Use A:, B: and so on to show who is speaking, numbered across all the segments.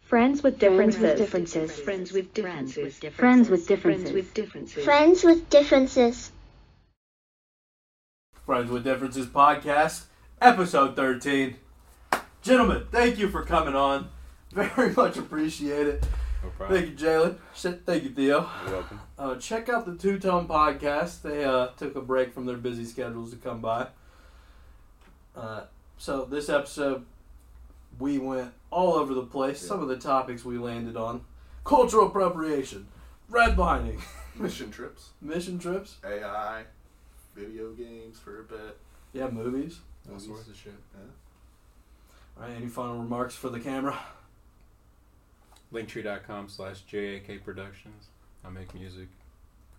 A: Friends with differences.
B: differences.
C: Friends with differences.
B: Friends with
C: Friends with
B: differences.
C: differences.
D: Friends with differences.
E: Friends with Differences podcast, episode 13. Gentlemen, thank you for coming on. Very much appreciate it.
F: No problem.
E: Thank you, Jalen. Sh- Thank you, Theo.
F: You're welcome.
E: Uh, check out the Two Tone podcast. They uh, took a break from their busy schedules to come by. Uh, so, this episode, we went all over the place. Some of the topics we landed on cultural appropriation, redlining,
G: Mission trips,
E: mission trips,
G: AI, video games for a bit,
E: yeah, movies.
G: all sorts of shit.
E: All right, any final remarks for the camera?
F: Linktree.com slash JAK Productions. I make music,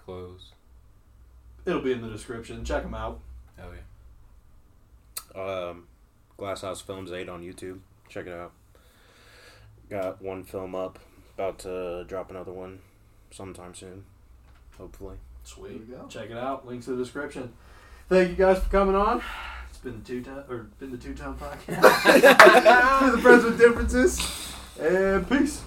F: clothes.
E: It'll be in the description. Check them out.
F: Hell yeah.
H: um, Glasshouse Films 8 on YouTube. Check it out. Got one film up. About to drop another one sometime soon. Hopefully.
G: There you
E: Sweet.
G: go.
E: Check it out. Links in the description. Thank you guys for coming on. It's been the two time or been the two time podcast. Been the friends with differences. And peace.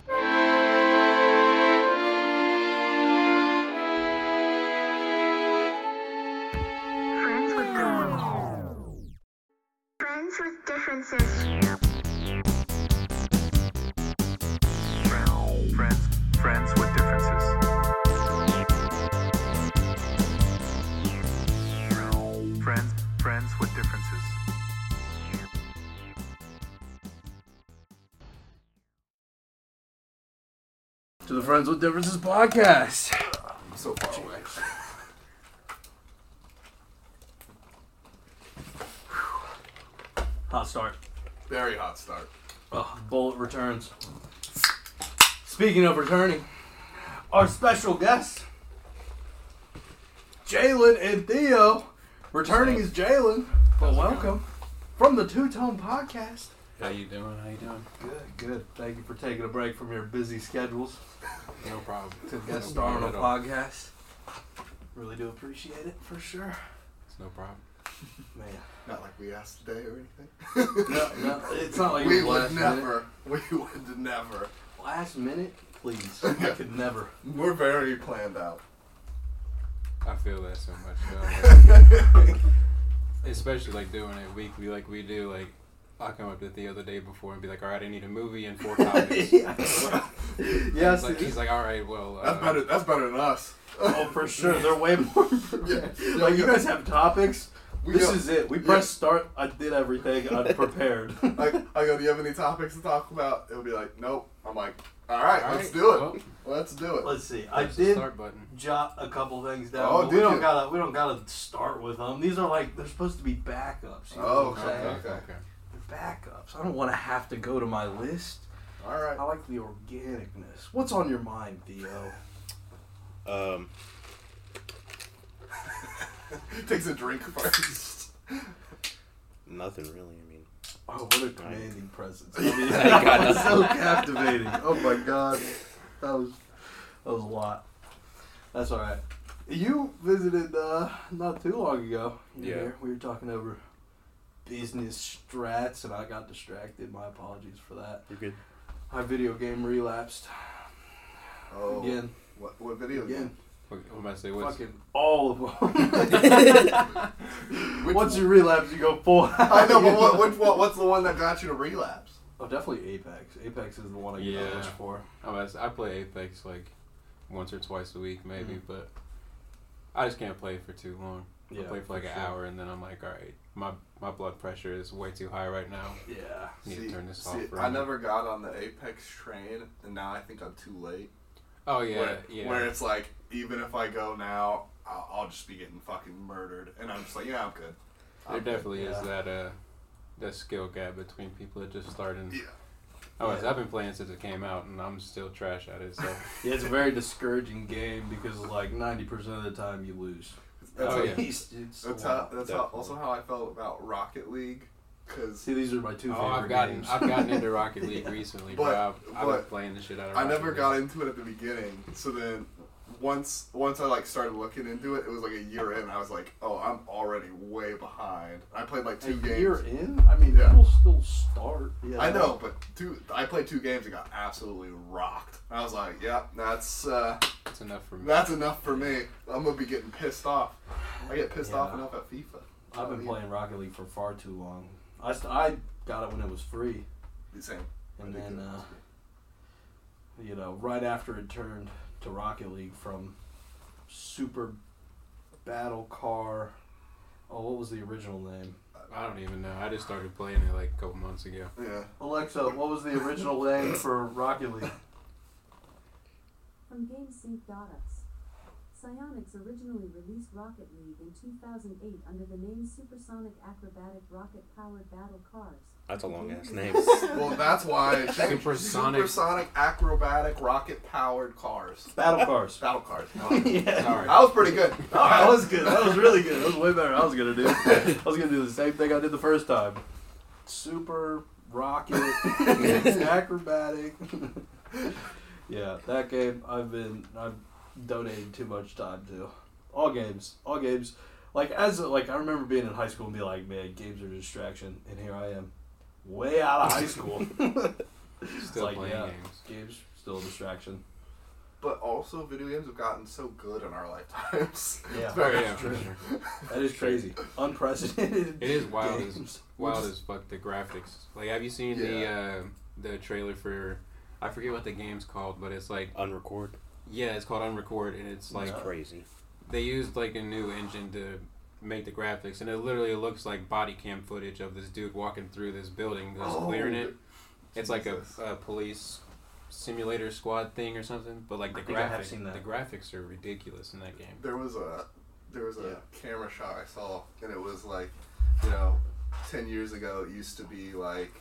A: Friends with differences.
D: Friends with differences.
I: Friends, friends with differences. Friends, friends with differences.
E: To the Friends with Differences podcast.
G: I'm so far away.
E: Hot start.
G: Very hot start.
E: Oh, bullet returns. Speaking of returning, our special guest, Jalen and Theo. Returning is Jalen, but welcome from the Two Tone Podcast.
F: How you doing? How you doing?
E: Good, good. Thank you for taking a break from your busy schedules
F: No problem.
E: to
F: No
E: guest star on
F: problem
E: a
F: at all.
E: podcast. Really do appreciate it for sure.
F: It's no problem.
E: Man,
G: Not like we asked today or anything.
E: no, no, it's not like
G: we
E: it was
G: would
E: last minute.
G: never. We would never.
E: Last minute, please. I could never.
G: We're very planned out.
F: I feel that so much. Though. Especially like doing it weekly like we do. Like, I'll come up to the other day before and be like, all right, I need a movie and four copies.
E: yes,
F: like, he's like, all right, well. Uh,
G: That's better. That's better than us.
E: Oh, for sure. They're way more.
G: Yeah.
E: Like you guys have topics.
G: We
E: this
G: go-
E: is it. We
G: yeah.
E: press start. I did everything. I'm prepared.
G: Like, I go. Do you have any topics to talk about? It'll be like, nope. I'm like, all right,
F: all
G: let's
F: right,
G: do it.
F: well,
G: let's do it.
E: Let's see. I
F: there's the
E: did
F: start button.
E: jot a couple things down.
G: Oh,
E: but we
G: did
E: don't
G: you?
E: gotta. We don't gotta start with them. These are like they're supposed to be backups. You know
G: Oh,
E: what I'm
G: okay,
E: saying?
G: okay.
E: They're backups. I don't want to have to go to my list.
G: All right.
E: I like the organicness. What's on your mind, Theo?
H: Um,
G: Takes a drink first.
H: nothing really. I mean,
E: Oh, what a commanding presence! I mean,
H: I got
E: that was so captivating. Oh my god, that was that was a lot. That's all right. You visited uh, not too long ago. You were
F: Yeah.
E: here. we were talking over business strats, and I got distracted. My apologies for that.
H: you're good.
E: My video game relapsed
G: Oh.
E: again.
G: What, what video
E: Again,
F: What, what am I say? What's,
E: fucking all of them. Once you relapse, you go full.
G: I know, but what, which one, what's the one that got you to relapse?
E: Oh, definitely Apex. Apex is the one I get
F: Yeah.
E: much for.
F: Oh, I, was, I play Apex like once or twice a week, maybe, but I just can't play for too long. I play for like an
E: sure.
F: hour, and then I'm like, all right, my my blood pressure is way too high right now.
E: Yeah.
F: I need to turn this
G: see,
F: off. for a
G: I
F: minute.
G: never got on the Apex train, and now I think I'm too late.
F: Oh yeah,
G: where,
F: yeah.
G: Where it's like, even if I go now, I'll, I'll just be getting fucking murdered, and I'm just like, yeah, I'm good.
F: there definitely
E: yeah.
F: is that uh that skill gap between people that just starting.
G: Yeah.
F: I was,
E: Yeah.
F: I've been playing since it came out, and I'm still trash at it. So
E: Yeah, it's a very discouraging game because like ninety percent of the time you lose.
G: That's,
F: Oh,
G: how,
F: yeah.
E: It's- it's
G: that's,
E: a
G: how,
E: lot.
G: that's how, also how I felt about Rocket League, because
E: See, these are my two
F: oh,
E: favorite
F: I've gotten
E: games.
F: I've gotten into Rocket League recently, but,
G: But-
F: I've, I've been
G: but
F: playing the shit out of.
G: I
F: Rocket
G: never
F: League.
G: got into it at the beginning. So then, once once I like started looking into it, it was like a year in. I was like, oh, I'm already way behind. I played like two
E: a
G: games.
E: year in. I mean,
G: Yeah.
E: people still start. Yeah,
G: I know, but two. I played two games and got absolutely rocked. I was like, yeah, that's uh,
F: That's enough for me.
G: that's enough for me. I'm gonna be getting pissed off. I get pissed off
E: Yeah.
G: enough at FIFA.
E: I've been playing Rocket League for far too long. I, st- I got it when it was free,
G: The same.
E: and then uh, you know right after it turned to Rocket League from Super Battle Car. Oh, what was the original name?
F: I don't even know. I just started playing it like a couple months ago.
G: yeah.
E: Alexa, what was the original name for Rocket League?
B: From GameSync.us. Psyonix originally released Rocket League in 2008 under the name Supersonic Acrobatic Rocket Powered Battle Cars.
H: That's a long ass name.
G: Well, that's why I changed
F: Supersonic.
G: supersonic, acrobatic, rocket-powered cars,
E: Battle Cars.
G: battle cars.
E: yeah.
F: Sorry.
G: That was pretty good.
E: Oh, that was good. That was really good. That was way better than I was gonna do. I was gonna do the same thing I did the first time. Super rocket acrobatic. yeah, that game I've been I've donated too much time to. All games. All games. Like as a, like I remember being in high school and be like, man, games are a distraction and here I am. Way out of high school.
F: Still
E: like,
F: playing
E: yeah.
F: games.
E: games still a distraction.
G: But also, video games have gotten so good in our lifetimes.
E: Yeah.
G: It's very
F: Oh, yeah, for
G: true.
F: sure.
E: That is crazy. Unprecedented.
F: It is wild as-
E: games.
F: Wild as fuck the graphics. Like, have you seen the uh, the trailer for? I forget what the game's called, but it's like
H: Unrecord.
F: yeah, it's called Unrecord, and it's like
H: It's
E: No.
H: crazy.
F: they used like a new engine to make the graphics, and it literally looks like body cam footage of this dude walking through this building, that's
G: Oh,
F: clearing it. It's like a,
G: Jesus.
F: a police simulator squad thing or something, but like the
E: I think I have
F: graphics,
E: seen that.
F: the graphics are ridiculous in that game.
G: There was a there was a
E: Yeah.
G: camera shot I saw, and it was like, you know, ten years ago, it used to be like,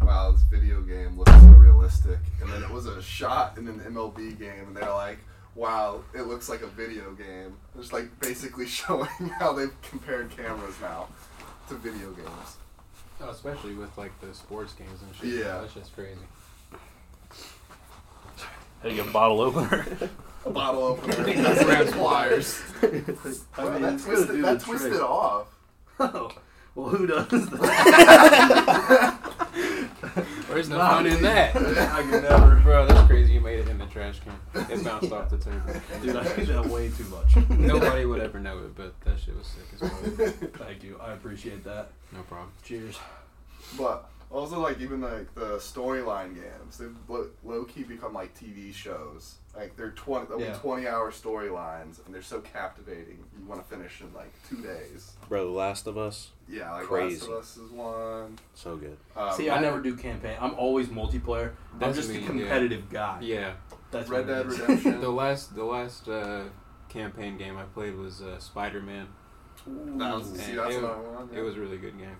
G: wow, this video game looks so realistic, and then it was a shot in an MLB game, and they're like. Wow, it looks like a video game. It's like basically showing how they've compared cameras now to video games.
F: Oh, especially with like the sports games and shit.
G: Yeah.
F: that's just crazy.
E: Hey, a bottle opener.
G: A bottle opener, that's
F: Grab
G: like pliers.
E: I mean,
G: that
E: it's gonna do
G: twisted, that
E: the
G: twisted
E: trick.
G: off.
E: Oh, well, who does that?
F: Where's the
E: Nah,
F: fun in
E: dude.
F: that?
E: I can never,
F: Bro, that's crazy. You made it in the trash can. It bounced off the table.
E: dude. I do that way too much.
F: Nobody would ever know it, but that shit was sick as well.
E: Thank you. I appreciate that.
F: No problem.
E: Cheers.
G: But also, like even like the storyline games, they've lo- low key become like TV shows. Like they're twenty, they'll
E: Yeah.
G: be twenty hour storylines, and they're so captivating. You want to finish in like two days.
H: Bro, The Last of Us,
G: Yeah, like Last
H: Crazy.
G: of Us is one.
H: so good.
G: Um,
E: See, I never do campaign. I'm always multiplayer. I'm
F: Uh, That's
E: just
F: me,
E: a
F: yeah.
E: competitive guy.
F: Yeah,
E: That's
G: Red
E: what it
G: Dead
E: is.
G: Redemption.
F: the last the last uh, campaign game I played was uh, Spider Man.
G: that was, see,
F: And
G: that's
F: it-
G: another one. Yeah.
F: It was a really good game.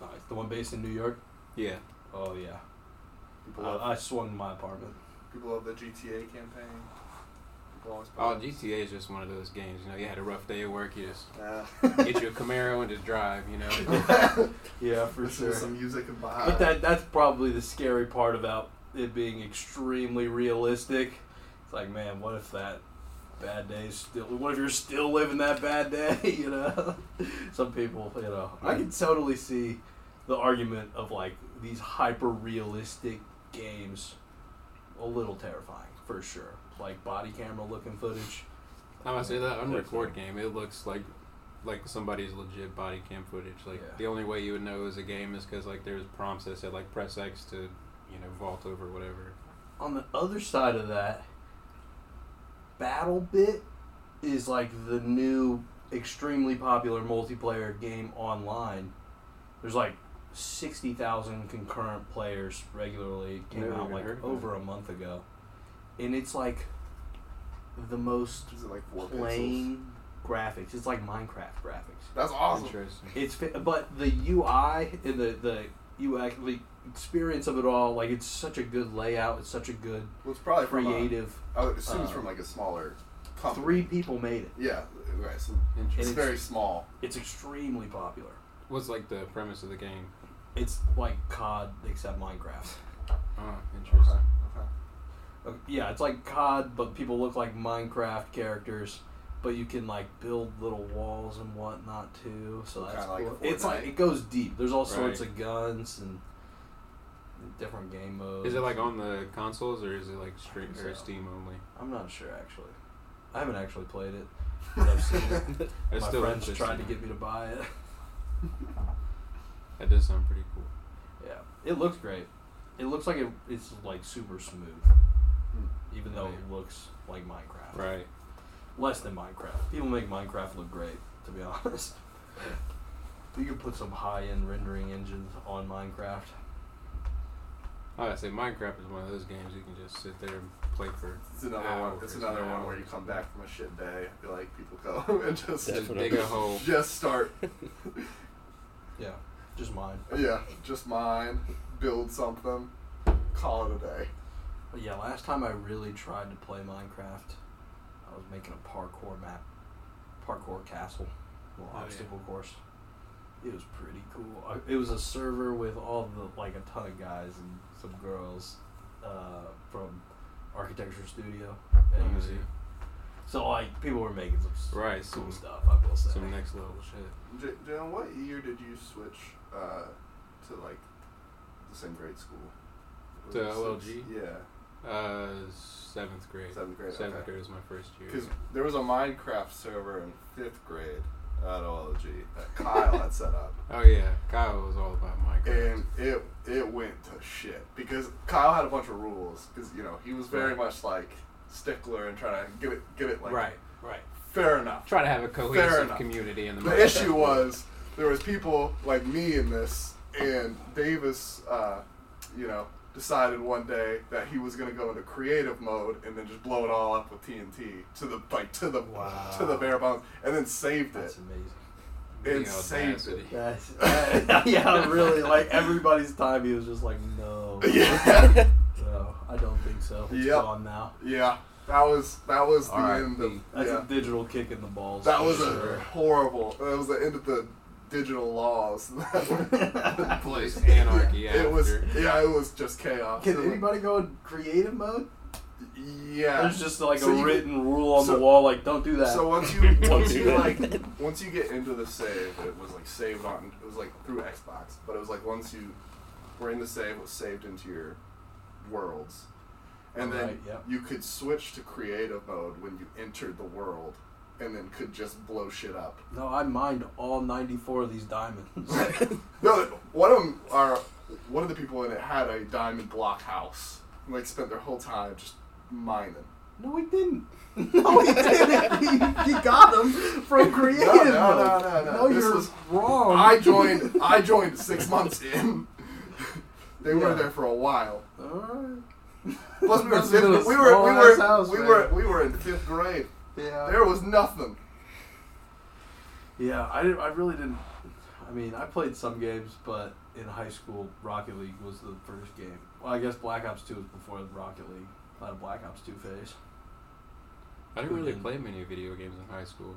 E: Nice. The one based in New York.
F: Yeah,
E: Oh yeah.
G: people, love,
E: I, I swung my apartment.
G: people love the GTA campaign. People always play
F: oh
G: it.
F: GTA is just one of those games. You know, you had a rough day at work, you just
G: Yeah.
F: get you a Camaro and just drive. You know,
E: Yeah, for
G: Listen to some music and vibe.
E: But that that's probably the scary part about it being extremely realistic. It's like, man, what if that bad day is still what if you're still living that bad day, you know? Some people, you know. I can totally see the argument of like these hyper realistic games a little terrifying for sure. Like body camera looking footage.
F: I would say that unrecord game. It looks like like somebody's legit body cam footage. Like
E: Yeah.
F: the only way you would know it was a game is because like there was prompts that said like press X to you know vault over whatever.
E: on the other side of that, Battle Bit is like the new extremely popular multiplayer game online. There's like 60,000 concurrent players regularly. It came
F: Never
E: out
F: even
E: like
F: heard of
E: over a month ago. And it's like the most
G: Is it like four pixels?
E: plain graphics. It's like Minecraft graphics.
G: That's awesome.
F: Interesting.
E: It's fi- but the UI and the the UX the experience of it all like it's such a good layout. It's such a good
G: Well, it's probably
E: uh,
G: from a-
E: creative.
G: I would assume it's
E: Uh,
G: from like a smaller company.
E: Three people made it.
G: Yeah, right. So it's
F: Interesting.
G: very small.
E: It's extremely popular.
F: What's like the premise of the game?
E: It's like COD except Minecraft.
F: Oh, interesting.
E: Uh, Yeah, it's like COD, but people look like Minecraft characters. But you can like build little walls and whatnot too. So that's
G: Kinda like
E: cool. it's like
G: Fortnite.
E: it goes deep. There's all sorts
F: Right.
E: of guns and different game modes.
F: Is it like on the consoles or is it like stream
E: So.
G: uh,
F: or Steam only?
E: I'm not sure actually. I haven't actually played it. But I've seen it.
F: That's
E: My
F: still
E: friends
F: interesting.
E: tried to get me to buy it.
F: That does sound pretty cool.
E: Yeah, it looks great. It looks like it, it's like super smooth, even though it looks like Minecraft.
F: Right.
E: Less than Minecraft. People make Minecraft look great, to be honest. You could put some high-end rendering engines on Minecraft.
F: I gotta say, Minecraft is one of those games you can just sit there and play for.
G: It's another one. It's
F: hours
G: another
F: and
G: one where you
F: hours.
G: come back from a shit day. I feel like people go and just
F: Just
H: Definitely.
F: dig a hole.
G: just start.
E: Yeah, just mine.
G: Yeah, just mine, build something, call it a day.
E: But yeah, last time I really tried to play Minecraft, I was making a parkour map, parkour castle, little
F: Oh, yeah.
E: obstacle course. It was pretty cool. I, it was a server with all the like a ton of guys and some girls uh, from architecture studio at
F: Oh,
E: UC. So like people were making some s-
F: Right,
E: cool
F: some-
E: stuff. I will say.
F: Some next level shit.
G: J- Jalen, what year did you switch uh, to like the same grade school?
F: To
G: Was it
F: LLG?
G: sixth? Yeah,
F: Uh, seventh grade.
G: Seventh grade,
F: Seventh
G: okay.
F: grade was my first year.
G: because there was a Minecraft server in fifth grade at LLG that Kyle had set up,
F: Oh yeah, Kyle was all about Minecraft.
G: and it it went to shit because Kyle had a bunch of rules because you know he was very
F: Right.
G: much like stickler and trying to get it get it like
F: right, right.
G: fair enough.
F: Try to have a cohesive
G: enough.
F: community in the.
G: The
F: Minecraft
G: issue
F: world.
G: was there was people like me in this, and Davis, uh, you know, decided one day that he was going to go into creative mode and then just blow it all up with TNT to the like to the
E: Wow.
G: to the bare bones, and then saved
E: That's
G: it
E: amazing.
G: and
F: The
G: saved it.
F: audacity.
E: That's, yeah, really. Like everybody's time, he was just like, no,
G: Yeah,
E: no, I don't think so. It's
G: Yep.
E: gone now.
G: yeah, that was that was the
F: R.I.P..
G: end of
E: That's
G: yeah.
E: a digital kick in the balls.
G: that
E: for
G: was a
E: sure.
G: horrible. That was the end of the digital laws.
F: Place anarchy.
G: It was
F: after.
G: yeah, it was just chaos. It
E: Can
G: was-
E: anybody go in creative mode?
G: Yeah,
E: There's just like
G: So
E: a
G: you-
E: written rule on
G: so-
E: the wall, like don't do that.
G: So once you once
H: do
G: you
H: that.
G: like once you get into the save, it was like saved on it was like through Xbox, but it was like once you were in the save, it was saved into your worlds, and then
E: Right, yep.
G: you could switch to creative mode when you entered the world, and then could just blow shit up.
E: no, I mined all 94 of these diamonds.
G: No, one of them are one of the people in it had a diamond block house, and like spent their whole time just mining.
E: no, we didn't. No, we didn't. you, you got them from creative
G: No, no,
E: mode.
G: no, no, no. This
E: you're
G: was-
E: wrong.
G: I joined. I joined six months in. They
E: Yeah.
G: were there for a while.
E: Alright.
G: Plus, we were,
E: Must've been a
G: we were, we
E: small-ass
G: were,
E: house,
G: we
E: man.
G: were, we were in fifth grade.
E: Yeah.
G: There was nothing.
E: Yeah, I, didn't, I really didn't. I mean, I played some games, but in high school, Rocket League was the first game. Well, I guess Black Ops 2 was before Rocket League. I had a Black Ops 2 phase.
F: I didn't really play many video games in high school.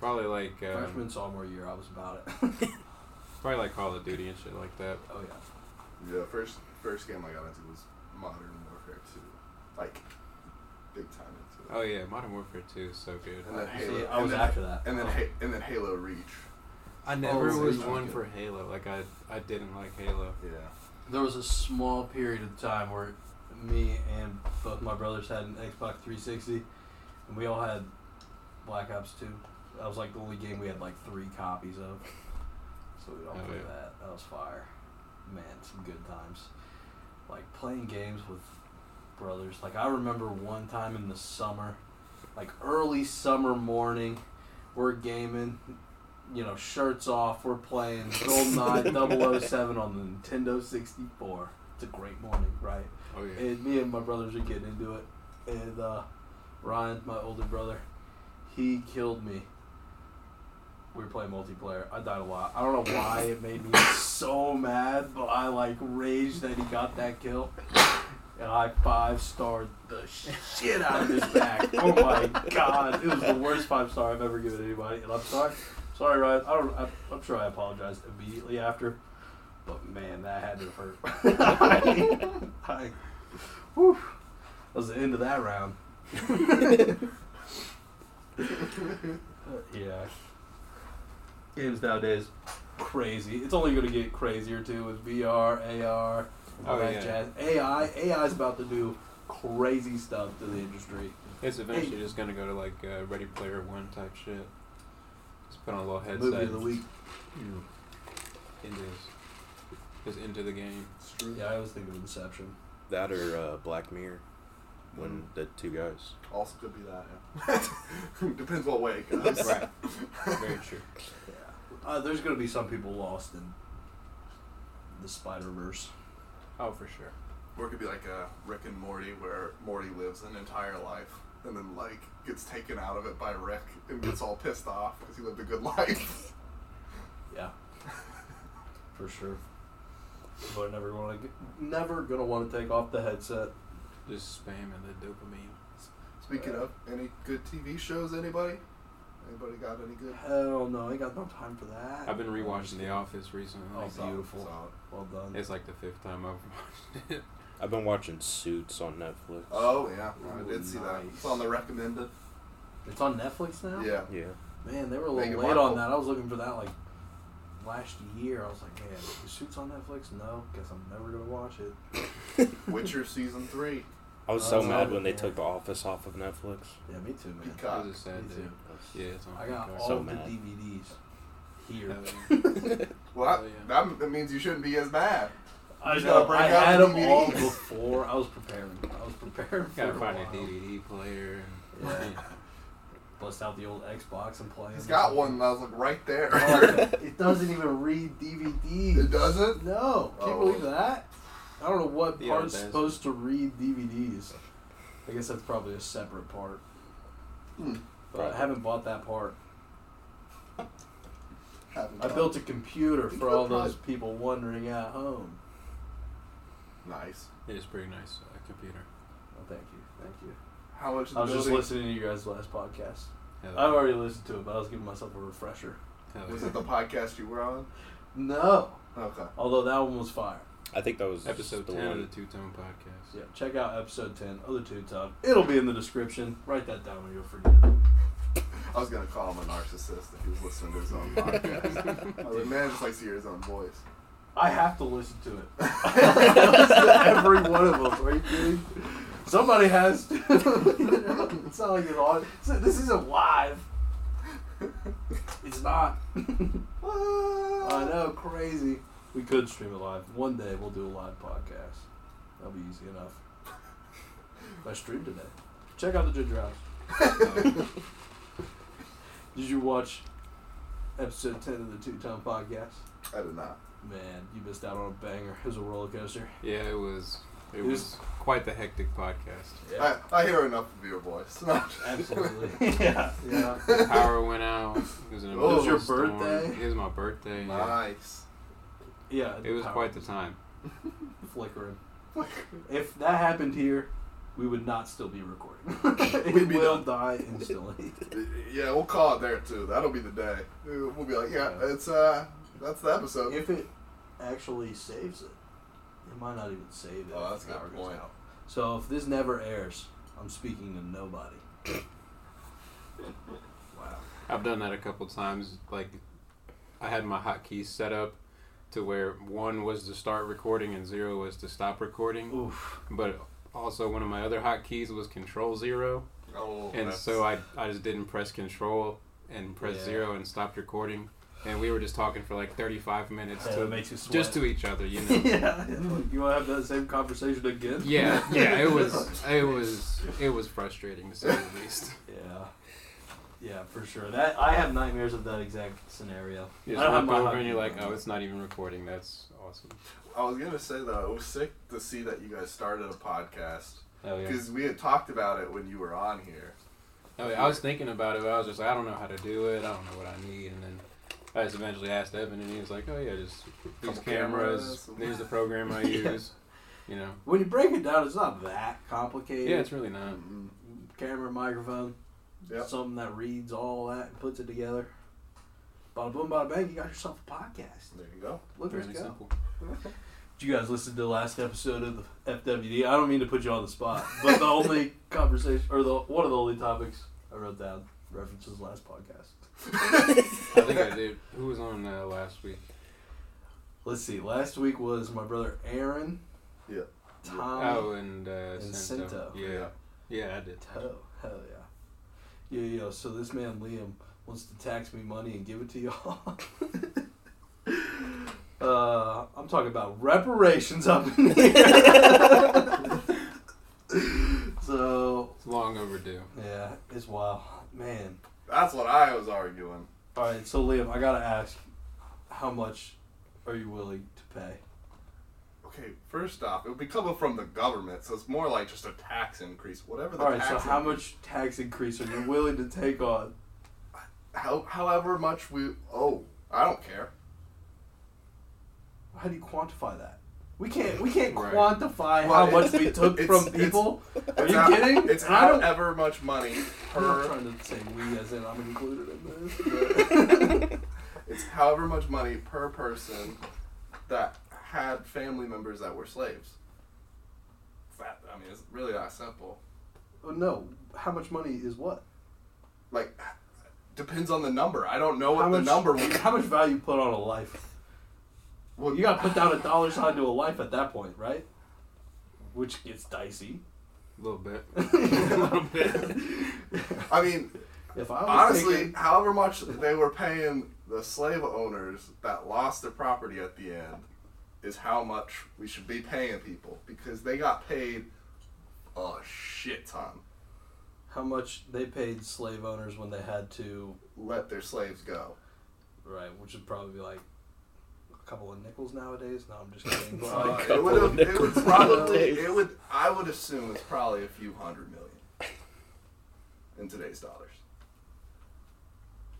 F: Probably like um,
E: Freshman, sophomore year, I was about it.
F: Probably like Call of Duty and shit like that.
E: oh, yeah.
G: Yeah, first first game I got into was Modern Warfare 2. Like, big time into it.
F: Oh yeah, Modern Warfare 2 is so good.
G: And then Halo.
E: See, I
G: and
E: was
G: then,
E: after that.
G: And then, Ha- and then Halo Reach.
F: I never
E: Oh,
F: was
E: yeah.
F: one for Halo. Like I, I didn't like Halo.
G: Yeah.
E: There was a small period of time where me and both my brothers had an Xbox 360, and we all had Black Ops 2. That was like the only game we had like three copies of. So we'd all
F: Oh,
E: play
F: yeah.
E: that. That was fire. Man, some good times. Like playing games with brothers. Like I remember one time in the summer, like early summer morning, we're gaming, you know, shirts off, we're playing GoldenEye 007 on the Nintendo 64. It's a great morning, right?
F: Oh yeah.
E: And me and my brothers are getting into it. And uh, Ryan, my older brother, he killed me. We were playing multiplayer. I died a lot. I don't know why it made me so mad, but I like raged that he got that kill. And I five starred the shit out of his back. Oh my god, it was the worst five star I've ever given anybody. And I'm sorry, sorry Ryan. I don't, I, I'm sure I apologized immediately after, but man, that had to hurt. I, I- whew, that was the end of that round. Uh, yeah. Games nowadays, crazy. It's only going to get crazier too with VR, AR, all
F: Oh,
E: that
F: yeah.
E: jazz. AI, AI is about to do crazy stuff to the industry.
F: It's eventually just gonna go to like uh, Ready Player One type shit. Just put on a little headset.
E: Movie of the week.
F: Mm. It is. Just into the game.
E: Yeah, I always think of Inception.
H: That or uh, Black Mirror, when
E: Mm.
H: the two guys.
G: Mm. Also could be that. Yeah. Depends what way it goes.
F: Right. Very true.
E: Uh, there's going to be some people lost in the Spider Verse.
F: Oh, for sure.
G: Or it could be like a Rick and Morty where Morty lives an entire life and then like gets taken out of it by Rick and gets all pissed off because he lived a good life.
E: Yeah, for sure. But never want to, never gonna want to take off the headset.
F: Just spamming the dopamine.
G: Speaking of any good TV shows, anybody? Anybody got any good?
E: Hell no, I got no time for that.
F: I've been rewatching The Office recently.
E: Oh,
F: It's
E: solid,
F: beautiful.
E: solid. Well done.
F: It's like the fifth time I've watched it.
H: I've been watching Suits on Netflix.
G: Oh yeah,
E: Ooh,
G: I did see that.
E: nice.
G: It's on the recommended.
E: It's on Netflix now.
G: Yeah.
H: Yeah.
E: Man, they were a little
G: Meghan
E: late
G: Markle.
E: on that. I was looking for that like last year. I was like, man, the suits on Netflix? No, guess I'm never gonna watch it.
G: Witcher season three.
H: I was so
E: Oh,
H: mad when they
E: yeah.
H: took The Office off of Netflix.
E: Yeah, me too, man.
G: Peacock.
F: It was a sad
E: Me
F: day.
E: too.
F: Yeah, it's on
E: I got
F: Peacock.
E: all
H: So
E: of
H: mad.
E: the DVDs here.
F: Hell yeah.
G: Well, that,
F: Oh, yeah.
G: that, that means you shouldn't be as bad.
E: I
G: You
E: know.
G: gotta break
E: I
G: out
E: had
G: the
E: them all
G: DVDs.
E: before. I was preparing. I was preparing for
F: Gotta
E: a
F: find a
E: while.
F: DVD player.
E: Yeah. Bust out the old Xbox and play.
G: He's
E: them.
G: got one. That was like right there.
E: Oh, it doesn't even read DVDs.
G: It doesn't?
E: No. Can you
G: Oh.
E: believe that? I don't know what
F: The
E: part's
F: old days.
E: supposed to read DVDs. I guess that's probably a separate part.
G: Hmm.
E: But I haven't bought that part. I
G: Haven't
E: built a computer
G: You
E: for all
G: could probably-
E: those people wondering at home.
G: done. Nice.
F: It is pretty nice uh, computer.
E: Well, thank you. Thank you.
G: How much?
E: I was just
G: building-
E: listening to you guys' last podcast.
F: Hell
E: I've already listened to it, but I was giving myself a refresher.
F: hell
G: Was
F: yeah.
G: it the podcast you were on?
E: No.
G: Okay.
E: Although that one was fire.
H: I think that was
F: episode
H: the
F: ten of
H: one.
F: the Two Tone Podcast?
E: Yeah, check out episode 10, Other Two Tone. It'll be in the description. Write that down or you'll forget it.
G: I was gonna call him a narcissist if he was listening to his own podcast. I was like, man, just likes to hear his own voice.
E: I have to listen to it. I listen to every one of them. Are you kidding? Somebody has to. you know, it's not like it's on. so This isn't live. It's not. I know, crazy. We could stream it live. One day we'll do a live podcast. That'll be easy enough. I streamed today. Check out the Ginger House. Did you watch episode 10 of the Two Time Podcast?
G: I did not.
E: Man, you missed out on a banger. It was a roller coaster.
F: Yeah, it was. It
E: It
F: was
E: was-
F: quite the hectic podcast.
G: I, I hear enough of your voice.
E: Absolutely. yeah. Yeah.
F: The power went out. It was an
G: Oh, it was
F: emotional
E: your
F: storm.
E: birthday?
F: It was my birthday. yeah.
G: nice.
E: Yeah.
F: It was
E: power
F: quite the time.
E: flickering. If that happened here, we would not still be recording.
G: We'd
E: it
G: be
E: will die instantly.
G: Yeah, we'll call it there too. That'll be the day. We'll be like, yeah, it's uh, that's the episode.
E: if it actually saves it, it might not even save it.
G: Oh,
E: if
G: that's a
E: the
G: good
E: power goes
G: point.
E: out. So if this never airs, I'm speaking to nobody. wow.
F: I've done that a couple times. Like, I had my hotkeys set up to where one was to start recording and zero was to stop recording.
E: Oof.
F: But also, one of my other hotkeys was Control Zero.
G: Oh,
F: And
G: that's-
F: so I, I just didn't press control and press
E: Yeah.
F: zero and stopped recording. And we were just talking for like 35 minutes
E: Yeah,
F: to,
E: it makes you sweat.
F: just to each other, you know.
E: yeah. You want to have that same conversation again?
F: yeah, yeah, it was it was it was frustrating to say the least.
E: Yeah. Yeah, for sure. That I have nightmares of that exact scenario.
F: You
E: I
F: just
E: don't have
F: look
E: my
F: over
E: hockey
F: and you're like,
E: on.
F: "Oh, it's not even recording. That's awesome."
G: I was gonna say that it was sick to see that you guys started a podcast
F: Hell yeah.
G: because we had talked about it when you were on here.
F: Hell yeah. I was thinking about it, but I was just like, "I don't know how to do it. I don't know what I need." And then I just eventually asked Evan, and he was like, "Oh yeah, just these
G: Couple
F: cameras.
G: cameras.
F: Here's the program I
E: Yeah.
F: use." You know.
E: When you break it down, it's not that complicated. Mm-hmm.
F: Yeah, it's really not.
G: Mm-mm.
E: camera, microphone,
G: Yep.
E: something that reads all that and puts it together. Bada boom, bada bang, you got yourself a podcast.
G: There you go.
E: Look at us
F: Fairly
E: go.
F: simple.
E: Did you guys listen to the last episode of the FWD? I don't mean to put you on the spot, but the only conversation or the one of the only topics I wrote down references last podcast.
F: I think I did. Who was on uh, last week?
E: Let's see. Last week was my brother Aaron,
G: Yeah.
E: Tom
F: oh, and, uh,
E: Um, and
F: Sento.
E: Sento.
F: Yeah. Yeah, I did.
E: Toe. Hell yeah. Yeah, yo, so this man Liam wants to tax me money and give it to y'all. uh, I'm talking about reparations up in here. so,
F: It's long overdue.
E: yeah, it's wild. Man.
G: That's what I was arguing.
E: All right, so Liam, I gotta ask, how much are you willing to pay?
G: Okay, first off, it would be coming from the government, so it's more like just a tax increase. Whatever the
E: All right,
G: tax
E: so how
G: increase-
E: much tax increase are you willing to take on?
G: How, however much we. Oh, I don't care.
E: How do you quantify that? We can't we can't
F: Right.
E: quantify
G: Well,
E: how much we took
G: it's-
E: from
G: it's-
E: people. Are
G: It's
E: you
G: how-
E: kidding?
G: It's
E: And I don't.
G: however much money
E: I'm not
G: per.
E: trying to say we as in I'm included in this.
G: It's however much money per person that had family members that were slaves. It's that, I mean, it's really that simple.
E: But, oh, no, how much money is what?
G: Like, depends on the number. I don't know what
E: how
G: the
E: much,
G: number was.
E: How much value put on a life?
G: Well,
E: You got to put down a dollar sign to a life at that point, right? Which gets dicey.
F: A little bit.
E: if
G: I mean,
E: I was
G: honestly,
E: thinking-
G: however much they were paying the slave owners that lost their property at the end is how much we should be paying people because they got paid a shit ton.
E: how much they paid slave owners when they had to,
G: Let their slaves go.
E: right? Which would probably be like a couple of nickels nowadays. No, I'm just kidding. But,
G: Uh,
E: like,
G: it
H: couple
G: would
H: of
G: have, it would
H: nickels
G: probably,
H: nowadays.
G: it would, I would assume it's probably a few hundred million in today's dollars.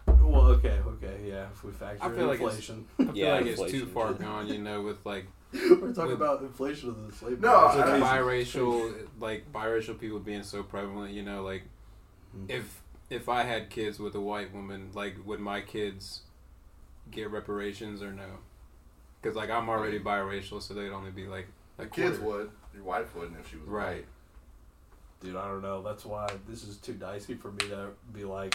E: Well, okay, okay, yeah. If we factor
F: I
E: in
F: feel like it's-
E: inflation,
F: I feel
H: Yeah,
F: like it's too
H: inflation.
F: far gone, you know, with like
E: we're talking about inflation of the slave.
G: No,
E: market.
G: I-
F: with
G: I-
F: biracial, like biracial people being so prevalent. You know, like
G: Hmm.
F: if if I had kids with a white woman, like would my kids get reparations or no? Because like I'm already biracial, so they'd only be like
G: The
F: a
G: kids
F: quarter.
G: would, your wife wouldn't if she was
F: right?
E: dude, I don't know. That's why this is too dicey for me to be like,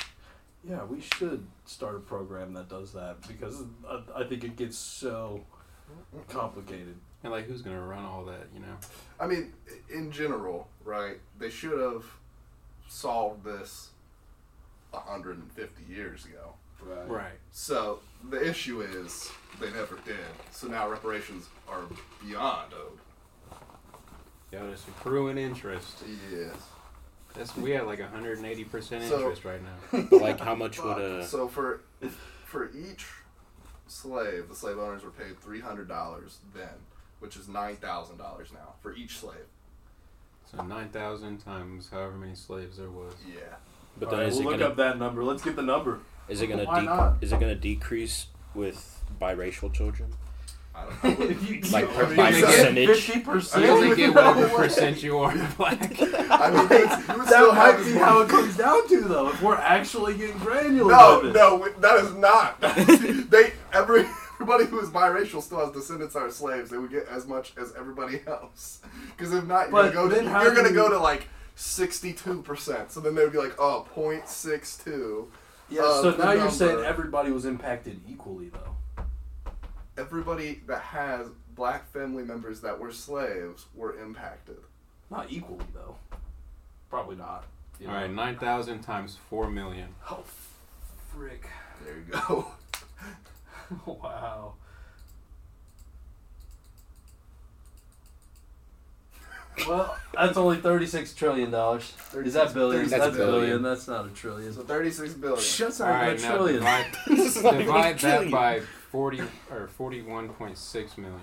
E: yeah, we should start a program that does that because I, I think it gets so complicated.
F: And like who's gonna run all that? You know,
G: I mean, i- in general, right? They should have solved this 150 years ago.
F: right?
G: So the issue is they never did. So now reparations are beyond owed.
F: Yo, that's accruing interest.
G: Yes.
F: That's we at like 180 percent
G: So-
F: interest right now.
H: But, like, how much would a
G: So for for each slave, the slave owners were paid three hundred dollars then, which is nine thousand dollars now for each slave.
F: So 9,000 times however many slaves there was.
G: Yeah.
H: but
E: All
H: then
E: right,
H: is
E: we'll
H: it
E: look
H: gonna
E: up that number. Let's get the number.
H: is it gonna
E: Why
H: de-
E: not?
H: is it gonna decrease with biracial children?
G: I don't know.
H: Like,
G: I mean,
H: by
G: you
H: percent-
G: said-
H: percentage?
E: Fifty
F: You
E: percent.
F: only get whatever percent you are black.
G: I mean, it's- you would
E: That
G: still have
E: might
G: as
E: be
G: much-
E: how it comes down to, though. If we're actually getting granular,
G: No,
E: with it.
G: no, we- that is not. they every everybody who is biracial still has descendants that are slaves. They would get as much as everybody else. Because if not, you're
E: But
G: gonna go.
E: then
G: To,
E: how
G: you're gonna
E: do
G: go
E: you-
G: to like sixty-two percent. So then they would be like, oh, 0.62.
E: Yeah,
G: of
E: so
G: the
E: now you're saying
G: Uh, number.
E: everybody was impacted equally, though.
G: Everybody that has black family members that were slaves were impacted.
E: Not equally, though. Probably not. you
F: All
E: know?
F: right, 9,000 times 4 million.
E: Oh, frick.
G: There you go.
E: wow. Well, that's only thirty-six trillion dollars. Is that billion?
G: 36
E: That's, billion.
H: billion.
E: That's not a trillion.
G: So thirty-six billion.
E: Shuts
F: All
E: up
F: right,
E: a
F: now
E: trillion.
F: divide,
H: This is not even
F: divide that
H: killing.
F: by 40 or 41.6 million.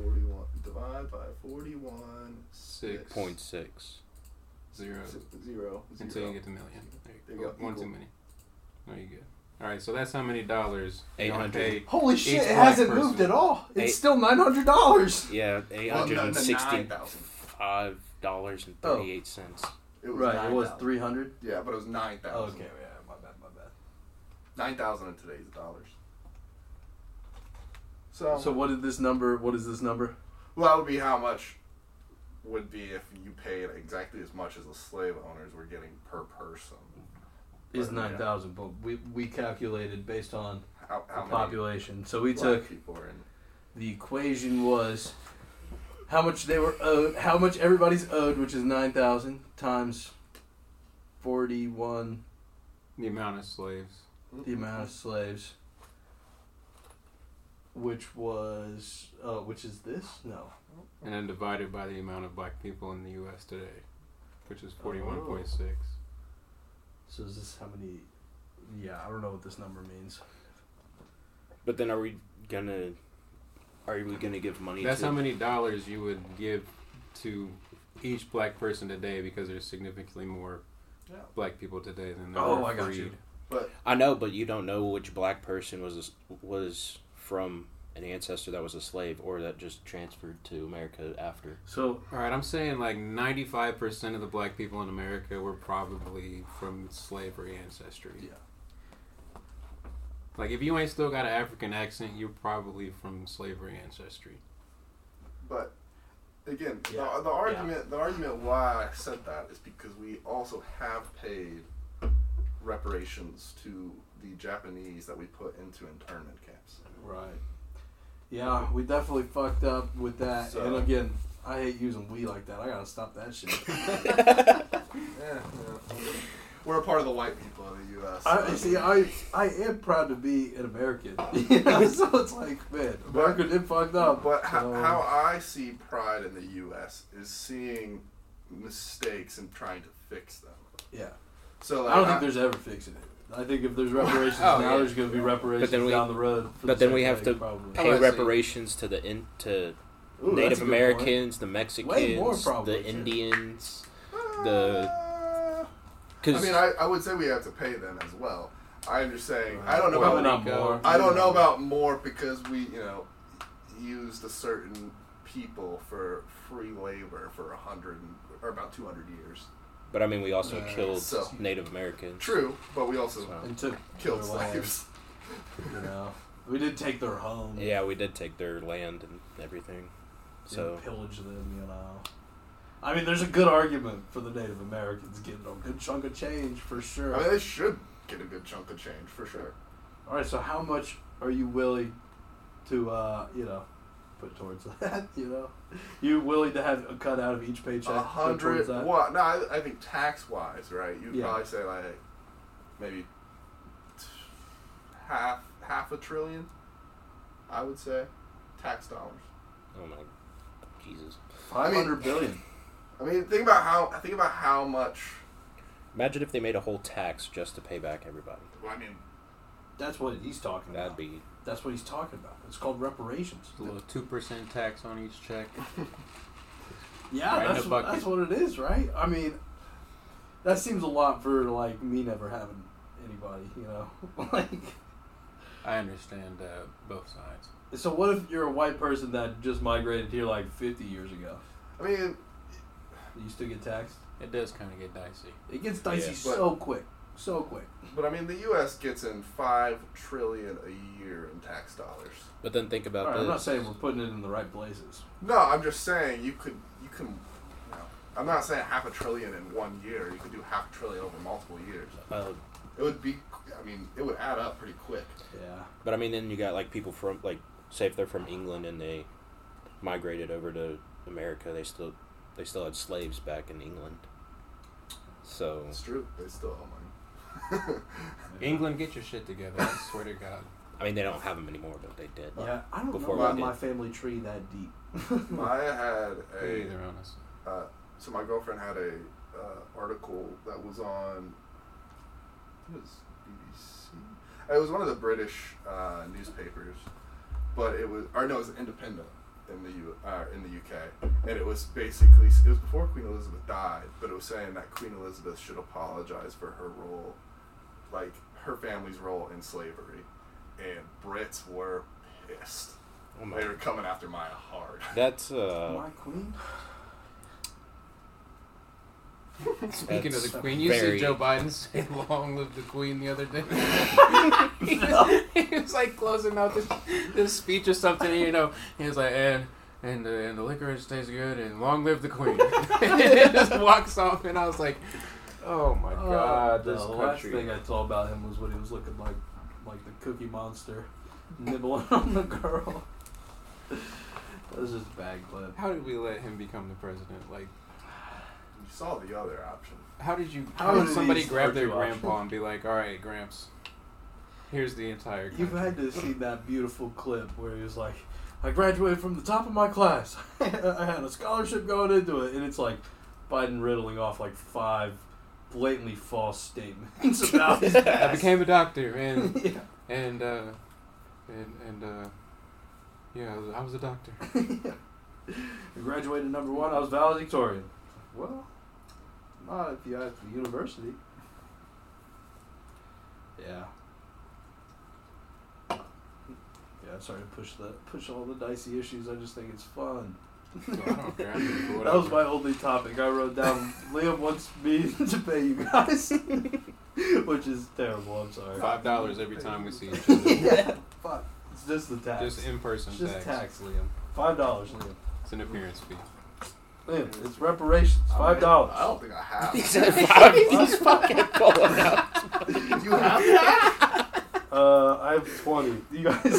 G: Forty-one divide by forty-one
F: Six.
H: Point six.
F: Zero.
G: z- zero,
F: Until you
G: zero.
F: get to million. There
G: There
F: you
G: you
F: go.
G: go.
F: One too many. There you go. All right, so that's how many dollars you gotta
H: 800.
F: pay.
E: Holy shit!
F: Each
E: It
F: black
E: hasn't
F: person.
E: moved at all. It's
H: Eight-
E: still nine hundred dollars.
H: Yeah, eight
G: Well, no,
H: hundred
G: no,
H: and sixty-five
G: 9,000.
H: dollars and thirty-eight cents.
E: Oh.
G: It was
E: Right. It was
G: 9,000.
E: three hundred.
G: Yeah, but it was nine thousand.
E: Okay. Yeah. My bad. My bad.
G: Nine thousand in today's dollars. So,
E: So what did this number? What is this number?
G: well, that would be how much would be if you paid exactly as much as the slave owners were getting per person.
E: Is
G: Right,
E: nine
G: yeah.
E: thousand, but we we calculated based on
G: How,
E: the
G: how many
E: population. So we
G: black
E: took
G: people were in?
E: the equation was how much they were owed, how much everybody's owed, which is nine thousand times forty-one,
F: The amount of slaves.
E: the amount of slaves, which was uh, which is this? No,
F: And then divided by the amount of black people in the U.S. today, which is 41.6.
E: so is this how many? Yeah, I don't know what this number means.
H: But then are we gonna are we gonna give money
F: That's
H: to
F: how many dollars you would give to each black person today because there's significantly more
G: Yeah.
F: black people today than there
E: Oh,
F: were
E: I got
F: freed.
E: you.
H: I know, but you don't know which black person was was from an ancestor that was a slave or that just transferred to America after.
E: So
F: All right, I'm saying like 95% of the black people in America were probably from slavery ancestry.
E: Yeah.
F: Like if you ain't still got an African accent, you're probably from slavery ancestry.
G: But again,
E: Yeah.
G: the, the argument the argument why I said that is because we also have paid reparations to the Japanese that we put into internment camps.
E: Right. Yeah, we definitely fucked up with that.
G: So-
E: And again, I hate using we like that. I gotta stop that shit. Eh,
G: Yeah, yeah. We're a part of the white people of the U.S.
E: I see. I I am proud to be an American. You know, so it's like, man, America did fucked up.
G: But how,
E: so-
G: how I see pride in the U.S. is seeing mistakes and trying to fix them.
E: Yeah,
G: So like,
E: I don't think there's ever fixing it. I think if there's reparations
G: Oh,
E: now,
G: yeah.
E: there's gonna be reparations
H: But then we-
E: down the road. for
H: but
E: the
H: then we
E: same
H: have
E: thing,
H: to
E: probably.
H: Pay
F: I see.
H: reparations to the in, to
E: Oh, Ooh, that's
H: Native
E: a good point.
H: Americans, the
E: Way more
H: Mexicans,
E: probably,
H: the
E: too.
H: Indians, the
G: Uh, I
H: because
G: mean, I, I would say we have to pay them as well. I'm just saying, I don't know
E: Probably not
G: about
F: Rico.
E: more.
G: I don't know about more because we, you know, used a certain people for free labor for a hundred and- or about two hundred years.
H: but I mean we also
F: Uh,
H: killed
G: so-
H: Native Americans.
G: True, but we also
H: So,
E: and took
G: killed
E: their lives,
G: slaves.
E: You know, we did take their home.
H: yeah, we did take their land and everything.
E: so
H: So
E: pillage them, you know. I mean, there's a good argument for the Native Americans getting a good chunk of change for sure.
G: I mean, they should get a good chunk of change for sure.
E: All right, so how much are you willing to, uh, you know, put towards that? You know, you willing to have a cut out of each paycheck?
G: A hundred.
E: put towards that?
G: What? No, I, I think tax wise, right? You'd
E: Yeah.
G: probably say like maybe t- half half a trillion. I would say tax dollars.
H: oh my Jesus.
E: Five hundred billion.
G: I mean, think about how think about how much.
H: Imagine if they made a whole tax just to pay back everybody.
G: Well, I mean,
E: That's what he's talking
H: That'd
E: about.
H: be
E: That's what he's talking about. It's called reparations.
F: A little two percent tax on each check.
E: Yeah,
F: Right in
E: that's
F: the
E: what,
F: bucket.
E: that's what it is, right? I mean, that seems a lot for like me never having anybody, you know, like.
F: I understand uh, both sides.
E: So what if you're a white person that just migrated here like 50 years ago?
G: I mean,
E: Do you still get taxed?
F: It does kind of get dicey.
E: It gets dicey
H: Yeah.
E: so quick, so quick.
G: but I mean, the U.S. gets in five trillion a year in tax dollars.
H: but then think
E: All
H: about
E: right,
H: this.
E: I'm not saying we're putting it in the right places.
G: No, I'm just saying you could you can. You know, I'm not saying half a trillion in one year. You could do half a trillion over multiple years.
H: Uh,
G: It would be. I mean, it would add up pretty quick.
E: Yeah.
H: But I mean, then you got like people from like, say if they're from England and they migrated over to America, they still they still had slaves back in England. So
G: It's true. They still owe money.
F: England, get your shit together. I swear to God.
H: I mean, they don't have them anymore, but they did.
E: yeah. I don't know
H: before
E: about
H: we
E: my
H: did.
E: family tree that deep.
G: I had a.
F: Either on us.
G: Uh, so my girlfriend had a uh, article that was on. I think It was BBC. It was one of the British uh, newspapers, but it was or no, it was independent in the U, uh, in the UK, and it was basically it was before Queen Elizabeth died, but it was saying that Queen Elizabeth should apologize for her role, like her family's role in slavery, and Brits were pissed.
H: Oh
G: They
H: my,
G: were coming after Maya hard.
H: that's uh,
E: my queen?
F: Speaking
H: That's
F: of the Queen, you
H: very-
F: see Joe Biden say "Long live the Queen" the other day. he, was, he was, like closing out this, this speech or something, you know. He was like, "And and the, and the licorice tastes good, and long live the Queen." and he just walks off, and I was like, "Oh my God,
E: Uh, the
F: this
E: last
F: country!"
E: thing I saw about him was what he was looking like, like the Cookie Monster, nibbling on the girl. That was just a bad clip.
F: How did we let him become the president? Like,
G: You saw the other option.
F: how did you?
E: How
F: How,
E: are
F: did somebody
E: these
F: grab their
E: virtue options?
F: grandpa and be like, "All right, Gramps, here's the entire."
E: You've had to see that beautiful clip where he was like, I graduated from the top of my class. I had a scholarship going into it. And it's like Biden riddling off like five blatantly false statements about his
F: I
E: past.
F: became a doctor, and
E: yeah.
F: and uh, and and uh, yeah, I was, I was a doctor.
E: I graduated number one. I was valedictorian. Well, not if you ask the university. Yeah. Yeah, I'm sorry to push the push all the dicey issues. I just think it's fun.
F: So I don't care. I'm here for
E: That was
F: whatever.
E: my only topic. I wrote down Liam wants me to pay you guys, which is terrible. I'm sorry.
F: Five dollars every time we see each other.
E: yeah, fuck. It's just the tax.
F: Just in person
E: it's just
F: tax.
E: tax, Liam. Five dollars, Liam.
F: It's an appearance fee.
E: Liam, it's reparations. Five
G: I,
E: dollars.
G: I don't think I have.
H: He said five. He's fucking calling out.
G: Do you have that?
E: Uh, I have twenty. You guys, you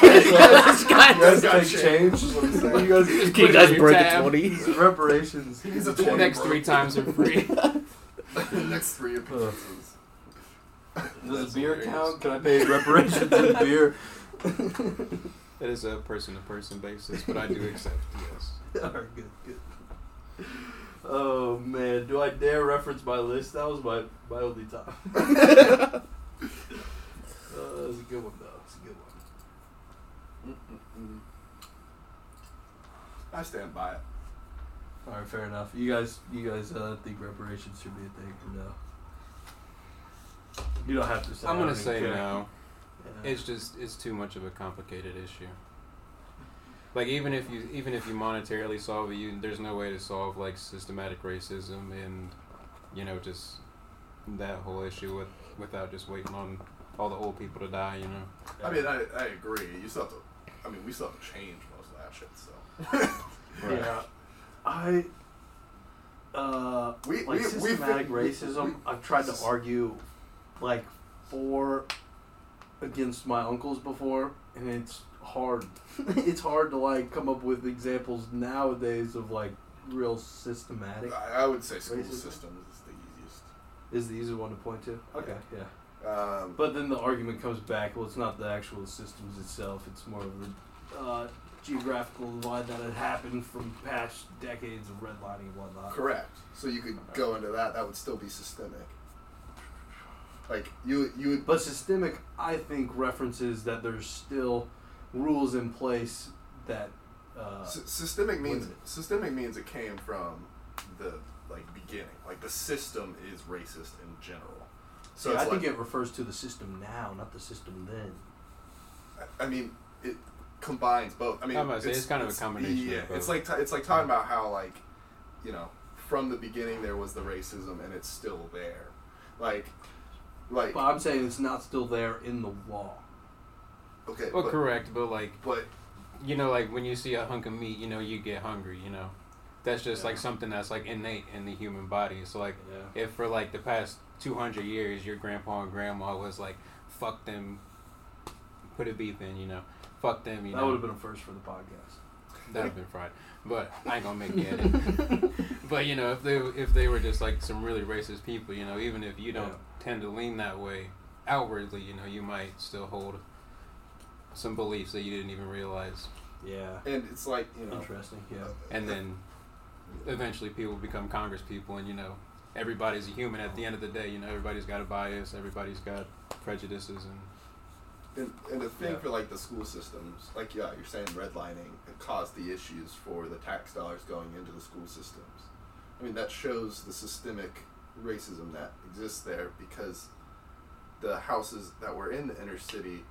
H: this guy
E: guys
G: got
E: take
G: change.
E: change. you guys
H: Can you
F: Put it in
H: guys
F: your
H: break a
F: tab.
H: 20?
E: reparations.
G: He's a
E: Change.
F: The
G: 20
F: next three times are free.
G: Next three appearances.
E: Does
G: That's
E: a beer
G: hilarious.
E: count? Can I pay reparations in beer?
F: It is a person to person basis, but I do accept, yes.
E: All right, good, good. Oh man, do I dare reference my list? That was my my only top. uh, that was a good one though. It's a good one.
G: Mm-mm-mm. I stand by it.
E: All right, fair enough. You guys, you guys uh, think reparations should be a thing or no? You don't have to say.
F: I'm
E: I
F: gonna
E: don't
F: say
E: care.
F: no.
E: Yeah.
F: It's just it's too much of a complicated issue. Like even if you even if you monetarily solve it, you there's no way to solve like systematic racism and you know just that whole issue with without just waiting on all the old people to die. You know,
G: I mean, I, I agree. You still have to. I mean, we still have to change most of that shit. So
E: Yeah. I. Uh,
G: we
E: like
G: we
E: systematic
G: we,
E: racism, I've tried to argue, like, for against my uncles before, and it's hard. it's hard to like come up with examples nowadays of like real systematic.
G: I, I would say school
E: Racism?
G: systems is the easiest.
E: Is the easy one to point to? Okay, yeah.
G: Um,
E: But then the argument comes back. Well, it's not the actual systems itself. It's more of the uh, geographical divide that had happened from past decades of redlining and whatnot.
G: correct. So you could go into that. That would still be systemic. Like you you would.
E: But systemic, I think, references that there's still rules in place that. Uh,
G: S- systemic means
E: Wouldn't it?
G: systemic means it came from the like beginning. Like the system is racist in general. So
E: yeah, I
G: it's
E: think
G: like-
E: it refers to the system now, not the system then.
G: I mean, it combines both. I mean,
F: I'm about to say, it's kind of a combination of
G: Yeah,
F: both.
G: it's like t- it's like talking about how like, you know, from the beginning there was the racism and it's still there, like, like
E: But I'm saying it's not still there in the law.
G: okay,
F: well,
G: but,
F: correct, but like
G: but
F: you know, like when you see a hunk of meat, you know, you get hungry. You know, that's just like something that's like innate in the human body. So like.
E: Yeah.
F: if for like the past 200 years your grandpa and grandma was like fuck them put a beep in you know fuck them you
E: That
F: know
E: would have been a first for the podcast.
F: that would have been fried but i ain't gonna make you edit but you know if they if they were just like some really racist people you know even if you don't tend to lean that way outwardly you know you might still hold some beliefs that you didn't even realize
E: Yeah.
G: and it's like you know,
E: Interesting. Yeah.
F: and then eventually people become congress people and you know everybody's a human at the end of the day you know everybody's got a bias everybody's got prejudices and
G: and, and the thing
E: Yeah.
G: for like the school systems, like yeah, you're saying redlining it caused the issues for the tax dollars going into the school systems. I mean, that shows the systemic racism that exists there because the houses that were in the inner city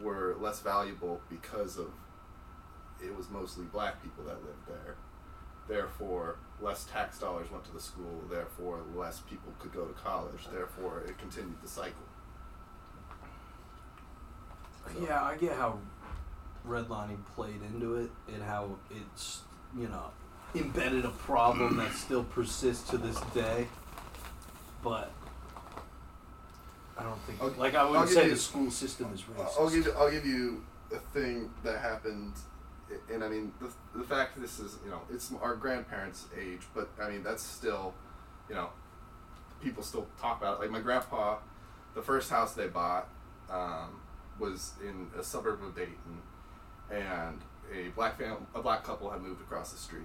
G: were less valuable because of it was mostly black people that lived there. Therefore, less tax dollars went to the school. Therefore, less people could go to college. Therefore, it continued the cycle.
E: Yeah, I get how redlining played into it and how it's, you know, embedded a problem that still persists to this day. But I don't think,
G: I'll-
E: like, I
G: I'll
E: wouldn't
G: give
E: say
G: you-
E: the school system is racist.
G: I'll give you, I'll give you a thing that happened and I mean the, the fact that this is you know it's our grandparents' age, but I mean that's still, you know, people still talk about it. Like my grandpa, the first house they bought um, was in a suburb of Dayton, and a black fam- a black couple had moved across the street.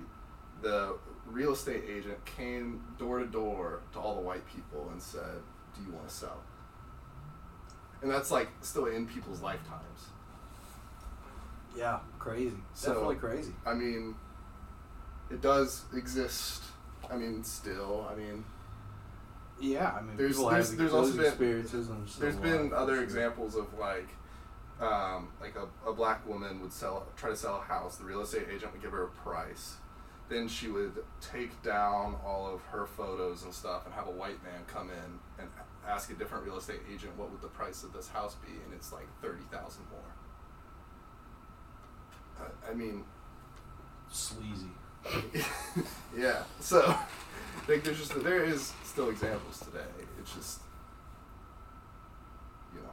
G: The real estate agent came door to door to all the white people and said, "Do you want to sell?" And that's like still in people's lifetimes.
E: Yeah, crazy.
G: So-
E: Definitely crazy.
G: I mean, it does exist. I mean, still. I mean,
E: Yeah, I mean,
G: There's-
E: people
G: there's-
E: have
G: there's
E: those
G: also been-
E: experiences. and so
G: there's
E: on,
G: been
E: for
G: other
E: sure.
G: examples of like, um, like a, a black woman would sell, try to sell a house. The real estate agent would give her a price. Then she would take down all of her photos and stuff and have a white man come in and ask a different real estate agent what would the price of this house be, and it's like thirty thousand more. I, I mean,
E: Sleazy.
G: yeah. So, like, there's just there is still examples today. It's just, you know,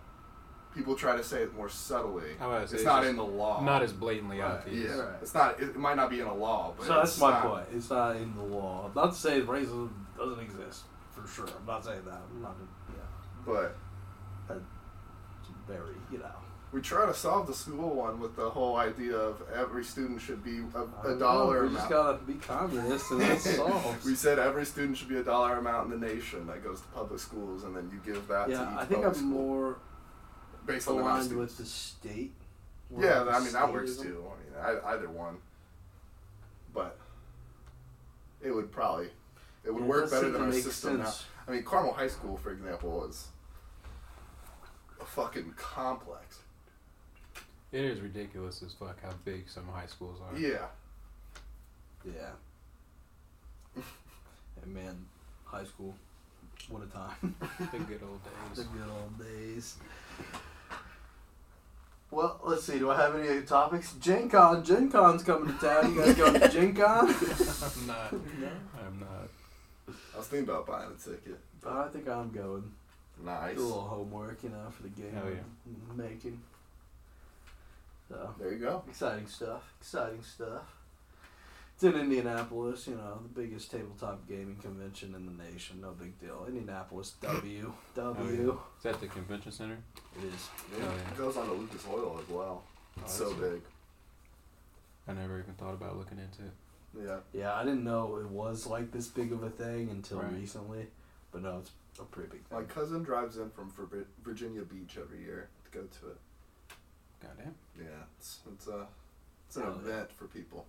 G: people try to say it more subtly.
F: How about I
G: it's
F: say it's
G: not
F: just
G: in the law.
F: Not as blatantly
E: Right,
F: obvious.
G: Oh, Yeah,
E: Right.
G: it's not. It, might not be in the law, but
E: So that's
G: it's
E: my
G: not-
E: point. It's not in the law. Not to say racism doesn't exist for sure. I'm not saying that. I'm not. Yeah,
G: But
E: it's very you know.
G: we try to solve the school one with the whole idea of every student should
E: I
G: be a,
E: don't
G: a
E: know.
G: dollar
E: We just
G: amount.
E: gotta be communist and that solves.
G: we said every student should be a dollar amount in the nation that goes to public schools, and then you give that to
E: yeah,
G: each
E: I think I'm
G: public school
E: more
G: based on the amount of
E: aligned
G: students.
E: with the state. More
G: Yeah,
E: like the
G: I mean that
E: state
G: works
E: ism.
G: too. I mean, I, either one, but it would probably it would
E: Yeah,
G: work
E: does
G: better
E: seem
G: than
E: to
G: our
E: make
G: system now.
E: sense.
G: I mean, Carmel High School, for example, is a fucking complex.
F: It is ridiculous as fuck how big some high schools are.
G: Yeah,
E: Yeah. and man, high school, what a time.
F: The good old
E: The
F: days.
E: good old days. Well, let's see. Do I have any other topics? Gen Con. Gen Con's coming to town. You guys going to Gen Con?
F: I'm not. I'm not.
G: I was thinking about buying a ticket.
E: I think I'm going.
G: Nice.
E: Do a little homework, you know, for the game
F: Hell yeah.
E: I'm making. So,
G: There you go.
E: exciting stuff. Exciting stuff. It's in Indianapolis, you know, the biggest tabletop gaming convention in the nation. No big deal. Indianapolis, W. W.
F: Is that the convention center?
E: It is.
G: It
F: Hell yeah.
G: goes on to Lucas Oil as well. It's so
F: Oh, that's-
G: big.
F: I never even thought about looking into it.
G: Yeah.
E: Yeah, I didn't know it was like this big of a thing until
F: Right.
E: recently, but no, it's a pretty big thing.
G: My cousin drives in from Vir- Virginia Beach every year to go to it.
F: Goddamn.
G: Yeah, it's it's a it's an
E: Hell yeah.
G: event for people.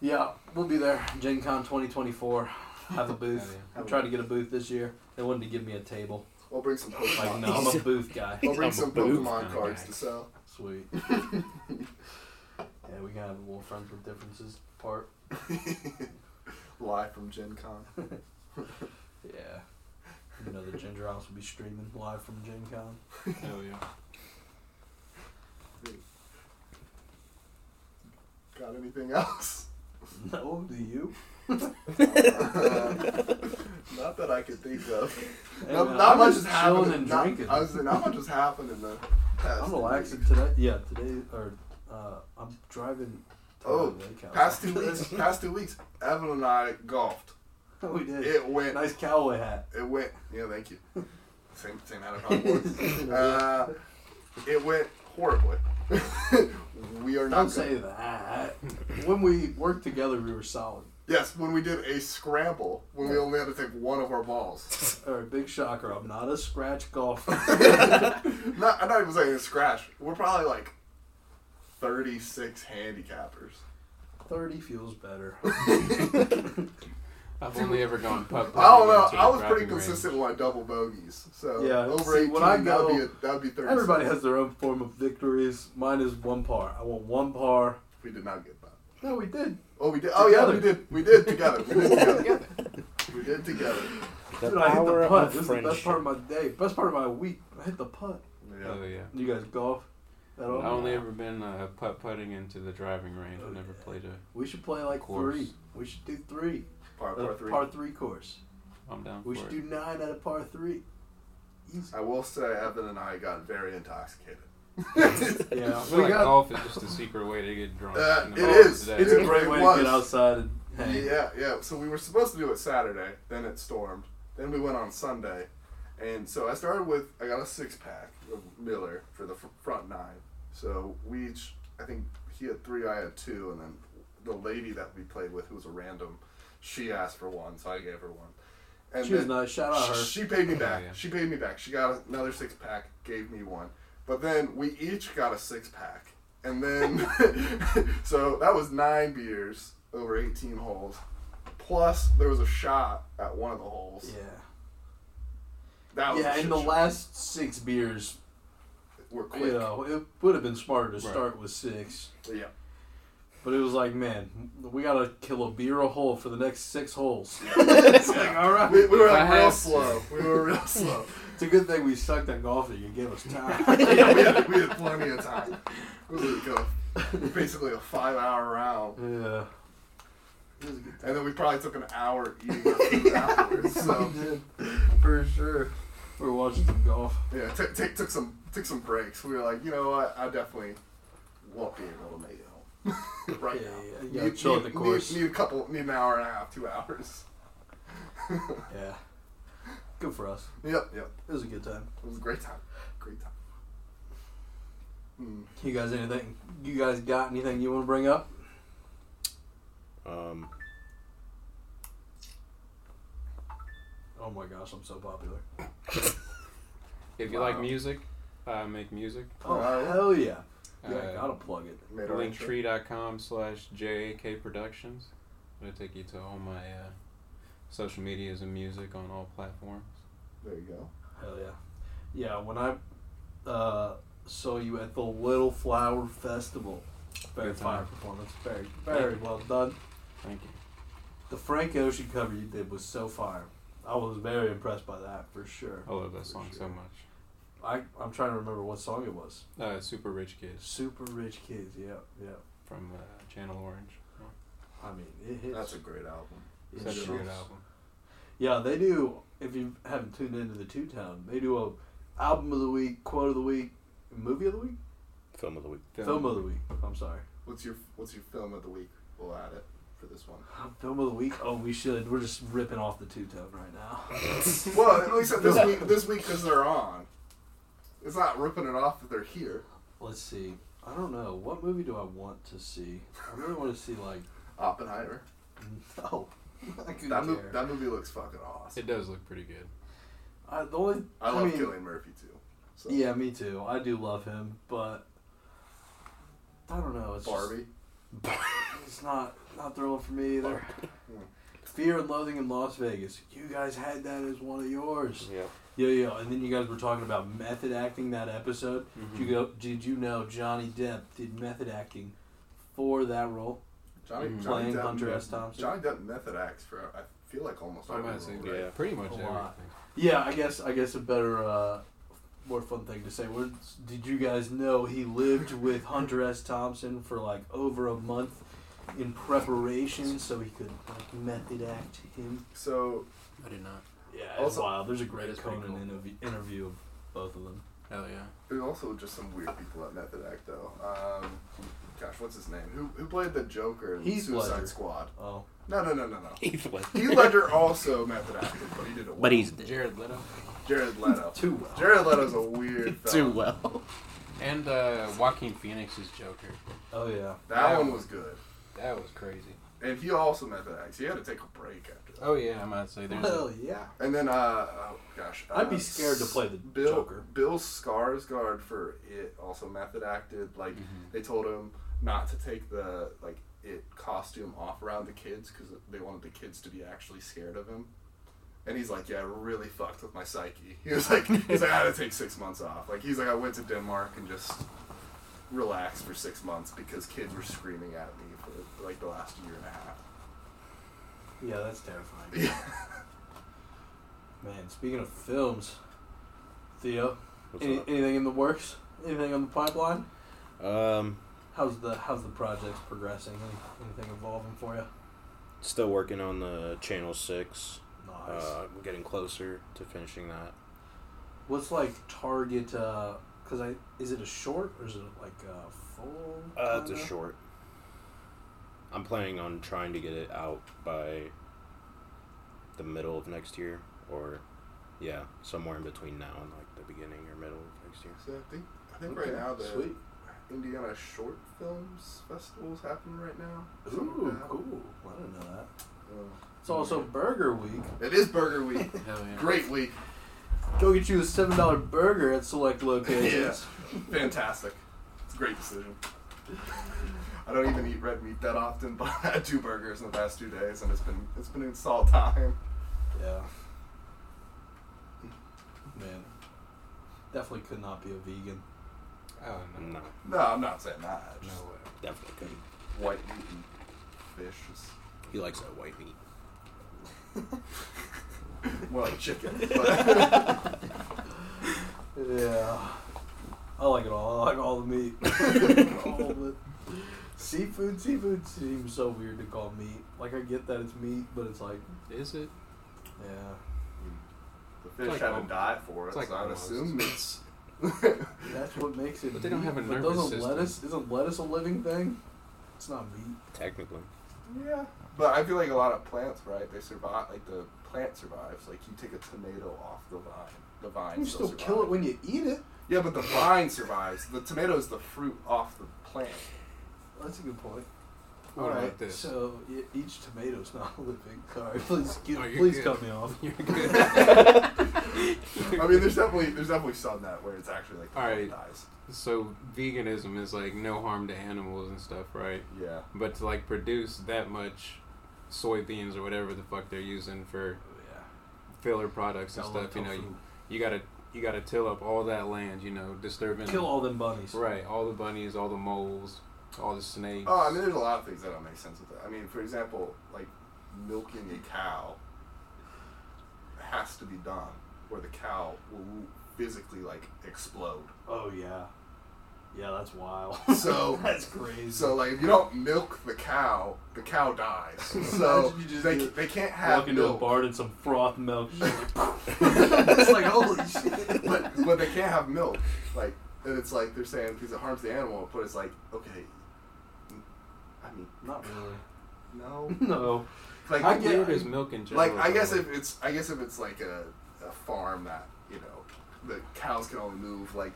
E: yeah, we'll be there. Gen Con 2024. Have a booth. I
F: Hell yeah.
E: tried to get a booth this year. They wanted to give me a table.
G: I'll bring some
E: Like,
G: Pokemon.
E: no, I'm a booth guy.
G: I'll bring
F: I'm a
G: some
F: booth
G: Pokemon
F: kinda
G: cards
F: guy.
G: to sell.
E: Sweet. Yeah, we can have a little friends with differences part.
G: Live from Gen Con.
E: Yeah. You know, the Ginger House will be streaming live from Gen Con.
F: Hell yeah.
G: Got anything else?
E: No, do you?
G: Uh, not that I could think of.
E: Hey,
G: not
E: man,
G: not
E: I'm
G: much
E: just
G: has happened.
E: chilling and
G: not,
E: drinking.
G: I was saying, not much has happened in the past.
E: I'm
G: two
E: relaxing
G: weeks.
E: today. Yeah, today, or uh, I'm driving. to
G: Oh,
E: Lake House.
G: Past two weeks. Past two weeks. Evan and I golfed.
E: we did.
G: It went.
E: Nice cowboy hat.
G: It went. Yeah, thank you. Same, same out of Hogwarts. uh, it went horribly. we are not.
E: Don't say that. When we worked together, we were solid.
G: Yes, when we did a scramble, when we only had to take one of our balls.
E: All right, big shocker. I'm not a scratch golfer.
G: not, I'm not even saying a scratch. We're probably like 36 handicappers.
E: Thirty feels better.
F: I've only ever gone pub.
G: I don't
F: pubbing
G: know.
F: to the
G: I was pretty
F: driving range.
G: consistent on double bogeys. So
E: Yeah,
G: over
E: see,
G: 18,
E: when I
G: that'd, be
E: go-
G: a, that'd be 36.
E: Everybody has their own form of victories. Mine is one par. I want one par.
G: We did not get that.
E: No, we did.
G: Oh, we did. Oh, yeah, we
E: Together.
G: did. We did together. We did together. we did together.
H: The
E: Dude, I hit
H: power
E: the putt.
H: of
E: This is the
H: friendship.
E: best part of my day. Best part of my week. I hit the putt.
F: Hell yeah.
E: You guys golf at all?
G: Oh,
F: I've only ever been uh, putt putting into the driving range.
E: Oh,
F: I've never
E: yeah.
F: played a.
E: We should play like
F: Course.
E: three. We should do three.
G: Par,
E: A
G: par three.
E: Par three course.
F: I'm down
E: We
F: for
E: should
F: it.
E: do nine at a par three. Easy.
G: I will say Evan and I got very intoxicated.
E: Yeah.
F: I feel
G: we
F: like
G: got
F: golf is just a secret way to get drunk.
G: Uh,
F: in the
G: it
F: middle of
G: is.
F: the day.
E: It's a
G: It
E: great way to
G: was.
E: get outside and hang.
G: Yeah, yeah. So we were supposed to do it Saturday, then it stormed. Then we went on Sunday. And so I started with, I got a six pack of Miller for the fr- front nine. So we each, I think he had three, I had two. And then the lady that we played with, who was a random, she asked for one, so I gave her one. And
E: She was
G: then-
E: nice. Shout out her.
G: she paid me back.
F: yeah.
G: She paid me back. She got another six pack, gave me one. But then we each got a six pack. And then, so that was nine beers over 18 holes. Plus, there was a shot at one of the holes.
E: Yeah.
G: That was a
E: Yeah,
G: shit
E: and the
G: show.
E: last six beers,
G: We're quick.
E: you know, it would have been smarter to
F: Right.
E: start with six.
G: Yeah.
E: But it was like, man, we got to kill a beer a hole for the next six holes. it's like, all right.
G: We, we were
F: If I
G: like real
F: had-
G: slow. We were real slow.
E: It's a good thing we sucked at golf that you gave us time.
G: Yeah, we, had, we had plenty of time. It was like a, basically a five hour round.
E: yeah.
G: And then we probably took an hour eating our food afterwards. So.
E: For sure. We were watching some golf.
G: Yeah, took took took some took some breaks. We were like, you know what, I definitely won't be able to make it home right
E: Yeah, yeah,
G: now.
E: you gotta chill at the course.
G: Need, need a couple, need an hour and a half, two hours.
E: Yeah. Good for us.
G: Yep, yep.
E: It was a good time.
G: It was a great time. Great time. Hmm.
E: You guys anything? You guys got anything you want to bring up?
H: Um,
E: Oh my gosh, I'm so popular.
F: If you like music, I make music.
E: Oh
G: Alright.
E: hell yeah! Yeah, I
F: Uh,
E: gotta plug it.
G: Made our intro.
F: linktree.com slash JAK Productions. It'll take you to all my uh, social medias and music on all platforms.
G: There you go.
E: Hell yeah! Yeah, when I uh, saw you at the Little Flower Festival, very
F: Good
E: fire
F: time.
E: performance, very very well done.
F: Thank you.
E: The Frank Ocean cover you did was so fire. I was very impressed by that for sure.
F: I love that song so
E: sure.
F: much.
E: I I'm trying to remember what song it was.
F: Uh, Super Rich Kids
E: Super Rich Kids. Yeah, yeah.
F: from uh, Channel Orange.
E: I mean, it hits.
G: That's a great album.
E: it
F: Such a
E: shoots.
F: good album.
E: Yeah, they do. If you haven't tuned into the Two Town, they do a album of the week, quote of the week, movie of the week,
H: film of the week.
E: film of the week. I'm sorry,
G: What's your What's your film of the week? We'll add it for this one.
E: film of the week. Oh, we should. We're just ripping off the Two Tone right now.
G: well, at least this week, this week because they're on. It's not ripping it off that they're here.
E: Let's see. I don't know what movie do I want to see. I really want to see like
G: Oppenheimer.
E: no. I couldn't
G: That, mo-
E: care.
G: that movie looks fucking awesome.
F: It does look pretty good.
E: I, the only,
G: I love
E: mean,
G: Killian Murphy too. So.
E: Yeah, me too. I do love him, but I don't know. It's just-
G: Barbie.
E: It's not not thrilling for me either.
G: Hmm.
E: Fear and Loathing in Las Vegas. You guys had that as one of
G: Mm-hmm.
E: yours.
H: Yeah.
E: Yeah, yeah. And then you guys were talking about method acting that episode.
F: Mm-hmm.
E: Did you go? Did you know Johnny Depp did method acting for that role,
G: Johnny,
F: Mhm.
G: Johnny
E: playing
G: Depp,
E: Hunter S. Thompson?
G: Johnny Depp method acts for I feel like almost
F: I
G: every
F: might say
G: role,
H: yeah.
G: right?
F: pretty much
E: A
F: everything.
E: lot. yeah, I guess I guess a better, uh, more fun thing to say. What, did you guys know he lived with Hunter S. Thompson for like over a month in preparation so he could like method act him?
G: So
F: I did not.
E: Yeah, it's
G: Also-
E: wild. There's a
F: It
E: great
F: is pretty
E: Conan interv- interview of both of them.
F: Hell yeah.
G: there's also just some weird people that method act though. Um, gosh, what's his name? Who who played the Joker in
E: Heath
G: Suicide
E: Ledger.
G: Squad?
E: Oh,
G: No, no, no, no, no.
H: Heath Ledger.
G: Heath Ledger also method acted, but he did it. Well.
H: But he's dead.
F: Jared Leto.
G: Jared Leto.
E: too well.
G: Jared Leto's a weird. Fella.
H: Too well.
F: And uh, Joaquin Phoenix's Joker.
E: Oh yeah.
G: That one was good,
F: That was crazy.
G: and he also method acts. He had to take a break after that.
F: Oh yeah, I might say there's.
E: Hell
F: a,
E: yeah.
G: And then, uh, oh gosh,
E: I'd
G: uh,
E: be scared to play the
G: Bill
E: Joker.
G: Bill Skarsgård for it also method acted. Like
E: Mm-hmm.
G: they told him not to take the like it costume off around the kids because they wanted the kids to be actually scared of him. And he's like, yeah, I really fucked with my psyche. He was like, he's like, I had to take six months off. Like he's like, I went to Denmark and just relaxed for six months because kids were screaming at me for like the last year and a half.
E: Yeah, that's terrifying. Man, speaking of films, Theo,
H: What's
E: any, anything in the works? Anything on the pipeline?
H: up? Um,
E: How's the how's the projects progressing? Any, anything evolving for you?
H: still working on the Channel Six.
E: Nice.
H: Uh, I'm getting closer to finishing that.
E: What's like target uh, Because I is it a short or is it like a full?
H: Uh, it's a
E: kinda?
H: short. I'm planning on trying to get it out by the middle of next year, or yeah, somewhere in between now and like the beginning or middle of next year.
G: So I think I think
E: Okay,
G: right now the
E: sweet.
G: Indiana Short Films Festival is happening right now. Something
E: Ooh,
G: like that.
E: cool. I didn't know that.
G: Oh.
E: It's also Burger Week.
G: It is Burger Week.
F: Hell yeah.
G: Great week.
E: Go get you a seven dollar burger at select locations.
G: Fantastic. It's a great decision. I don't even eat red meat that often, but I had two burgers in the past two days, and it's been it's been insult time.
E: Yeah. Man, definitely could not be a vegan.
F: Oh no.
H: No,
G: No, I'm not saying that.
F: No
G: Just
F: way.
H: definitely couldn't.
G: white meat and fish. Is
H: He likes that white meat.
G: more like chicken. But
E: Yeah. I like it all. I like all the meat. all of it. Seafood, seafood seems so weird to call meat. Like I get that it's meat, but it's like,
F: Is it?
E: yeah,
G: the fish
F: like
G: haven't
F: almost-
G: died for it,
F: it's like
G: so I'd
F: almost.
G: assume it's.
E: that's what makes it.
F: But they don't
E: meat.
F: have a
E: but
F: nervous
E: doesn't
F: system.
E: Lettuce, isn't lettuce a living thing? It's not meat.
H: Technically,
G: Yeah, but I feel like a lot of plants, right? They survive. Like the plant survives. Like you take a tomato off the vine, the vine.
E: You still kill it
G: survives.
E: when you eat it.
G: Yeah, but the vine survives. The tomato is the fruit off the plant.
E: That's a good point.
F: What
E: All
F: about
E: right,
F: this?
E: so e- each tomato's not a living. Sorry, please, get,
F: No, you're
E: please
F: good.
E: cut me off.
F: You're good.
G: I mean, there's definitely there's definitely some that where it's actually like the
F: All
G: plant
F: right.
G: dies.
F: so veganism is like no harm to animals and stuff, right?
G: Yeah.
F: But to like produce that much soybeans or whatever the fuck they're using for
E: Oh,
F: filler products and stuff, you know, you, you gotta you gotta till up all that land, you know, disturbing
E: kill all them bunnies.
F: right all the bunnies, all the moles, all the snakes.
G: Oh, I mean, there's a lot of things that don't make sense with that. I mean, for example, like milking a cow has to be done, or the cow will physically like explode.
E: Oh yeah, yeah, that's wild.
G: So-
E: that's crazy.
G: So like, if you don't milk the cow, the cow dies. So
E: Imagine you just
G: they,
E: get-
G: they can't have
E: walk into a
G: milk.
E: bar and some froth milk. it's like holy shit.
G: but but they can't have milk. Like and it's like they're saying because it harms the animal, but it's like okay. I mean,
E: Not really.
G: no.
E: No.
G: Like
E: I
F: How
E: get-
F: weird is milk in general?
G: like I guess
F: though?
G: if it's I guess if it's like a, a farm that you know the cows can only move like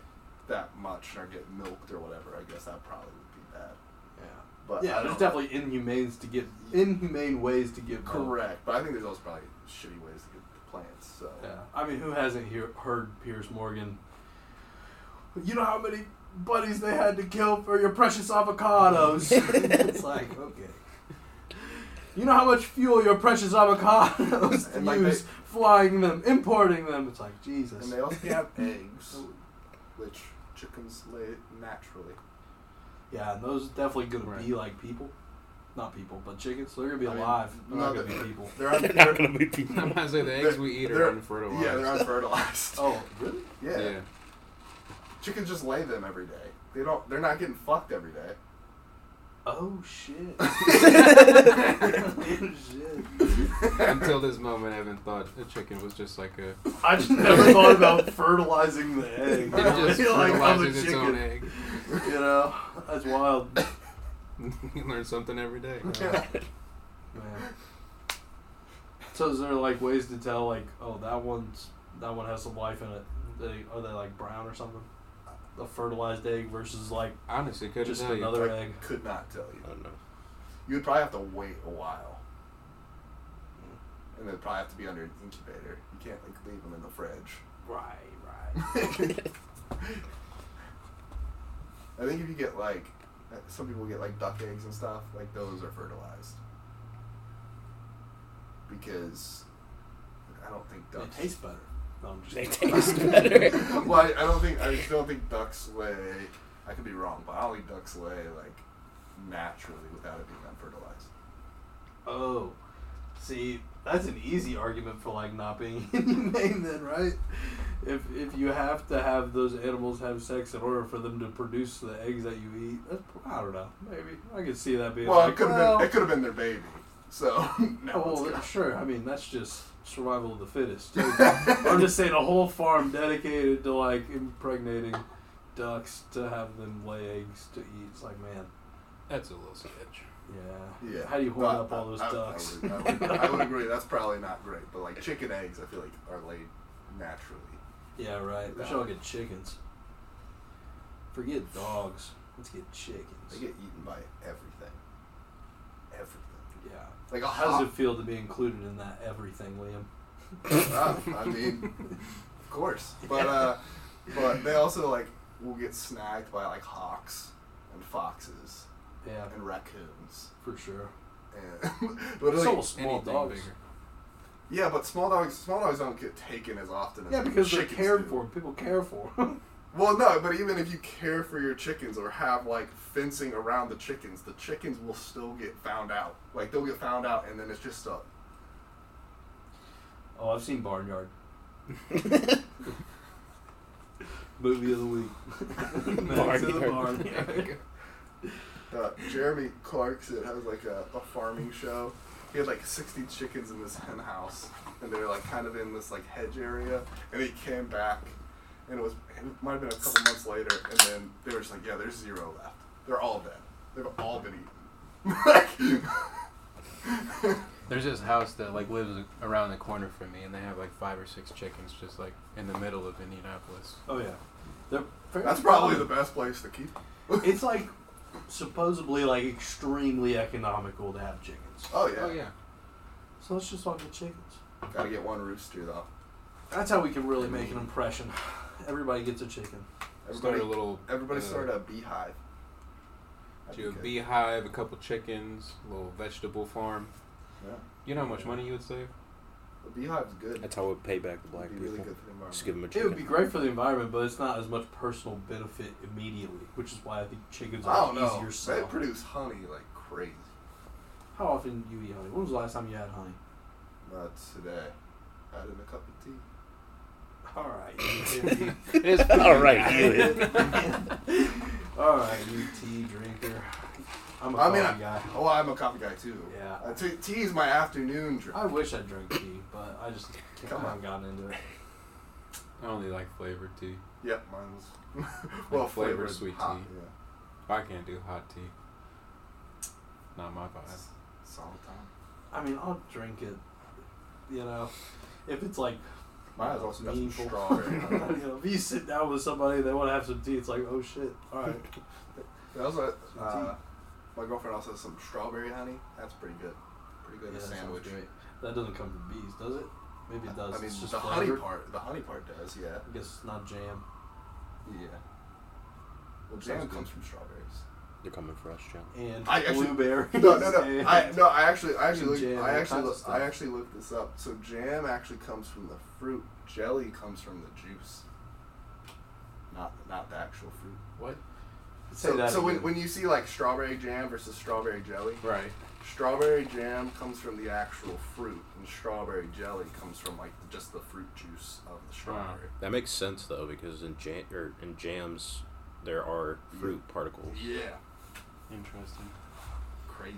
G: that much or get milked or whatever. I guess that probably would be bad.
E: Yeah.
G: But
E: Yeah,
G: I
E: there's
G: don't-
E: definitely inhumane to give inhumane ways to give milk.
G: correct. But I think there's also probably shitty ways to get the plants. So
E: Yeah. I mean, who hasn't hear, heard Piers Morgan? You know how many buddies they had to kill for your precious avocados? it's like, okay. You know how much fuel your precious avocados
G: And like they-
E: use flying them, importing them? It's like, Jesus.
G: and they also have eggs, which chickens lay naturally.
E: Yeah, and those definitely gonna
F: Right.
E: be like people. Not people, but chickens. They're gonna be
G: I mean,
E: alive. They're not
G: no,
E: gonna be
G: they-
E: people.
G: They're, un-
H: they're
G: they're
H: not gonna be people.
F: I'm not saying the eggs we eat are
G: They're-
F: unfertilized.
G: yeah, they're unfertilized.
E: Oh, really?
G: yeah.
F: yeah.
G: chickens just lay them every day. They don't. They're not getting fucked every day.
E: Oh shit. Oh, shit.
F: Until this moment, I haven't thought a chicken was just like a.
E: I just never thought about fertilizing the egg.
F: It just
E: like I'm a
F: fertilizes its own
E: chicken.
F: egg.
E: You know, that's wild, man.
F: you learn something every day.
E: So is there like ways to tell like, oh, that one's that one has some life in it? They are they like brown or something? A fertilized egg versus like
F: Honestly, couldn't
E: just
F: tell
E: another
G: I
E: egg.
G: could not tell you.
H: I don't know.
G: You would probably have to wait a while. And they'd probably have to be under an incubator. You can't like leave them in the fridge.
E: Right, right.
G: I think if you get like uh, some people get like duck eggs and stuff, like those are fertilized. Because I don't think
E: They
G: ducks
E: taste better. No, I'm just
H: They
E: kidding.
H: taste better.
G: well, I, I don't think I just don't think ducks lay. I could be wrong, but I don't think ducks lay like naturally without it being unfertilized.
E: Oh, see, that's an easy argument for like not being inhumane, then, right? If if you have to have those animals have sex in order for them to produce the eggs that you eat, that's, pr- I don't know. Maybe I could see that being
G: Well,
E: like,
G: it could have
E: well,
G: been. It could have been their baby. So no.
E: oh,
G: it's
E: well,
G: got-
E: sure. I mean, that's just survival of the fittest. too. I'm just saying a whole farm dedicated to like impregnating ducks to have them lay eggs to eat. It's like, man,
F: That's a little sketch.
E: yeah.
G: Yeah.
E: How do you hoard
G: But
E: up all those
G: I- I-
E: ducks?
G: I would, I, would, I would agree. That's probably not great. But like chicken eggs, I feel like are laid naturally.
E: Yeah, right. We should all get chickens. Forget dogs. Let's get chickens.
G: They get eaten by everything. Everything.
E: yeah.
G: Like a
E: How does
G: hawk.
E: it feel to be included in that everything, Liam?
G: Uh, I mean, of course. But uh, but they also like will get snagged by like hawks and foxes
E: Yeah,
G: and raccoons.
E: for sure.
G: And
E: It's
G: literally,
E: all small
F: anything
E: dogs.
F: bigger.
G: yeah, but small dogs small dogs don't get taken as often as
E: Yeah, because they're
G: chickens
E: cared
G: do.
E: for. People care for them.
G: Well, no, but even if you care for your chickens or have like fencing around the chickens, the chickens will still get found out. Like they'll get found out, and then it's just a
E: oh, I've seen Barnyard. Movie of the week. Back to the
H: Barnyard.
E: barnyard.
G: uh, Jeremy Clarkson has like a, a farming show. He had like 60 chickens in this hen house, and they were like kind of in this like hedge area. And he came back, and it was it might have been a couple months later, and then they were just like, yeah, there's zero left. They're all dead. They've all been eaten.
F: There's this house that like lives around the corner from me, and they have like five or six chickens just like in the middle of Indianapolis.
E: Oh yeah, they're fairly
G: That's probably the
E: common.
G: best place to keep. them.
E: It's like supposedly like extremely economical to have chickens.
G: Oh yeah.
F: Oh yeah,
E: So let's just all get chickens.
G: Gotta get one rooster though.
E: That's how we can really make an impression. Everybody gets a chicken.
G: Everybody,
F: started a little.
G: everybody
F: uh,
G: started a beehive. That'd
F: Do a
G: be good.
F: beehive, a couple chickens, a little vegetable farm.
G: Yeah.
F: You know how much money you would save?
G: A beehive's good.
H: That's how we pay back the black
G: It'd be
H: people.
G: really good for the environment.
H: Just give them a
E: It
H: chicken.
E: would be great for the environment, but it's not as much personal benefit immediately, which is why I think chickens
G: I
E: are
G: don't know.
E: easier
G: They
E: sell.
G: produce honey like crazy.
E: How often do you eat honey? When was the last time you had honey?
G: Not today. Had in a cup of tea.
E: All right.
F: It's
H: All right, you idiot.
E: All right, you tea drinker. I'm a
G: I
E: coffee
G: mean, I,
E: guy.
G: oh, I'm a coffee guy too.
E: Yeah.
G: Uh, tea- tea is my afternoon drink.
E: I wish I drank tea, but I just can't, I
G: Come on.
E: haven't gotten into it.
F: I only like flavored tea.
G: yep, mine's well
F: flavored
G: flavored
F: sweet
G: hot,
F: tea.
G: Yeah.
F: I can't do hot tea. Not my vibe.
G: Solid time.
E: I mean, I'll drink it, you know, if it's like
G: Mine is also got some
E: meaningful.
G: strawberry.
E: you know, if you sit down with somebody and they want to have some tea, it's like, oh shit, all right.
G: That was a,
E: Some
G: uh, my girlfriend also has some strawberry honey. That's pretty good. Pretty
E: Yeah,
G: good in a
E: that sounds
G: sandwich.
E: great. That doesn't come from bees, does it? Maybe it does.
G: I mean,
E: it's just
G: the honey
E: flavored.
G: part. The honey part does, yeah.
E: I guess it's not jam.
G: Yeah. Well,
E: Sounds
G: jam
E: good.
G: comes from strawberries.
H: They're coming for us, John.
E: And
G: I actually-
E: blueberry.
G: No, no, no. I no. I actually, I actually,
E: And
G: looked,
E: jam,
G: I
E: all
G: actually,
E: kinds of
G: looked,
E: stuff.
G: I actually looked this up. So jam actually comes from the fruit. Jelly comes from the juice. Not, not the actual fruit.
F: What?
E: Say
G: So,
E: that
G: so when,
E: again.
G: when you see like strawberry jam versus strawberry jelly,
F: Right.
G: strawberry jam comes from the actual fruit, and strawberry jelly comes from like just the fruit juice of the strawberry.
H: That makes sense though, because in jam or in jams, there are fruit particles.
G: Yeah,
F: Interesting.
G: crazy.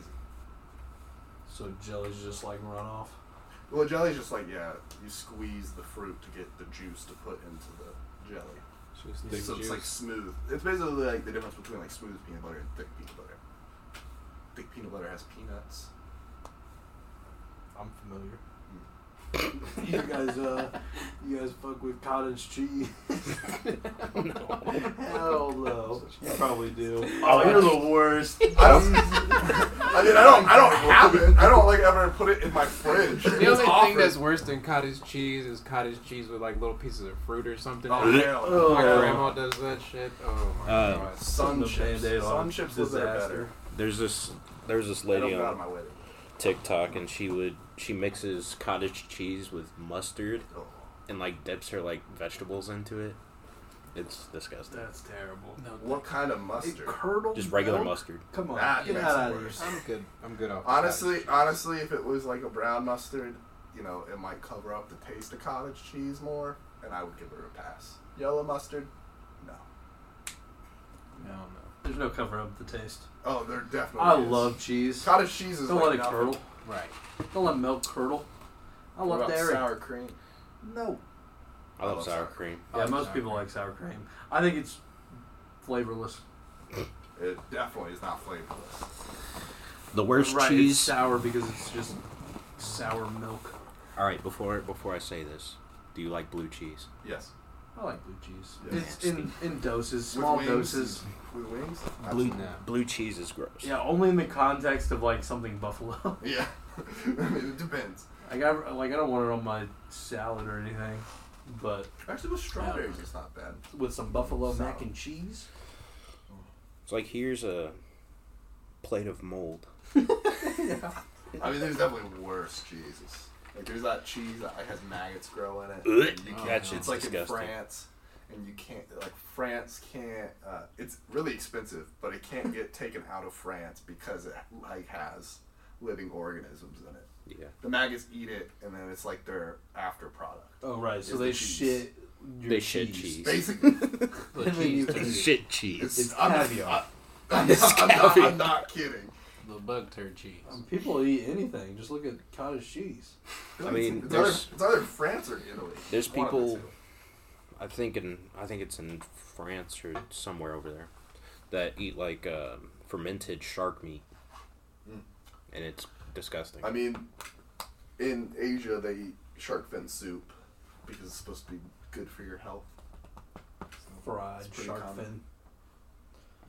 E: So jelly's just like runoff.
G: Well, jelly's just like yeah, you squeeze the fruit to get the juice to put into the jelly.
F: So it's
G: so it's like smooth. It's basically like the difference between like smooth peanut butter and thick peanut butter. Thick peanut butter has peanuts.
E: I'm familiar.
G: Mm.
E: you guys, uh, you guys fuck with cottage cheese? Hell no. You probably do. Oh, you're the worst.
G: I don't. I mean, I don't. I don't have it. I don't like ever put it in my fridge.
F: the only thing that's worse than cottage cheese is cottage cheese with like little pieces of fruit or something.
G: oh,
F: My
G: hell.
F: grandma does that shit. Oh my
H: Uh,
F: god.
G: sun chips.
E: Band-Aid on
G: Sun chips was there better.
E: disaster.
H: There's this there's this
G: I
H: lady
G: don't got
H: on
G: my wedding.
H: TikTok and she would she mixes cottage cheese with mustard
G: Oh.
H: and like dips her like vegetables into it. It's disgusting.
E: That's terrible.
G: What kind of
E: It
G: mustard?
E: curdled
H: Just regular
E: milk?
H: mustard.
E: Come on,
G: That
E: get
G: makes
E: out
G: it
E: of here.
G: worse.
F: I'm good. I'm good off.
G: Honestly,
F: cottage
G: honestly, if it was like a brown mustard, you know, it might cover up the taste of cottage cheese more, and I would give her a pass. Yellow mustard, no.
F: cheese. I don't know.
E: There's no cover up the taste.
G: Oh, they're definitely.
E: I
G: is.
E: love cheese.
G: cottage cheese. Is
E: Don't
G: like
E: let it
G: nothing.
E: curdle.
F: Right.
E: Don't let milk curdle. I
G: What
E: love
G: about
E: dairy.
G: sour cream?
E: No.
H: I love sour cream.
E: Yeah,
F: Oh,
E: most
F: sour
E: people
F: cream.
E: like sour cream. I think it's flavorless.
G: It definitely is not flavorless.
H: The worst
E: right, It's
H: cheese.
E: sour because it's just sour milk.
H: All right, before before I say this, do you like blue cheese?
G: Yes.
E: I like blue cheese.
G: Yeah.
E: It's in, in doses, small
G: With wings,
E: doses.
G: With wings?
H: Blue
G: Absolutely.
F: No.
H: blue cheese is gross.
E: Yeah, only in the context of like something buffalo.
G: Yeah. I mean, it depends.
E: like I like I don't want it on my salad or anything, but
G: Actually, with strawberries, it's not bad.
E: with some buffalo mac
G: Salad.
E: and cheese.
H: It's like here's a plate of mold.
G: I mean, there's definitely worse cheeses. Like, there's that cheese that like, has maggots growing it.
H: Ugh,
G: and you
H: that
G: can't-
H: shit's
G: It's like
H: disgusting.
G: in France, and you can't like France can't. Uh, it's really expensive, but it can't get taken out of France because it like has living organisms in it.
H: Yeah.
G: The maggots eat it, and then it's like their after product.
E: Oh right, so
G: Is the
E: they
G: cheese.
E: shit. Your
H: They shit cheese.
G: Basically,
F: The
E: And then
F: cheese
E: you-
F: turd.
H: Shit cheese.
G: it's,
E: It's
G: I'm,
E: caviar.
G: I'm,
H: It's
G: not, I'm, not,
H: caviar.
G: I'm not kidding.
F: The bug turd cheese.
E: People eat anything. Just look at cottage cheese.
H: I mean,
G: it's either,
H: there's-
G: it's either France or Italy.
H: there's
G: One of the
H: people-
G: two.
H: I think in I think it's in France or somewhere over there that eat like um, fermented shark meat,
E: Hmm.
H: and it's disgusting.
G: I mean, in Asia they eat shark fin soup because it's supposed to be good for your health.
E: Fried
G: pretty
E: shark
G: common.
E: fin.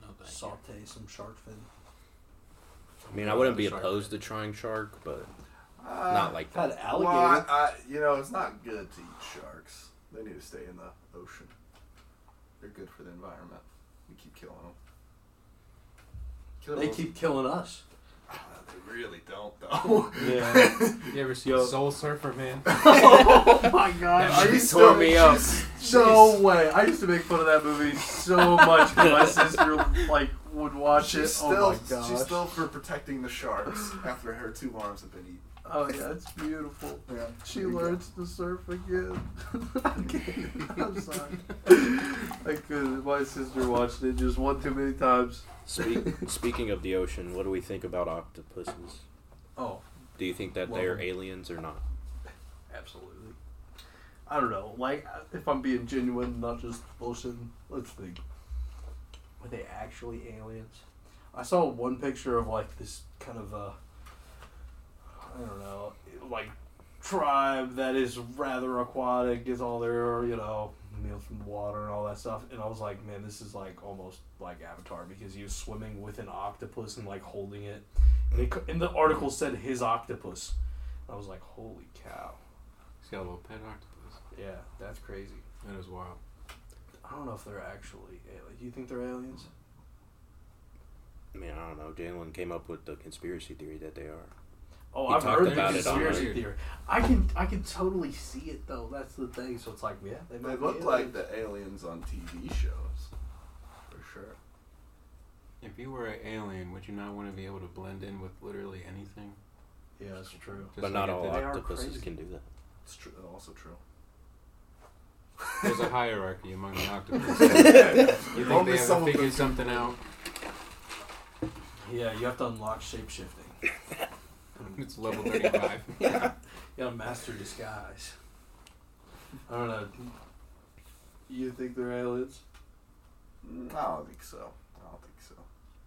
F: No, thank you.
E: Saute some shark fin.
H: I mean, I wouldn't be
F: Shark.
H: opposed to trying shark, but
G: Uh,
H: not like
E: Had
H: that.
G: well,
E: alligator.
G: I, I, you know, it's not good to eat sharks. They need to stay in the ocean. They're good for the environment. We keep killing them. Kill
E: they
G: them.
E: keep killing us.
G: Uh, they really don't though.
E: Yeah.
F: You ever seen
E: Yo.
F: Soul Surfer, man?
E: oh my god.
F: That
G: She
F: movie
G: still-
F: tore me up.
G: she's-
E: No
G: she's-
E: way! I used to make fun of that movie so much because my sister like would watch it.
G: She's
E: oh
G: still,
E: my gosh!
G: she's still for protecting the sharks after her two arms have been eaten.
E: oh yeah, it's beautiful.
G: Yeah.
E: She
G: There you go.
E: learns to surf again. I can't. I'm sorry. I could. My sister watched it just one too many times.
H: Spe- speaking of the ocean, what do we think about octopuses?
E: Oh,
H: Do you think that
E: Love
H: they're
E: them.
H: aliens or not?
E: absolutely. I don't know. Like, if I'm being genuine, not just bullshitting, let's think. Were they actually aliens? I saw one picture of like this kind of uh, I don't know, like tribe that is rather aquatic, is all their you know meals from the water and all that stuff. And I was like, man, this is like almost like Avatar because he was swimming with an octopus and like holding it. And, it, co- and the article said his octopus. I was like, holy cow.
F: He's got a little pet octopus.
E: Yeah, that's crazy.
F: That is wild.
E: I don't know if they're actually aliens. Do you think they're aliens?
H: I mean, I don't know. Jalen came up with the conspiracy theory that they are.
E: Oh,
H: He
E: I've
H: talked
E: heard the
H: about it on
E: conspiracy
F: there.
E: theory. I can I can totally see it though. That's the thing. So it's like, yeah, they, might
G: They
E: be
G: look like
E: aliens.
G: the aliens on TV shows, for sure.
F: If you were an alien, would you not want to be able to blend in with literally anything?
E: Yeah, that's true.
F: Just
H: but not
F: like
H: all
F: if
E: they
F: it-
E: are
H: octopuses
E: crazy.
H: can do that.
G: It's true. Also true.
F: There's a hierarchy among the octopuses. you
G: If
F: think
G: only
F: they
G: some
F: have
G: of
F: figured
G: them-
F: something out?
E: Yeah, you have to unlock shapeshifting.
F: It's level 35.
E: You gotta master disguise. I don't know. You think they're aliens?
G: Mm, I don't think so. I don't think so.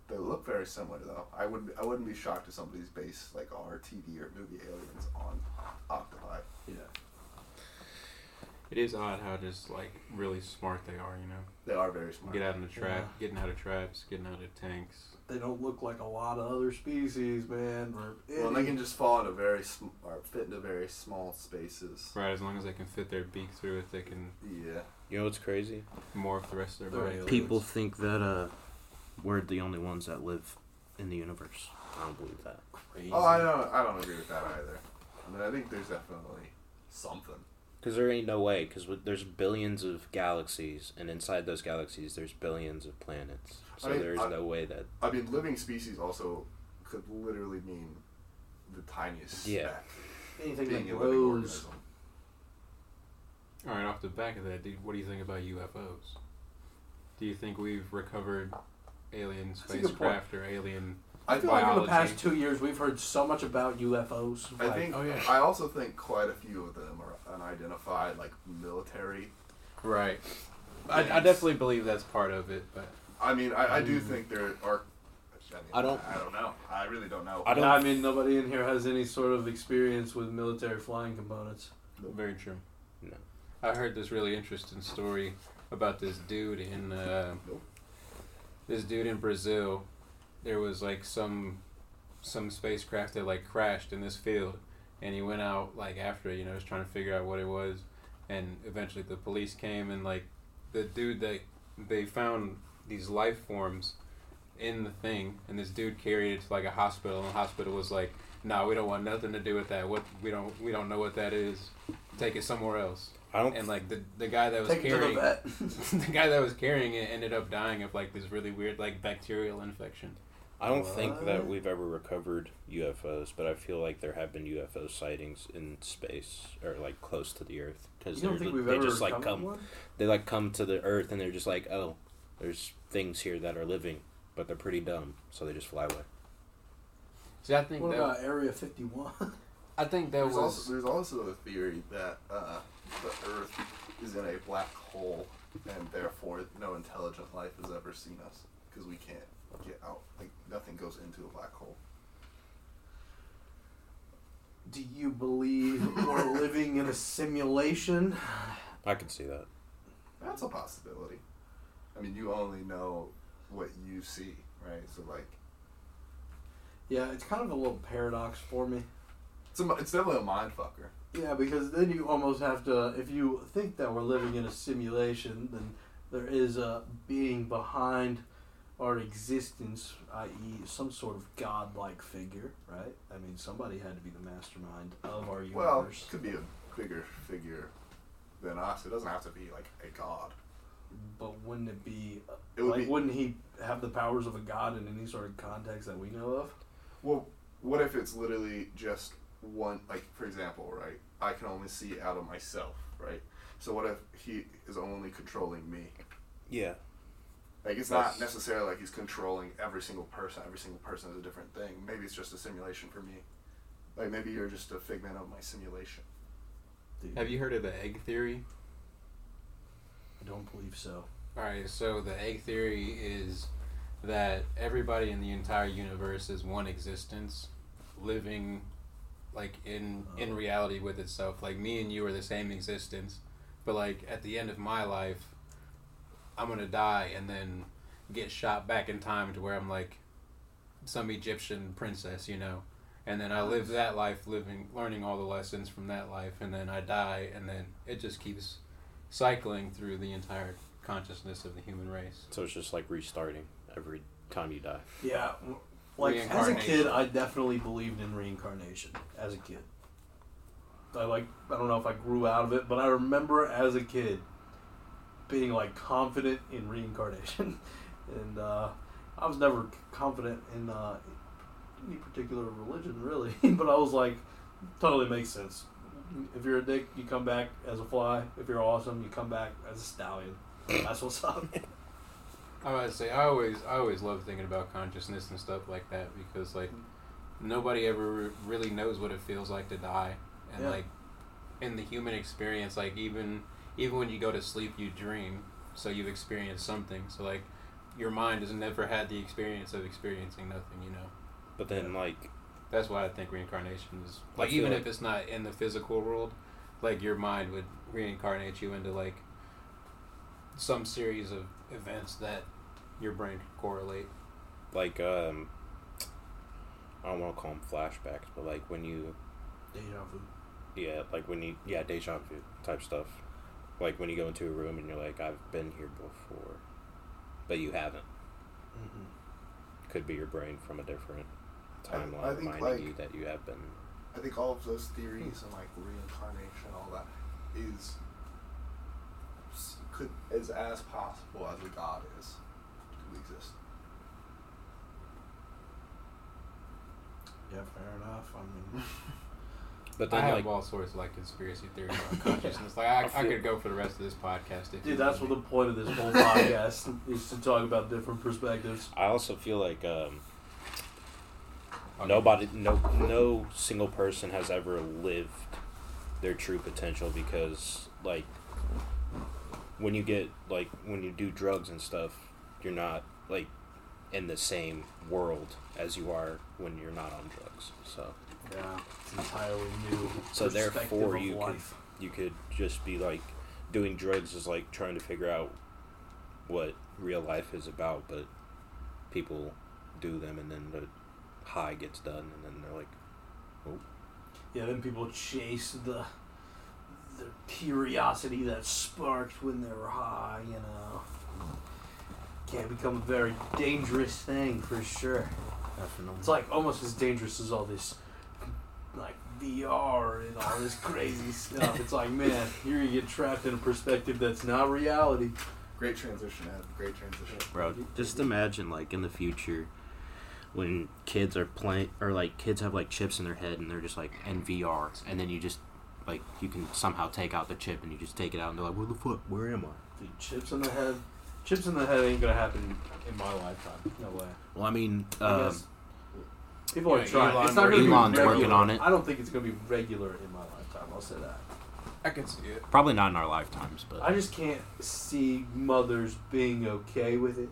G: They look very similar though. I would I wouldn't be shocked if somebody's based like our TV or movie aliens on octopi.
E: Yeah.
F: It is odd how just like really smart they are, you know.
G: They are very smart.
F: Get out in the trap,
E: Yeah.
F: getting out of traps, getting out of tanks.
E: They don't look like a lot of other species, man. or
G: Well, and they
E: any-
G: can just fall into very sm- or fit into very small spaces.
F: Right, as long as they can fit their beak through it, they can
G: Yeah.
H: You know what's crazy?
F: morph the rest of their
E: They're
F: body.
E: aliens.
H: People think that uh, we're the only ones that live in the universe. I don't believe that.
E: crazy.
G: Oh, I don't I don't agree with that either. I mean, I think there's definitely something.
H: Because there ain't no way. Because there's billions of galaxies, and inside those galaxies, there's billions of planets. So
G: I mean,
H: there's
G: I-
H: no way that.
G: I mean, living species also could literally mean the tiniest
H: Yeah.
G: speck
E: Anything
G: being
E: that
G: a living
E: grows.
G: organism.
F: All right, off the back of that, dude, what do you think about UFOs? Do you think we've recovered alien
E: a good point.
F: spacecraft or alien?
G: I
E: I feel
G: think.
E: like in the
F: Biology.
E: past two years we've heard so much about UFOs.
G: I
E: like,
G: think.
F: Oh, yeah.
G: I also think quite a few of them are unidentified, like military.
F: Right. I, I definitely believe that's part of it, but
G: I mean, I, I do
E: Hmm.
G: think there are. I, mean,
H: I don't-
G: I don't know. I really don't know.
H: I don't-
E: No, I mean, nobody in here has any sort of experience with military flying components.
F: Very true.
H: No.
F: I heard this really interesting story about this dude in uh,
G: Nope.
F: this dude in Brazil. There was like some some spacecraft that like crashed in this field, and he went out like after it, you know, was trying to figure out what it was, and eventually the police came and like the dude that they found these life forms in the thing, and this dude carried it to like a hospital, and the hospital was like, "No, we don't want nothing to do with that. What we don't we don't know what that is. Take it somewhere else."
H: I don't.
F: And like the the guy that was
E: Take it to the
F: carrying
E: vet.
F: the guy that was carrying it ended up dying of like this really weird like bacterial infection.
H: I don't think that
E: What?
H: we've ever recovered UFOs, but I feel like there have been UFO sightings in space or like close to the Earth because
E: You
H: they
E: don't think we've
H: they
E: ever
H: just like
E: recovered
H: come
E: one?
H: they like come to the Earth and they're just like oh there's things here that are living but they're pretty dumb so they just fly away.
F: See, I think
E: What
F: that
E: about Area 51?
F: I think that
G: There's
F: was
G: also, there's also a theory that uh, the Earth is in a black hole, and therefore no intelligent life has ever seen us because we can't get out. Like nothing goes into a black hole.
E: Do you believe we're living in a simulation?
H: I can see that.
G: That's a possibility. I mean, you only know what you see, right? So like,
E: Yeah, it's kind of a little paradox for me.
G: it's a, mi- it's definitely a mind fucker.
E: Yeah, because then you almost have to. If you think that we're living in a simulation, then there is a being behind our existence, i.e., some sort of godlike figure, right? I mean, somebody had to be the mastermind of our
G: Well,
E: universe.
G: it could be a bigger figure than us. It doesn't have to be like a god.
E: but wouldn't it be?
G: It would
E: like,
G: be-
E: wouldn't he have the powers of a god in any sort of context that we know of?
G: Well, what if it's literally just one? Like, for example, right? I can only see out of myself, right? So what if he is only controlling me?
H: Yeah.
G: Like, it's
H: That's-
G: not necessarily like he's controlling every single person. Every single person is a different thing. Maybe it's just a simulation for me. Like, maybe you're just a figment of my simulation.
E: Dude,
F: Have you heard of the egg theory?
E: I don't believe so.
F: All right, so the egg theory is that everybody in the entire universe is one existence, living like in in reality with itself. Like me and you are the same existence, but like at the end of my life, I'm gonna die and then get shot back in time to where I'm like some Egyptian princess, you know. And then I live that life, living, learning all the lessons from that life, and then I die, and then it just keeps cycling through the entire consciousness of the human race.
H: So it's just like restarting every time you die.
E: Yeah, w- like as a kid,
F: Reincarnation.
E: I definitely believed in reincarnation. As a kid, I like I don't know if I grew out of it, but I remember as a kid being like confident in reincarnation, and uh, I was never c- confident in uh, any particular religion really, but I was like, totally makes sense. If you're a dick, you come back as a fly. If you're awesome, you come back as a stallion. That's what's up.
F: I would say I always I always love thinking about consciousness and stuff like that because like nobody ever really knows what it feels like to die and
E: Yeah.
F: like in the human experience like even even when you go to sleep you dream so you've experienced something so like your mind has never had the experience of experiencing nothing you know
H: But then like
F: That's why I think reincarnation is
H: I
F: like
H: feel
F: even
H: like-
F: if it's not in the physical world, like your mind would reincarnate you into like some series of events that your brain could correlate.
H: like um I don't want to call them flashbacks, but like when you
E: Deja vu.
H: Yeah, like when you yeah deja vu type stuff, like when you go into a room and you're like, I've been here before, but you haven't.
E: Mhm.
H: Could be your brain from a different
G: I-
H: timeline
G: I think,
H: reminding
G: like-
H: you that you have been.
G: I think all of those theories and like reincarnation, all that, is could is as possible as a god is to exist.
E: Yeah, fair enough. I mean.
H: But
F: I
H: then
F: have
H: like
F: all sorts of like conspiracy theories about consciousness. Like I,
H: I
F: I,
H: feel-
F: could go for the rest of this podcast. If you
E: Dude, that's what
F: let
E: the
F: me.
E: point of this whole podcast is to talk about different perspectives.
H: I also feel like um,
F: Okay.
H: nobody, no, no single person has ever lived their true potential because like when you get like when you do drugs and stuff, you're not like in the same world as you are when you're not on drugs. So
E: Yeah, it's an entirely new.
H: So therefore
E: perspective of
H: you could-
E: life.
H: you could just be like doing drugs is like trying to figure out what real life is about, but people do them and then the high gets done and then they're like,
E: Yeah, then people chase the the curiosity that sparked when they were high, you know. Can become a very dangerous thing for sure.
H: definitely.
E: It's like almost as dangerous as all this like VR and all this crazy stuff. It's like, man, you're gonna get trapped in a perspective that's not reality.
G: Great transition, Ed. Great transition.
H: Bro, just imagine like in the future when kids are playing or like kids have like chips in their head and they're just like in VR and then you just like you can somehow take out the chip and you just take it out and they're like, Where the fuck where am I?
E: Dude, chips in the head chips in the head ain't gonna happen in my lifetime. No way.
H: Well I mean
E: I
H: um,
E: guess people are
F: Yeah,
E: trying.
F: Elon
E: it's not gonna
F: working-
E: be
H: Elon's
E: regular.
H: working on it.
E: I don't think it's gonna be regular in my lifetime. I'll say that.
F: I can see it.
H: probably not in our lifetimes, but
E: I just can't see mothers being okay with it.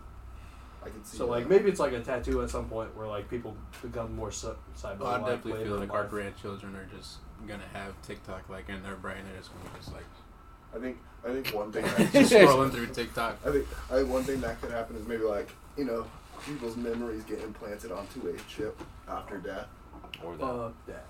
G: I can see.
E: So like
G: that.
E: maybe it's like a tattoo at some point where like people become more so- cyber.
F: I Oh, definitely
E: later
F: feel
E: in
F: like our
E: life.
F: grandchildren are just gonna have TikTok like in their brain. They're just gonna be just like
G: I think I think one thing. I
F: just scrolling through TikTok.
G: I think I think one thing that could happen is maybe like you know people's memories get implanted onto a chip after death.
H: or that.
E: Fuck that.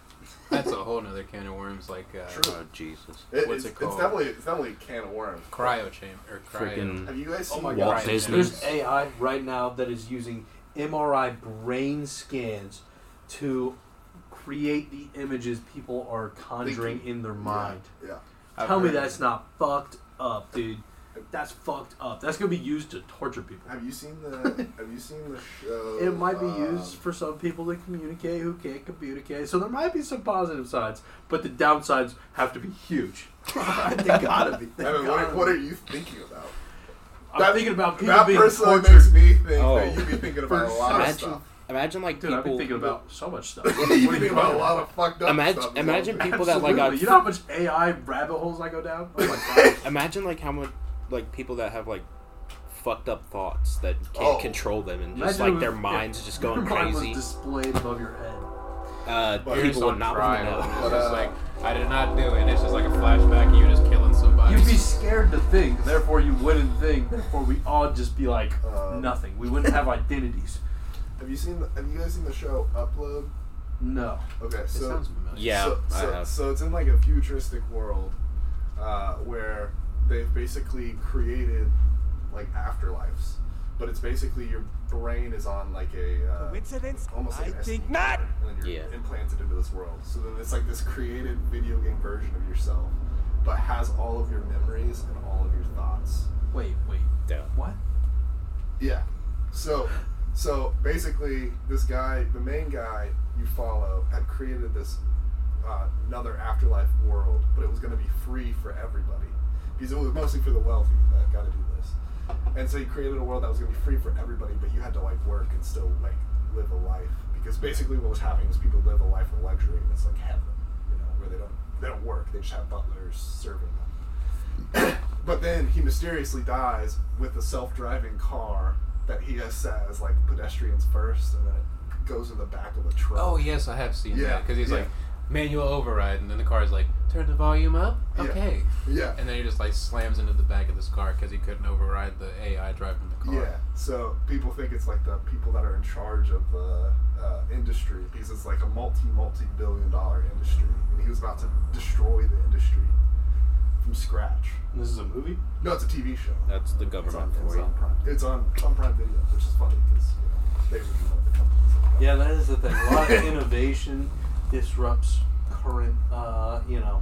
F: That's a whole nother can of worms. Like uh,
G: True.
H: oh Jesus.
G: It-
F: What's
G: it's,
F: it
G: it's
F: called?
G: definitely it's definitely a can of worms.
F: cryo chamber or cryo.
H: Freaking
G: Have you guys seen?
E: Oh my
H: Walt
F: Cryo
H: Disney.
F: chambers.
E: There's AI right now that is using MRI brain scans to create the images people are conjuring in their mind.
G: Yeah.
F: I've
E: Tell me
F: heard of
E: that's
F: it.
E: not fucked up, dude. That's fucked up. That's gonna be used to torture people.
G: Have you seen the Have you seen the show?
E: It might be
G: um,
E: used for some people to communicate who can't communicate. So there might be some positive sides, but the downsides have to be huge. they gotta be. They
G: I mean,
E: gotta
G: what, what
E: be.
G: are you thinking about?
E: I'm
G: that-
E: thinking about Uh, people
G: That
E: being
G: personally
E: tortured.
G: makes me think
H: Oh.
G: that you be thinking about a
E: For
G: lot of
H: imagine,
G: stuff.
H: imagine like
E: Dude, I've been
H: people.
E: thinking about so much stuff.
G: you
E: What are
G: be
E: you
G: thinking about a lot of fucked up
H: Imagine-
G: stuff.
H: imagine people that,
E: Absolutely.
H: like, are-
E: you know how much AI rabbit holes I go down? Oh my god.
H: Imagine like how much like people that have like fucked up thoughts that can't
G: Oh.
H: control them and
E: Imagine
H: just like
E: if-
H: their
E: if
H: minds just going
E: your mind was
H: crazy.
E: displayed above your head.
H: uh,
G: But
H: people would not want
F: trial,
H: to
F: and
H: know.
F: It's
G: But,
F: just
G: uh,
F: like I did not do it. It's just like a flashback. of You just killing somebody.
E: You'd be scared to think, therefore you wouldn't think, therefore we all just be like
G: Um,
E: nothing. We wouldn't have identities.
G: Have you seen? The, have you guys seen the show Upload?
E: No.
G: Okay,
F: it
G: so
F: sounds familiar.
H: Yeah,
G: so,
H: I
G: so,
H: have.
G: so it's in like a futuristic world uh, where they've basically created like afterlives, but it's basically your brain is on like a uh,
C: Coincidence?
G: almost like
C: I
G: an
C: think
G: SD
C: not.
G: card, and then you're
H: Yeah.
G: implanted into this world. So then it's like this created video game version of yourself, but has all of your memories and all of your thoughts.
E: Wait, wait.
H: Yeah.
E: What?
G: Yeah. So, so basically, this guy, the main guy you follow, had created this uh, another afterlife world, but it was going to be free for everybody because it was mostly for the wealthy that got to do this. And so he created a world that was going to be free for everybody, but you had to like work and still like live a life because basically what was happening was people live a life of luxury and it's like heaven, you know, where they don't they don't work, they just have butlers serving them but then he mysteriously dies with a self-driving car that he has set as like pedestrians first, and then it goes in the back of a truck.
F: Oh yes, I have seen
G: Yeah,
F: that because he's
G: yeah.
F: like manual override, and then the car is like turn the volume up.
G: Yeah.
F: Okay.
G: yeah,
F: And then he just like slams into the back of this car because he couldn't override the AI driving the car.
G: yeah. So people think it's like the people that are in charge of the uh, industry because it's like a multi multi billion dollar industry, and he was about to destroy the industry from scratch.
E: This is a movie?
G: No, it's a TV show.
H: That's the
G: It's on,
H: government
G: it's
H: for you.
G: on Prime. It's on, it's on Prime Video, which is funny because you know, they were one of the companies. that got it.
E: Yeah, that is the thing. A lot of innovation disrupts current, uh, you know,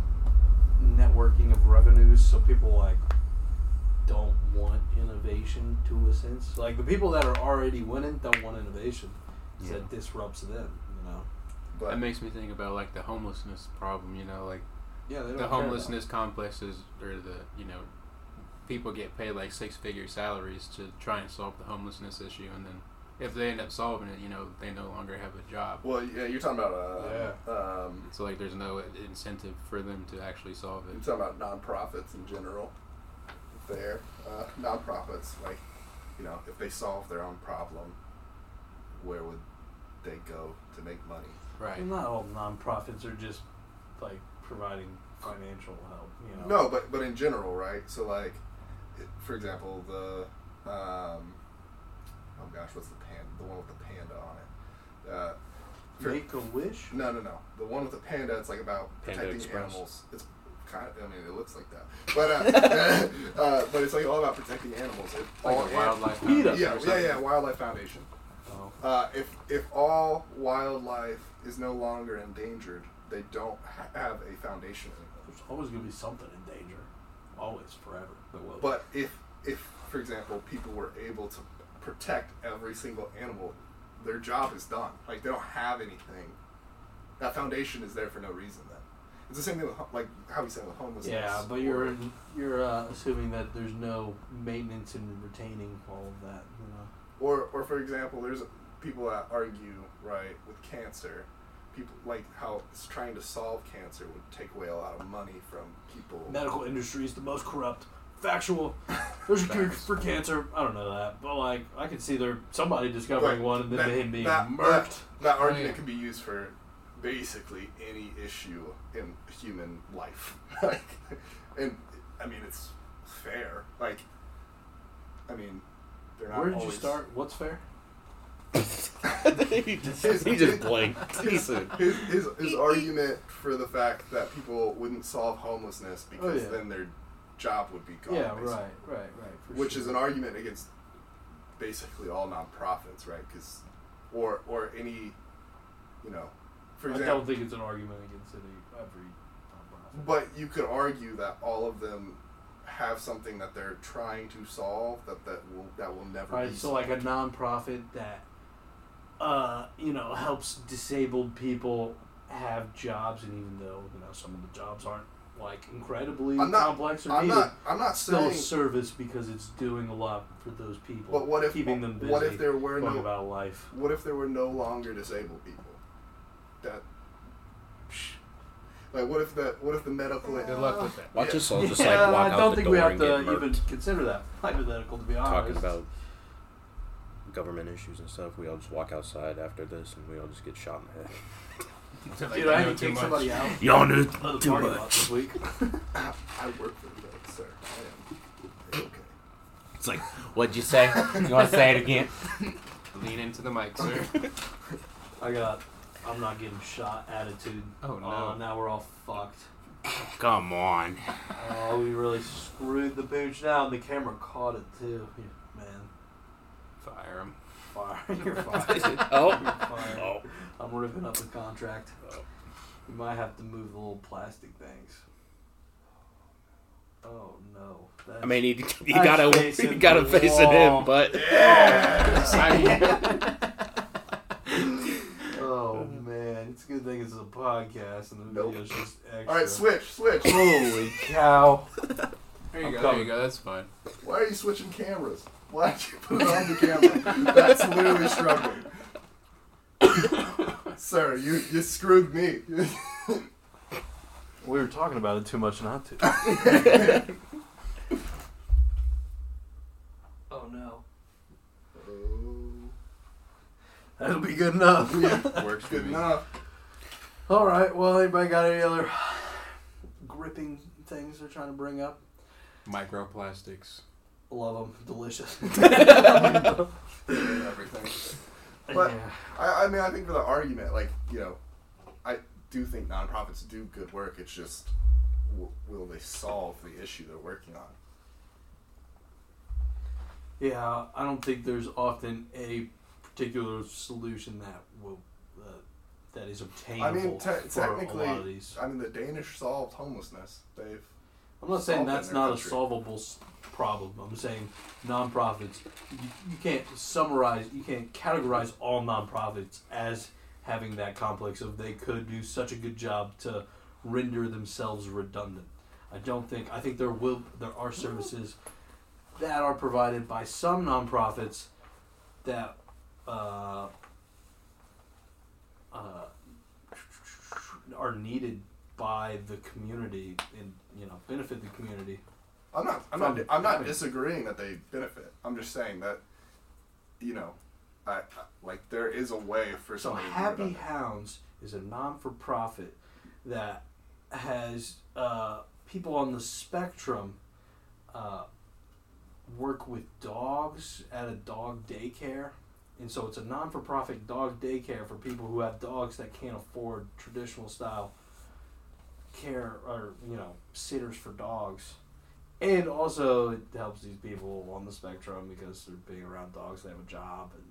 E: networking of revenues. So people like don't want innovation to a sense. Like the people that are already winning don't want innovation. So
H: Yeah.
E: That disrupts them. You know.
G: But
F: That makes me think about like the homelessness problem. You know, like
E: Yeah, they don't
F: the
E: care about
F: homelessness complexes or the you know people get paid like six figure salaries to try and solve the homelessness issue, and then if they end up solving it, you know they no longer have a job.
G: Well, yeah, you're talking about uh, um,
F: So like, there's no incentive for them to actually solve
G: you're
F: it.
G: talking about nonprofits in general. There, uh, nonprofits like you know, if they solve their own problem, where would they go to make money?
F: Right.
E: Well, not all nonprofits are just like providing financial help. You know.
G: No, but but in general, right? So like, it, for example, the um, oh gosh, what's the pan? The one with the panda on it. Uh, for-
E: Make a wish.
G: no, no, no. The one with the panda. It's like about
H: Panda
G: protecting
H: Express.
G: animals. It's kind of. I mean, it looks like that, but uh, uh, but it's like all about protecting animals. It,
F: Like
G: all
F: a
G: an-
F: wildlife.
E: Eat
F: foundation
E: us.
G: Yeah,
F: or
G: yeah,
F: something.
G: yeah. Wildlife Foundation.
E: Oh.
G: Uh, if if all wildlife is no longer endangered, they don't ha- have a foundation anymore.
E: There's always gonna be something in danger. Always, forever. There will.
G: But if, if for example, people were able to protect every single animal, their job is done. Like they don't have anything. That foundation is there for no reason. Then it's the same thing with ho- like how we said with homelessness.
E: yeah, but
G: or-
E: you're you're uh, assuming that there's no maintenance and retaining all of that. You know.
G: or or for example, there's people that argue right with cancer. People like how it's trying to solve cancer would take away a lot of money from people.
E: Medical industry is the most corrupt. Factual. There's a cure
G: Facts.
E: for cancer. I don't know that, but like I could see there somebody discovering
G: Right.
E: one and then
G: That-
E: him being
G: that-
E: murked. Oh,
G: That
F: yeah.
G: argument can be used for basically any issue in human life. like, and I mean, it's fair. Like, I mean, they're not.
E: Where did you
G: always-
E: start? What's fair?
H: he just, he just blinked. He said,
G: His his, his argument for the fact that people wouldn't solve homelessness because
E: Oh, yeah.
G: then their job would be gone.
E: Yeah, right,
G: basically.
E: right, right. for
G: which
E: sure.
G: is an argument against basically all nonprofits, right? Because or or any, you know, for
E: I
G: example,
E: don't think it's an argument against any every uh, nonprofit.
G: But you could argue that all of them have something that they're trying to solve that that will that will never
E: Right,
G: be.
E: so like a nonprofit that, uh, you know, helps disabled people have jobs, and even though you know some of the jobs aren't like incredibly
G: I'm not-
E: complex or
G: I'm
E: needed,
G: not. I'm not
E: it's still a
G: saying.
E: service because it's doing a lot for those people.
G: But what if
E: keeping them busy?
G: What if there were
E: going
G: no?
E: about life?
G: What if there were no longer disabled people? That. Like what if the what if the medical
F: Good luck with that.
H: "Watch us all just
E: yeah,
H: like walk
E: I
H: out
E: don't
H: the
E: think
H: door
E: we have
H: and
E: to
H: get murked."
E: even consider that hypothetical. To be
H: talking
E: honest,
H: about government issues and stuff. We all just walk outside after this, and we all just get shot in the head.
F: Like,
E: dude,
F: you
E: I had
F: know
E: to
F: too
E: take
F: much.
E: somebody out
H: Y'all knew
E: of the parking lot this week.
G: I work for the medical, sir. I am okay.
H: It's like, what'd you say? You want to say it again?
F: Lean into the mic, sir.
E: I got. I'm not getting shot. Attitude.
F: Oh, no.
E: Aw, now we're all fucked.
H: Come on.
E: Oh, we really screwed the pooch now. The camera caught it too. Yeah, man,
F: Fire him.
E: fire! You're fired. You're
H: Oh.
E: fired.
H: Oh.
E: I'm ripping up the contract.
H: Oh.
E: We might have to move the little plastic things. Oh no! That's,
H: I mean, he, he
E: That's
H: got a
E: facing
H: he got a
E: the
H: face in
E: wall.
H: him, but
E: oh man, it's a good thing this is a podcast and the
G: Nope.
E: video's just extra.
G: All right, switch, switch.
E: Holy cow!
F: There you
E: I'm
F: go. There
E: coming.
F: you go. That's fine.
G: Why are you switching cameras? Why did you put it on the camera? That's literally struggling. Sir, you, you screwed me.
E: We were talking about it too much not to. oh no! That'll be good enough.
F: Works for
G: Good
F: me.
G: enough.
E: All right. Well, anybody got any other gripping things they're trying to bring up?
F: Microplastics.
E: Love them. Delicious.
G: Everything. But-
E: yeah.
G: I, I mean, I think for the argument, like, you know, I do think nonprofits do good work. It's just, w- will they solve the issue they're working on?
E: Yeah, I don't think there's often a particular solution that will uh, that is obtainable
G: I mean, te-
E: for a lot of
G: technically,
E: these.
G: I mean, the Danish solved homelessness. They've
E: I'm not saying
G: solved it in
E: that's
G: their
E: not a
G: country.
E: solvable s- problem. I'm saying nonprofits. You, you can't summarize. You can't categorize all nonprofits as having that complex of they could do such a good job to render themselves redundant. I don't think. I think there will there are services that are provided by some nonprofits that. Uh, uh, are needed by the community and you know benefit the community
G: I'm not. I'm
E: From
G: not. I'm not
E: having-
G: disagreeing that they benefit. I'm just saying that, you know, I, I like there is a way for
E: So
G: somebody.
E: Happy
G: to
E: Hounds is a non-for-profit that has uh, people on the spectrum uh, work with dogs at a dog daycare, and so it's a non-for-profit dog daycare for people who have dogs that can't afford traditional style care or you know sitters for dogs. And also, it helps these people on the spectrum because they're being around dogs. They have a job, and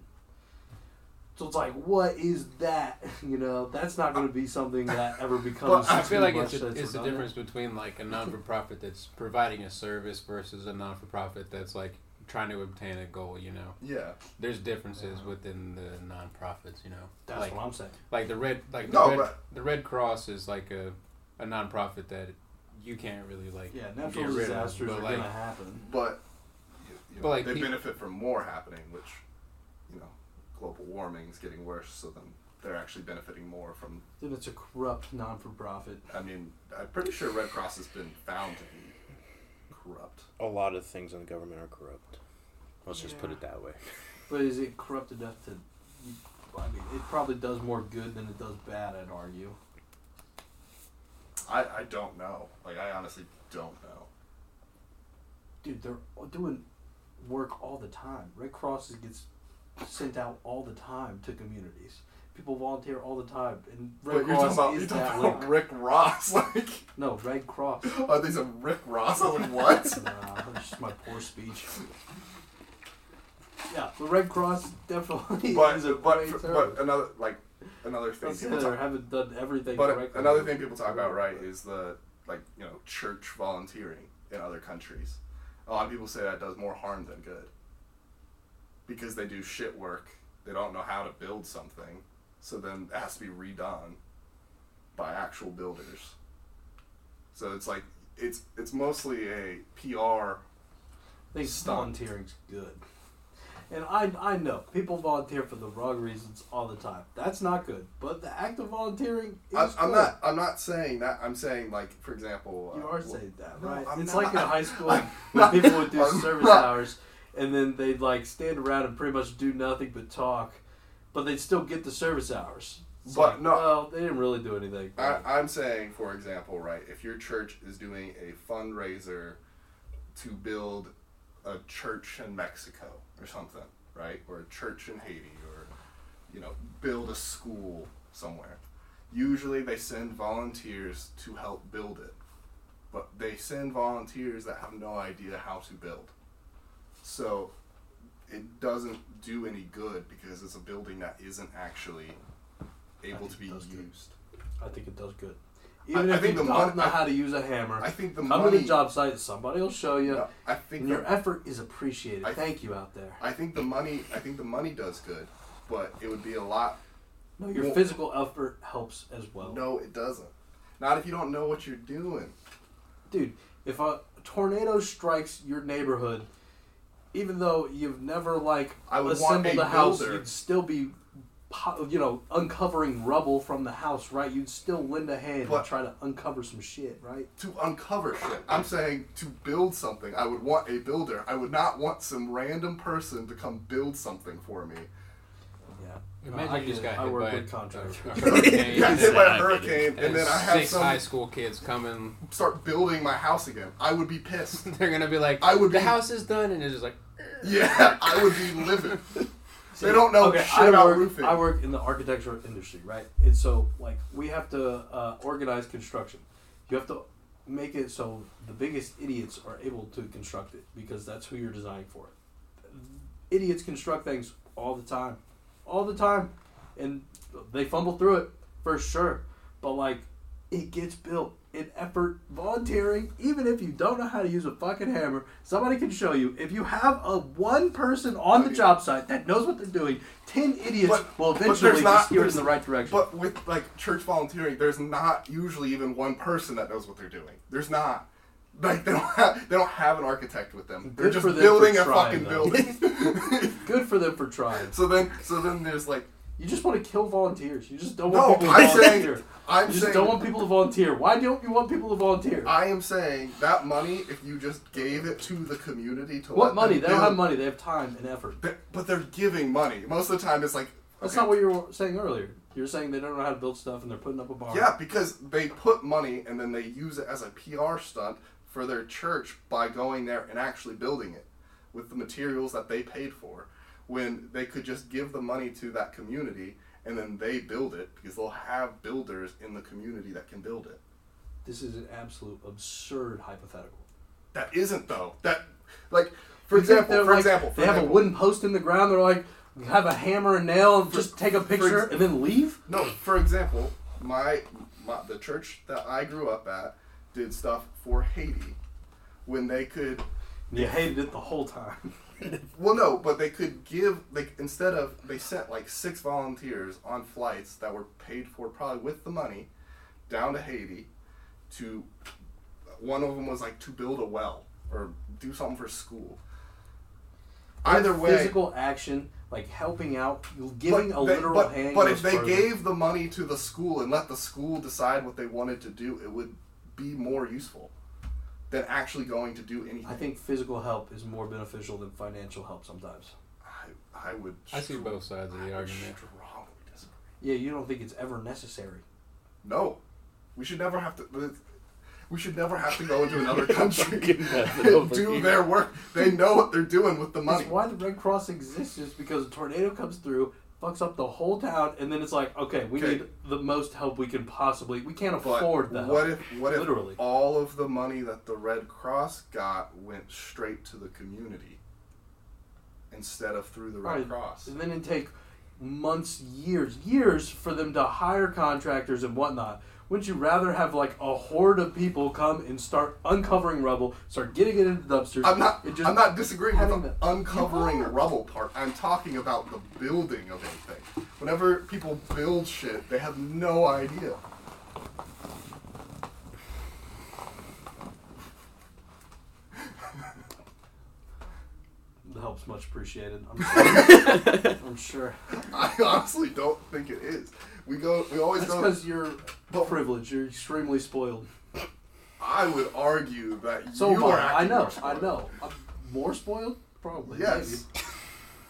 E: so it's like, what is that? You know, that's not going to be something that ever becomes.
G: But
F: I feel
E: too
F: like
E: much
F: it's a,
E: that's
F: it's the
E: redundant.
F: difference between like a non for profit that's providing a service versus a non for profit that's like trying to obtain a goal. You know,
G: Yeah.
F: there's differences within the non profits. You know,
E: That's
F: like
E: what I'm saying.
F: like the red like the,
G: No,
F: red,
G: but-
F: the Red Cross is like a a non profit that you can't really like
E: Yeah,
F: get
E: natural
F: rid of,
E: disasters
F: but,
E: are
F: like,
E: going to happen.
G: But, you, you
F: But,
G: know,
F: like,
G: they
F: pe-
G: benefit from more happening, which, you know, global warming is getting worse. So then they're actually benefiting more from.
E: Then it's a corrupt non-for-profit.
G: I mean, I'm pretty sure Red Cross has been found to be corrupt.
H: A lot of things in the government are corrupt. Let's just put
E: Yeah.
H: it that way.
E: But is it corrupt enough to? I mean, it probably does more good than it does bad. I'd argue.
G: I, I don't know. Like I honestly don't know.
E: Dude, they're doing work all the time. Red Cross gets sent out all the time to communities. People volunteer all the time, and Red
G: Wait, you're
E: Cross
G: talking about,
E: is
G: you're
E: that
G: talking about
E: way.
G: Rick Ross. Like,
E: No, Red Cross.
G: are these a Rick Ross? I'm like, what?
E: Nah, that's just my poor speech. Yeah, the Red Cross definitely is a
G: but but,
E: great service.
G: but another like another thing
E: That's
G: people
E: it, they
G: talk,
E: haven't done everything
G: but
E: correctly.
G: another thing people talk about right is the like you know church volunteering in other countries. A lot of people say that does more harm than good because they do shit work. They don't know how to build something, so then it has to be redone by actual builders. So it's like it's it's mostly a PR.
E: I think
G: Stop.
E: volunteering's good. And I, I know people volunteer for the wrong reasons all the time. That's not good. But the act of volunteering is
G: I, I'm
E: good.
G: not. I'm not saying that. I'm saying like, for example,
E: You
G: uh,
E: are
G: well-
E: saying that,
G: No,
E: right?
G: I'm
E: it's
G: not.
E: like in high school
G: I'm
E: when
G: not.
E: people would do
G: I'm
E: service
G: not.
E: hours and then they'd like stand around and pretty much do nothing but talk, but they'd still get the service hours. It's
G: But
E: like,
G: no.
E: well, they didn't really do anything.
G: I, I'm saying, for example, right, if your church is doing a fundraiser to build a church in Mexico or something, right, or a church in Haiti, or you know, build a school somewhere. Usually, they send volunteers to help build it, but they send volunteers that have no idea how to build. So it doesn't do any good because it's a building that isn't actually able
E: think
G: to
E: it
G: be
E: does good.
G: used.
E: I think it does good. Even
G: I
E: if
G: think
E: you
G: the
E: don't
G: mon-
E: know
G: I-
E: how to use a hammer,
G: I think the
E: come
G: money.
E: to the job site. Somebody will show you.
G: no, I think
E: And your
G: the,
E: effort is appreciated.
G: I-
E: Thank you out there.
G: I think the money. I think the money does good, but it would be a lot.
E: No, your
G: Well-
E: physical effort helps as well.
G: No, it doesn't. Not if you don't know what you're doing.
E: Dude, if a tornado strikes your neighborhood, even though you've never like
G: I would want
E: assembled
G: a
E: a house,
G: builder.
E: you'd still be po- you know, uncovering rubble from the house, right? You'd still lend a hand
G: But-
E: and try to uncover some shit, right?
G: To uncover shit. I'm saying to build something. I would want a builder. I would not want some random person to come build something for me.
E: Yeah.
F: Imagine
E: I
F: you just
E: get it. I
F: got hit
E: work
F: by a,
E: with contractors.
F: a hurricane.
G: Yeah, hit by a
H: I couldn't.
G: hurricane, and then I have
F: six high
G: some
F: school kids coming.
G: start building my house again. I would be pissed.
F: They're gonna be like,
G: I would
F: the
G: be-
F: house is done, and it's just like,
G: yeah, I would be livid. They don't know shit
E: I
G: about
E: work,
G: roofing.
E: I work in the architecture industry, right? And so, like, we have to uh, organize construction. You have to make it so the biggest idiots are able to construct it because that's who you're designing for. Idiots construct things all the time, all the time, and they fumble through it for sure. But like, it gets built. In effort, volunteering, even if you don't know how to use a fucking hammer, somebody can show you. If you have a one person on the
G: Okay.
E: job site that knows what they're doing, ten idiots
G: But-
E: will
G: but
E: eventually
G: there's not-
E: just steer in
G: there's-
E: the right direction.
G: But with like church volunteering, there's not usually even one person that knows what they're doing. There's not. Like they don't have they don't have an architect with them. They're
E: Good
G: just
E: for them
G: building
E: for
G: a
E: trying,
G: fucking
E: though.
G: building.
E: Good for them for trying.
G: so then so then there's like
E: You just want to kill volunteers. You just don't
G: No,
E: want people
G: I'm
E: to volunteer.
G: saying- I'm
E: you just
G: saying
E: don't want people to volunteer. Why don't you want people to volunteer?
G: I am saying that money, if you just gave it to the community to
E: what
G: let
E: money?
G: them
E: They don't
G: do-
E: have money. They have time and effort.
G: But, but they're giving money. Most of the time, it's like
E: That's
G: okay,
E: not what you were saying earlier. You were saying they don't know how to build stuff and they're putting up a bar.
G: Yeah, because they put money and then they use it as a PR stunt for their church by going there and actually building it with the materials that they paid for. When they could just give the money to that community and then they build it because they'll have builders in the community that can build it.
E: This is an absolute absurd hypothetical.
G: That isn't though. That like for example,
E: They're
G: for
E: like-
G: example, for
E: they have a
G: example-
E: wooden post in the ground. They're like, have a hammer and nail and just take a picture
G: ex-
E: and then leave.
G: No, for example, my, my the church that I grew up at did stuff for Haiti when they could
E: You hated it the whole time.
G: Well, no, but they could give like instead of they sent like six volunteers on flights that were paid for probably with the money down to Haiti to one of them was like to build a well or do something for school. Either way,
E: physical action, like helping out,
G: but
E: giving a
G: they-
E: literal
G: but,
E: hand.
G: But
E: goes
G: if they
E: further.
G: gave the money to the school and let the school decide what they wanted to do, it would be more useful than actually going to do anything.
E: I think physical help is more beneficial than financial help sometimes.
G: I, I would.
F: I see
G: str-
F: both sides of the
G: I would
F: argument.
G: Strongly disagree.
E: Yeah, you don't think it's ever necessary.
G: No, we should never have to. We should never have to go into another country
H: Fucking method
G: and
H: over
G: do
H: here.
G: their work. They know what they're doing with the money.
E: That's why the Red Cross exists, is because a tornado comes through, fucks up the whole town, and then it's like, okay, we
G: Okay.
E: need the most help we can possibly. We can't
G: But
E: afford that.
G: what if what if
E: Literally.
G: all of the money that the Red Cross got went straight to the community instead of through the Red
E: Right.
G: Cross?
E: And then it take months, years, years for them to hire contractors and whatnot. Wouldn't you rather have like a horde of people come and start uncovering rubble, start getting it into dumpsters?
G: I'm not.
E: It just,
G: I'm not disagreeing with
E: having
G: the
E: the-
G: uncovering
E: You are.
G: rubble part. I'm talking about the building of anything. Whenever people build shit, they have no idea.
E: The help's much appreciated. I'm sure. I'm sure.
G: I honestly don't think it is. We go. We always
E: That's
G: go.
E: because you're
G: But-
E: privileged. You're extremely spoiled.
G: I would argue that
E: So
G: you
E: am
G: are.
E: I. I
G: acting
E: know. I
G: more spoiled.
E: know. I'm more spoiled, probably.
G: Yes.
E: maybe.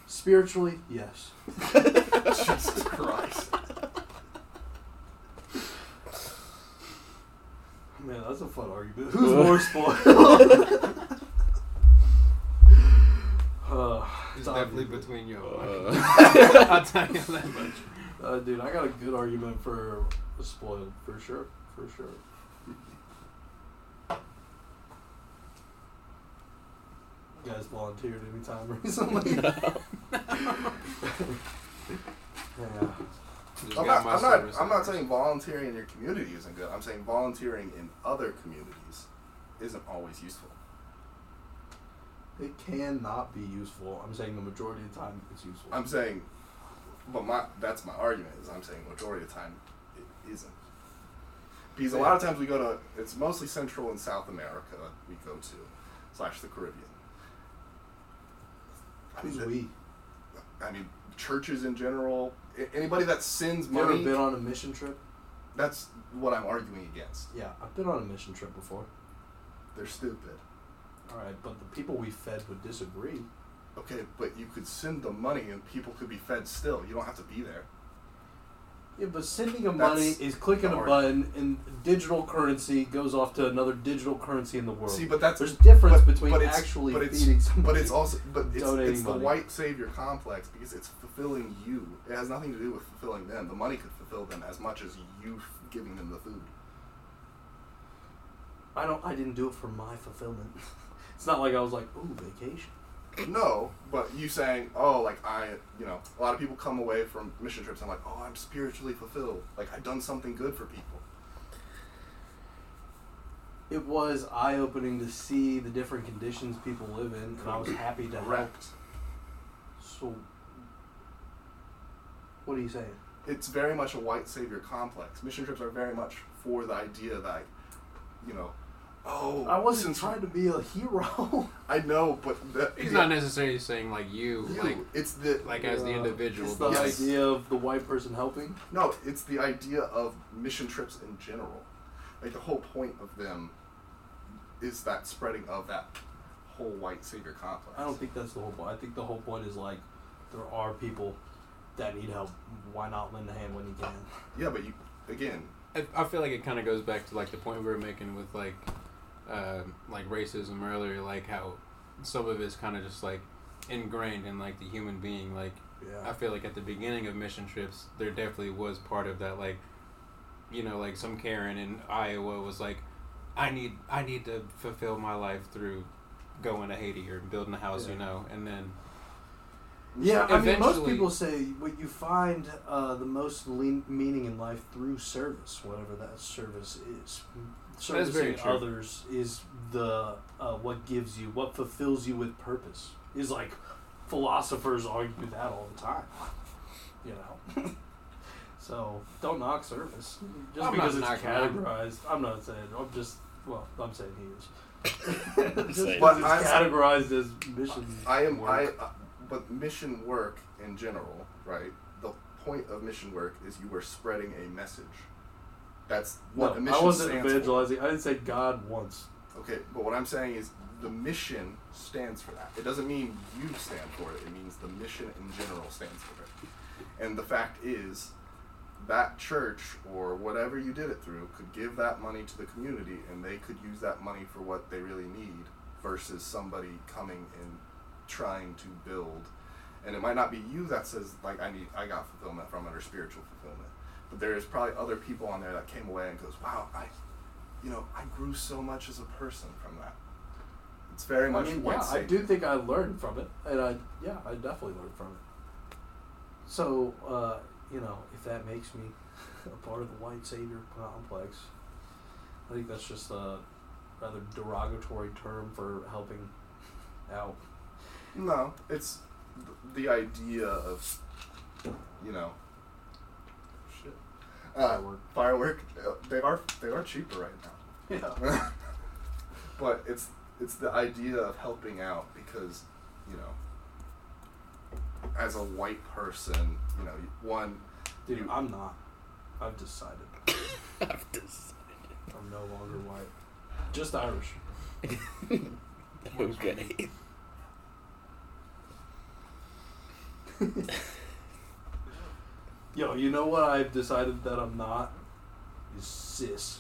E: Spiritually, yes.
G: Jesus Christ.
E: Man, that's a fun argument. Who's more spoiled? uh,
F: It's
E: Tom,
F: definitely
E: you-
F: between you. and
H: Uh,
F: I. I'll tell you that much.
E: Uh, dude, I got a good argument for spoiled, for sure, for sure. You guys volunteered any time recently? yeah.
F: Just
G: I'm
F: got
G: not.
F: my
G: I'm not,
F: service
G: I'm not
F: hours.
G: saying volunteering in your community isn't good. I'm saying volunteering in other communities isn't always useful.
E: It cannot be useful. I'm saying the majority of the time it's useful.
G: I'm saying, but my that's my argument is I'm saying majority of the time it isn't. Because a lot of times we go to it's mostly Central and South America we go to, slash the Caribbean. I mean,
E: Who's
G: the-
E: we?
G: I mean churches in general. a- Anybody that sends
E: You ever
G: money,
E: been on a mission trip?
G: that's what I'm arguing against.
E: Yeah, I've been on a mission trip before.
G: They're stupid.
E: All right, but the people we fed would disagree.
G: Okay, but you could send the money and people could be fed still. You don't have to be there.
E: Yeah, but sending them
G: That's
E: money is clicking a
G: hard.
E: button, and digital currency goes off to another digital currency in the world.
G: See, but that's
E: there's difference
G: but-
E: between
G: but it's-
E: actually
G: but it's,
E: feeding somebody.
G: But it's also but it's,
E: donating
G: it's the
E: money.
G: white savior complex because it's fulfilling you. It has nothing to do with fulfilling them. The money could fulfill them as much as you f- giving them the food.
E: I don't. I didn't do it for my fulfillment. it's not like I was like, ooh, vacation.
G: No, but you saying, oh, like I, you know, a lot of people come away from mission trips. I'm like, oh, I'm spiritually fulfilled. Like I've done something good for people.
E: It was eye opening to see the different conditions people live in, and I was happy to help.
G: Correct.
E: So, what are you saying?
G: It's very much a white savior complex. Mission trips are very much for the idea that, you know, Oh,
E: I wasn't
G: since-
E: trying to be a hero.
G: I know, but the,
F: He's
G: the-
F: not necessarily saying like you,
G: you,
F: like
G: it's the
F: like as the
E: Yeah.
F: individual.
E: it's the
F: but
G: Yes.
E: idea of the white person helping.
G: no, it's the idea of mission trips in general. Like the whole point of them is that spreading of that whole white savior complex.
E: I don't think that's the whole point. I think the whole point is like there are people that need help. Why not lend a hand when you can?
G: Yeah, but you again,
F: I, I feel like it kind of goes back to like the point we were making with like uh, like racism earlier, like how some of it's kind of just like ingrained in like the human being. Like I
E: Yeah.
F: feel like at the beginning of mission trips, there definitely was part of that, like you know, like some Karen in Iowa was like, I need I need to fulfill my life through going to Haiti or building a house,
E: Yeah.
F: you know, and then
E: Yeah, I mean, most
F: Eventually-
E: people say what you find uh, the most lean, meaning in life through service, whatever that service is. Servicing
F: very true.
E: others is the uh, what gives you, what fulfills you with purpose. Is like philosophers argue that all the time, you know. so don't knock service just
F: I'm
E: because it's
F: not knocking it.
E: categorized. I'm not saying. I'm just well, I'm saying he is. just
H: saying.
E: because
G: But I-
E: it's categorized as mission.
G: I am I,
E: Mm-hmm. work.
G: uh, but mission work in general, right? The point of mission work is you are spreading a message. That's what a
E: No,
G: mission
E: I wasn't
G: stands for.
E: evangelizing. I didn't say God once.
G: Okay, but what I'm saying is the mission stands for that. It doesn't mean you stand for it. It means the mission in general stands for it. And the fact is, that church or whatever you did it through could give that money to the community, and they could use that money for what they really need, versus somebody coming and trying to build. And it might not be you that says like I need I got fulfillment from it or spiritual fulfillment, but there is probably other people on there that came away and goes, wow, I you know, I grew so much as a person from that. It's very
E: I
G: much
E: mean,
G: white
E: yeah, I
G: savior.
E: do think I learned from it, and I yeah, I definitely learned from it. So uh, you know, if that makes me a part of the white savior complex, I think that's just a rather derogatory term for helping out.
G: No, it's th- the idea of, you know, shit. Uh,
E: Firework.
G: firework. uh, They are they are cheaper right
E: Yeah.
G: now. but it's it's the idea of helping out because, you know, as a white person, you know, you- one,
E: Dude,
G: You-
E: I'm not. I've decided.
H: I've decided.
E: I'm no longer white. Just Irish.
H: Okay.
E: Yo, you know what I've decided that I'm not? Is cis.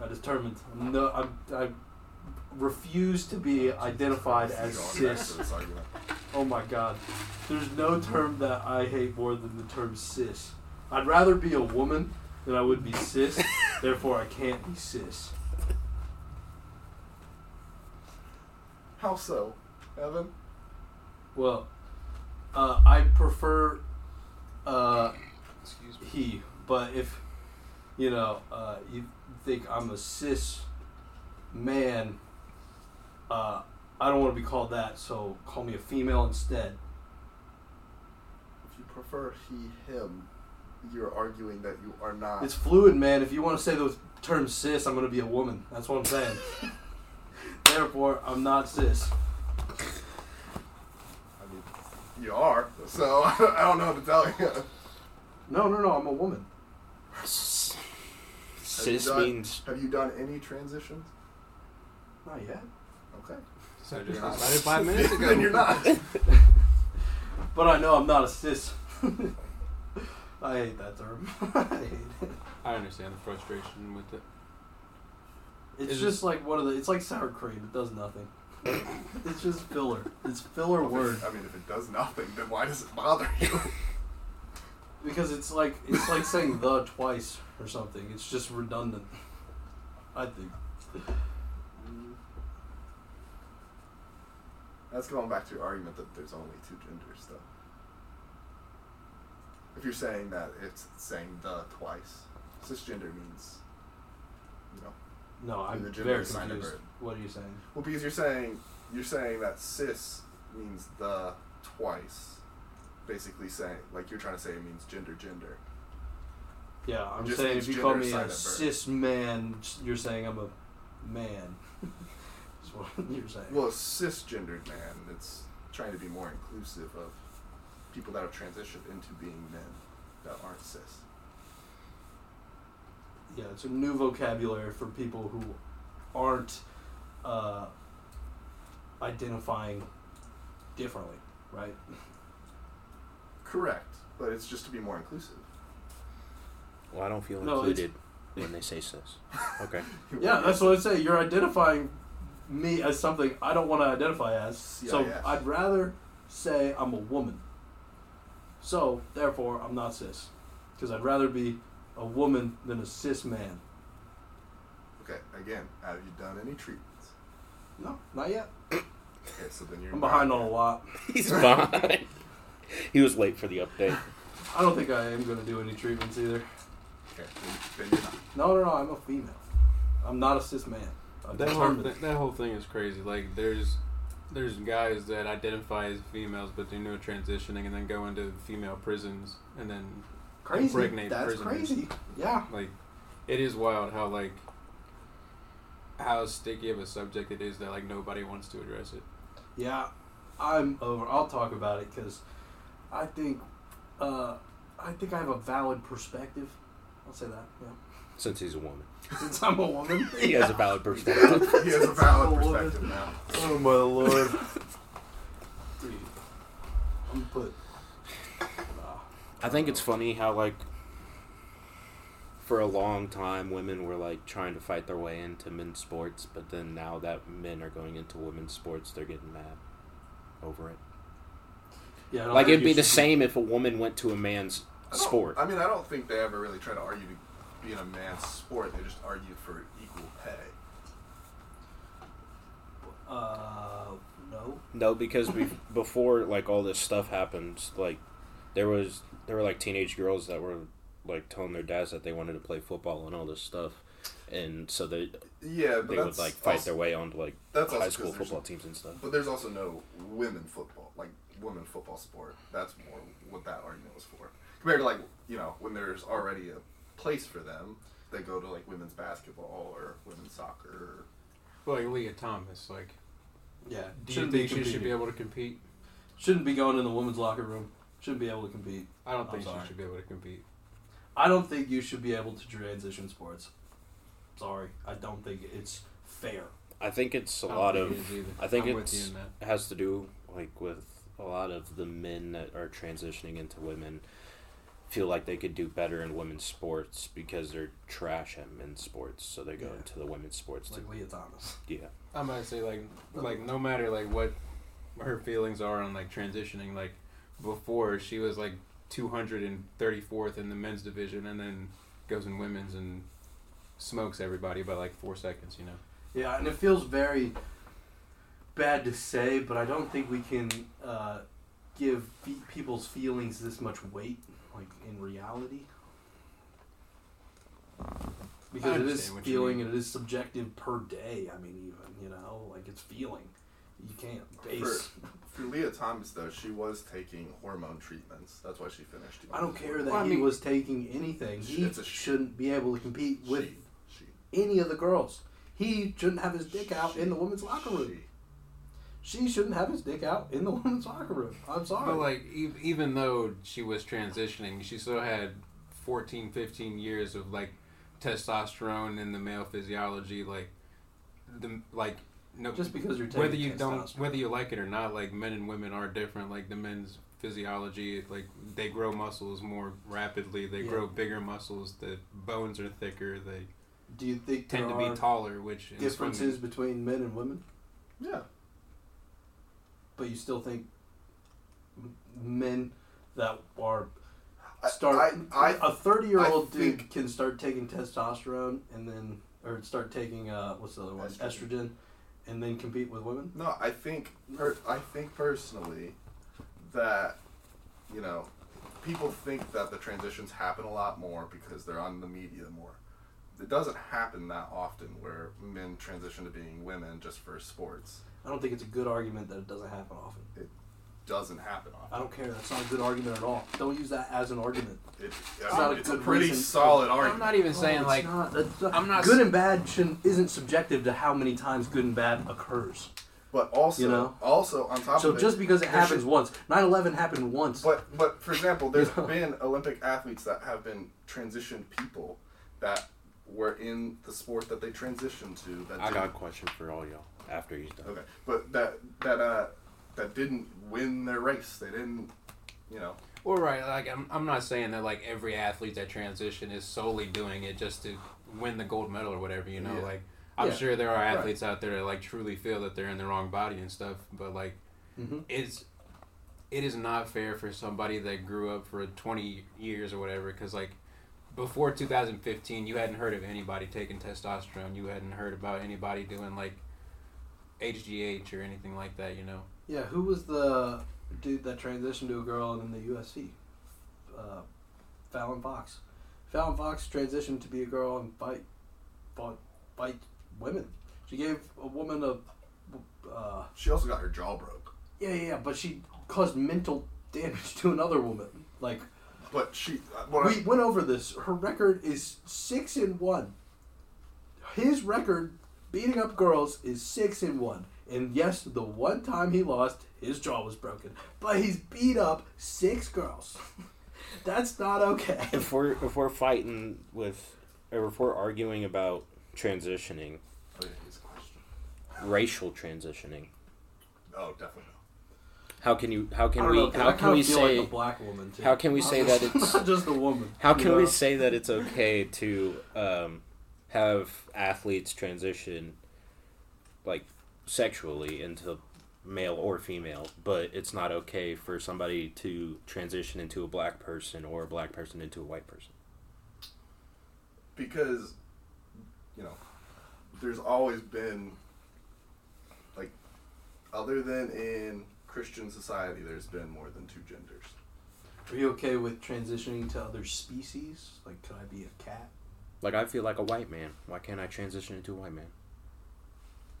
E: I determined I'm no I'm I refuse to be identified as
G: you know, back to
E: cis.
G: this argument.
E: Oh my god. There's no term that I hate more than the term cis. I'd rather be a woman than I would be cis, therefore I can't be cis.
G: How so, Evan?
E: Well, uh, I prefer uh,
F: excuse me.
E: he, but if you know, uh, you think I'm a cis man, uh, I don't want to be called that, so call me a female instead.
G: If you prefer he, him, you're arguing that you are not.
E: It's fluid, man. If you want to say the term cis, I'm going to be a woman. That's what I'm saying. Therefore, I'm not cis.
G: I mean, you are. So I don't know how to tell you.
E: No, no, no, I'm a woman.
H: Cis
G: done-
H: means
G: Have you done any transitions?
E: Not yet.
G: Okay.
F: So
G: Then
F: just
G: you're not.
F: decided five minutes ago.
G: then you're not.
E: But I know I'm not a cis. I hate that term. I hate it.
F: I understand the frustration with it.
E: It's
F: Is it-
E: just like one of the. It's like sour cream. It does nothing. it's just filler. It's filler word
G: I mean, if it does nothing, then why does it bother you?
E: because it's like it's like saying the twice or something. It's just redundant. I think.
G: That's going back to your argument that there's only two genders, though. If you're saying that, it's saying the twice. Cisgender means, you know,
E: No, I'm
G: The gender
E: very
G: is sign of
E: confused.
G: birth.
E: What are you saying?
G: Well, because you're saying you're saying that cis means the twice, basically saying like you're trying to say it means gender gender.
E: Yeah, I'm
G: Just
E: saying
G: means
E: if you call
G: gender
E: me
G: sign
E: a
G: of birth.
E: cis man, you're saying I'm a man. That's what you're saying.
G: Well, a cisgendered man that's trying to be more inclusive of people that have transitioned into being men that aren't cis.
E: yeah, it's a new vocabulary for people who aren't uh, identifying differently, right?
G: Correct, but it's just to be more inclusive.
H: Well, I don't feel
E: No, it's-
H: included when they say cis. Okay.
E: Yeah, that's what I say. You're identifying me as something I don't want to identify as. So
G: CIS.
E: I'd rather say I'm a woman. So therefore, I'm not cis, because I'd rather be a woman than a cis man.
G: Okay, again, have you done any treatments?
E: No, not yet.
G: Okay, so then you're
E: I'm behind
G: not-
E: on a lot.
H: He's fine. he was late for the update.
E: I don't think I am going to do any treatments either.
G: Okay, then, then you're not.
E: No, no, no. I'm a female. I'm not a cis man. I'm
F: That whole,
E: determined.
F: thi- that whole thing is crazy. Like, there's there's guys that identify as females, but they know transitioning and then go into female prisons and then
E: crazy.
F: impregnate
E: That's
F: prisoners.
E: crazy. Yeah.
F: like it is wild how like how sticky of a subject it is that like nobody wants to address it.
E: Yeah, I'm over. I'll talk about it because I think uh, I think I have a valid perspective. I'll say that. Yeah,
H: Since he's a woman,
E: since I'm a woman.
H: he has a valid perspective.
G: He has a valid perspective now.
E: Oh my lord, dude! I'm put.
H: I think it's funny how like for a long time women were like trying to fight their way into men's sports, but then now that men are going into women's sports, they're getting mad over it.
E: Yeah, I don't
H: Like
E: think
H: it'd be
E: you
H: the
E: should-
H: same if a woman went to a man's
G: I don't-
H: sport.
G: I mean, I don't think they ever really try to argue to be in a man's sport. They just argue for equal pay.
E: Uh, no.
H: No, because we before like all this stuff happened, like there was there were like teenage girls that were like telling their dads that they wanted to play football and all this stuff, and so they
G: Yeah, but
H: they
G: that's
H: would like fight
G: also,
H: their way onto like
G: that's also
H: high
G: 'cause
H: school
G: there's-
H: football teams and stuff.
G: But there's also no women football, like women football sport. That's more what that argument was for. Compared to like you know when there's already a place for them, they go to like women's basketball or women's soccer. Or,
F: Well, like Leah Thomas, like
E: Yeah,
F: do you
E: shouldn't
F: think
E: be
F: she should
E: competing.
F: be able to compete?
E: Shouldn't be going in the women's locker room. Shouldn't be able to compete.
F: I don't
E: I'm
F: think
E: sorry.
F: she should be able to compete.
E: I don't think you should be able to transition sports. Sorry, I don't think it's fair.
H: I think it's a
F: I don't
H: lot
F: think
H: of
F: it is either.
H: I think
F: I'm with
H: it's
F: you in that.
H: it has to do like with a lot of the men that are transitioning into women feel like they could do better in women's sports because they're trash at men's sports, so they go
E: Yeah.
H: into the women's sports. To,
E: Like Leah Thomas.
H: yeah.
F: I might say like like no matter like what her feelings are on like transitioning, like before she was like two hundred and thirty fourth in the men's division and then goes in women's and smokes everybody by like four seconds, you know.
E: Yeah, and it feels very bad to say, but I don't think we can uh, give fe- people's feelings this much weight, like in reality. Because it is
F: understand what you
E: feeling
F: mean.
E: and it is subjective per day. I mean, even, you know, like it's feeling. You can't base.
G: for Leah Thomas though, she was taking hormone treatments. That's why she finished.
E: I don't care that
F: Well, I
E: he
F: mean-
E: was taking anything. He
G: It's a sh-
E: shouldn't be able to compete
G: she,
E: with
G: she,
E: any of the girls. He shouldn't have his dick out
G: she-
E: in the women's locker room. She shouldn't have his dick out in the women's locker room. I'm sorry.
F: But like e- even though she was transitioning, she still had 14, 15 years of like testosterone in the male physiology like the like no
E: Just because you're taking
F: whether you don't
E: testosterone.
F: whether you like it or not like men and women are different like the men's physiology like they grow muscles more rapidly they
E: Yeah.
F: grow bigger muscles the bones are thicker they
E: Do you think
F: tend
E: there
F: to
E: are
F: be taller which in
E: differences
F: swimming-
E: between men and women?
G: she. Yeah.
E: But you still think m- men that are
G: I-
E: start
G: I, I,
E: a thirty year old
G: I
E: dude
G: think-
E: can start taking testosterone and then or start taking uh what's the other one
G: Estrogen.
E: estrogen, and then compete with women.
G: No, I think per- I think personally that you know people think that the transitions happen a lot more because they're on the media more. It doesn't happen that often where men transition to being women just for sports.
E: I don't think it's a good argument that it doesn't happen often.
G: doesn't happen
E: I
G: often.
E: don't care. That's not a good argument at all. Don't use that as an argument.
G: It,
E: Oh. It's
G: I
E: not
G: mean,
E: a
G: it's a
E: good
G: pretty
E: reason.
G: solid
F: I'm
G: argument.
F: not even saying
E: Oh, it's
F: like
E: not, that's not-
F: I'm not
E: good
F: s-
E: and bad. Shouldn't isn't subjective to how many times good and bad occurs.
G: but also,
E: you know?
G: also on top
E: So
G: of it,
E: just because it
G: there
E: happens
G: should-
E: once, 9/11 happened once.
G: But but for example, there's
E: No.
G: been Olympic athletes that have been transitioned people that were in the sport that they transitioned to. That
H: I got a
G: didn't-
H: question for all y'all after he's done.
G: okay, but that that uh that didn't win their race. They didn't, you know.
F: Well, right. Like, I'm, I'm not saying that like every athlete that transition is solely doing it just to win the gold medal or whatever. You know,
G: Yeah.
F: like I'm
E: Yeah.
F: sure there are athletes out there that like truly feel that they're in the wrong body and stuff. But like, Mm-hmm.
E: Mhm.
F: it's it is not fair for somebody that grew up for 20 years or whatever. Because like before 2015, you hadn't heard of anybody taking testosterone. You hadn't heard about anybody doing like HGH or anything like that. You know.
E: Yeah, who was the dude that transitioned to a girl in the UFC? Uh, Fallon Fox. Fallon Fox transitioned to be a girl and fight, fought, fight women. She gave a woman a, uh,
G: She also got her jaw broke,
E: yeah, yeah, yeah, but she caused mental damage to another woman. Like
G: but she. uh, What
E: we went over this. Her record is six and one. His record beating up girls is six and one. And yes, the one time he lost, his jaw was broken. But he's beat up six girls. That's not okay.
H: If we're if we're fighting with or if we're arguing about transitioning,
G: I, oh, yeah, it's a question.
H: racial transitioning,
G: Oh, definitely no.
H: how can you how
E: I
H: can
E: don't
H: we
E: know, 'cause I
H: how can
E: kinda
H: we
E: feel
H: say
E: like a black woman too.
H: how can we
E: Not
H: say
E: just-
H: that it's-
E: not just a woman?
H: How
E: you
H: can
E: know?
H: we say that it's okay to um, have athletes transition, like sexually, into male or female, but it's not okay for somebody to transition into a black person or a black person into a white person?
G: because you know there's always been like other than in christian society there's been more than two genders
E: Are you okay with transitioning to other species? Like, could I be a cat?
H: Like I feel like a white man. Why can't I transition into a white man?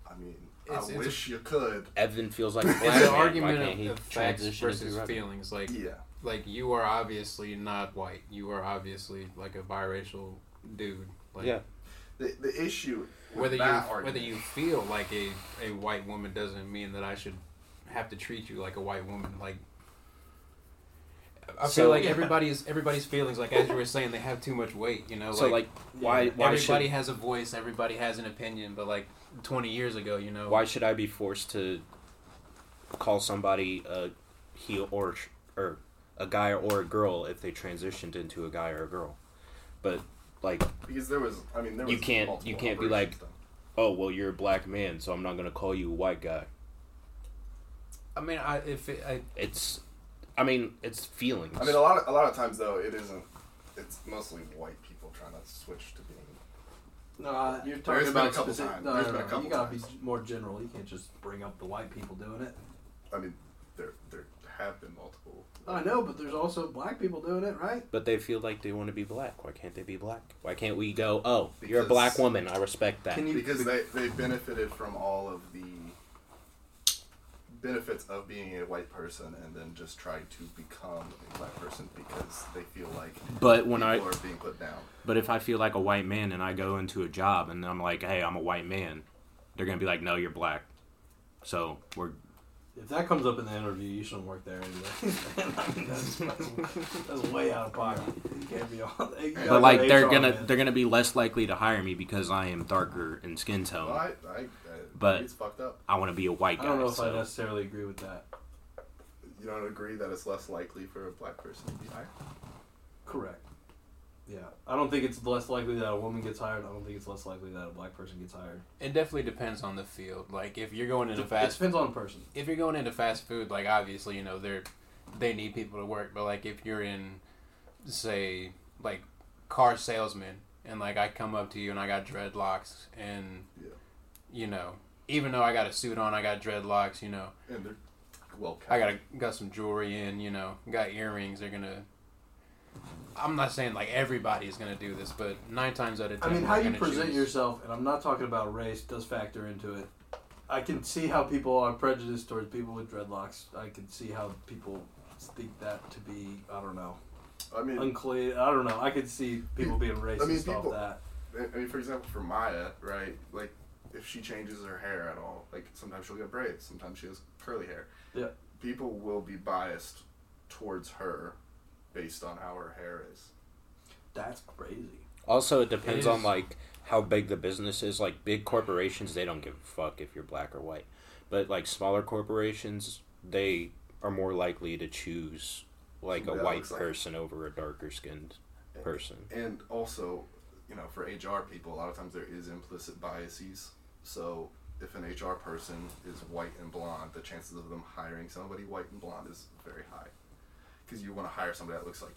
G: i mean
F: It's-
G: i
F: it's-
G: wish you could
H: Evan feels like a black
F: It's
H: man.
F: an
H: Why can't
F: argument
H: he
F: of, of facts
H: transition
F: versus
H: into a-
F: feelings. Like
G: yeah
F: like you are obviously not white. You are obviously like a biracial dude. Like
H: Yeah.
G: the, the issue with
F: whether you
G: that argument,
F: whether you feel like a, a white woman doesn't mean that I should have to treat you like a white woman. Like I
H: So-
F: feel like everybody's everybody's feelings, like as you were saying, they have too much weight, you know.
H: So like, why why should
F: everybody has a voice, everybody has an opinion, but like twenty years ago, you know
H: Why should I be forced to call somebody a he or sh- or a guy or a girl if they transitioned into a guy or a girl? But like,
G: because there was i mean there
H: You
G: was
H: can't-
G: multiple
H: you can't be
G: operations
H: like-
G: done.
H: oh well, you're a black man, so I'm not gonna call you a white guy.
F: I mean I if it, I
H: It's, I mean, it's feelings.
G: i mean a lot of, a lot of times though it isn't it's mostly white people trying to switch to being
E: No, uh, you're talking
G: been a
E: about
G: couple
E: specific.
G: times.
E: No,
G: There's
E: no,
G: been a
E: no,
G: couple
E: you gotta
G: times.
E: be more general. You can't just bring up the white people doing it.
G: i mean there there have been multiple
E: I know, but there's also black people doing it, right?
H: but they feel like they want to be black. Why can't they be black? Why can't we go? Oh, you're a
G: Because-
H: black woman. I respect that.
E: Can you?
G: because they, they benefited from all of the benefits of being a white person and then just tried to become a black person because they feel like
H: but when
G: people
H: I
G: are being put down.
H: But if I feel like a white man and I go into a job and I'm like, hey, I'm a white man, they're gonna be like, no, you're black. So we're
E: if that comes up in the interview, you shouldn't work there anyway. I mean, that's, that's, that's way out of pocket. You can't be on. you gotta go
H: but like
E: to
H: they're
E: HR,
H: gonna
E: man.
H: they're gonna be less likely to hire me because I am darker in skin tone.
G: Well, I, I, I
H: Oh. But-
G: it's fucked up.
H: I want to be a white
E: I
H: guy.
E: don't know if I
H: so-
E: necessarily agree with that.
G: You don't agree that it's less likely for a black person to be hired?
E: Correct. Yeah, I don't think it's less likely that a woman gets hired. I don't think it's less likely that a black person gets hired.
F: it definitely depends on the field. Like if you're going into
E: It
F: fast
E: depends on the person.
F: if you're going into fast food, like obviously you know they're they need people to work, but like if you're in say like car salesman and like I come up to you and I got dreadlocks and
G: Yeah.
F: you know even though I got a suit on, I got dreadlocks, you know
G: And they're well.
F: I got a, got some jewelry in, you know got earrings. They're gonna. I'm not saying like everybody's gonna do this, but nine times out of ten,
E: I mean,
F: they're
E: how you
F: gonna
E: present
F: choose-
E: yourself, and I'm not talking about race, does factor into it. I can see how people are prejudiced towards people with dreadlocks. I can see how people think that to be I don't know
G: I mean,
E: unclean. I don't know. I could see people being racist off
G: people-
E: that.
G: I mean, for example, for Maya, right? Like, if she changes her hair at all, like sometimes she'll get braids, sometimes she has curly hair.
E: Yeah.
G: People will be biased towards her based on how her hair is.
E: That's crazy.
H: Also, it depends
F: It
H: on
F: is-
H: like how big the business is. Like big corporations, they don't give a fuck if you're black or white. But like smaller corporations, they are more likely to choose like a
G: Somebody that
H: white
G: looks like-
H: person over a darker skinned person.
G: And also, you know, for HR people, a lot of times there is implicit biases. So if an HR person is white and blonde, the chances of them hiring somebody white and blonde is very high. Because you want to hire somebody that looks like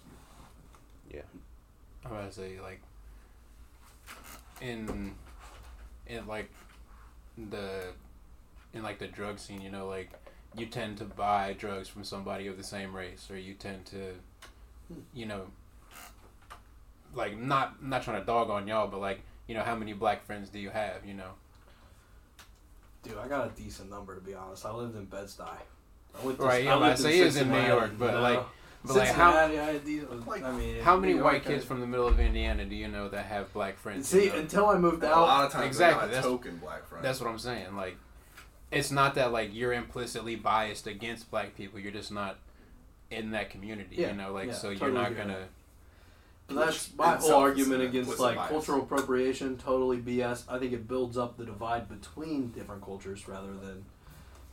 G: you.
F: I'm about to say like in in like the in like the drug scene, you know, like you tend to buy drugs from somebody of the same race or you tend to you know like not I'm not trying to dog on y'all, but like, you know, how many black friends do you have, you know?
E: Dude, I got a decent number to be honest. I lived in Bed Stuy. I went
F: Right, yeah,
E: I
F: but
E: lived
F: I say it's in New
E: Cincinnati,
F: York, but
E: you know?
F: like but like how
E: Cincinnati, I, had these- I mean,
F: how many
E: New
F: white
E: York, I-
F: kids from the middle of Indiana do you know that have black friends? you
E: See,
F: know?
E: until I moved
G: And a lot
E: out,
G: of times
F: Exactly,
G: they're not
F: that's-
G: token black friend.
F: That's what I'm saying. Like, it's not that like you're implicitly biased against black people. You're just not in that community.
E: Yeah,
F: you know, like
E: yeah,
F: so you're
E: totally
F: not
E: get
F: gonna.
E: that's
G: Which
E: my
G: itself
E: whole
G: is
E: argument
G: an
E: against
G: implicit
E: like
G: bias.
E: cultural appropriation. Totally BS. I think it builds up the divide between different cultures rather than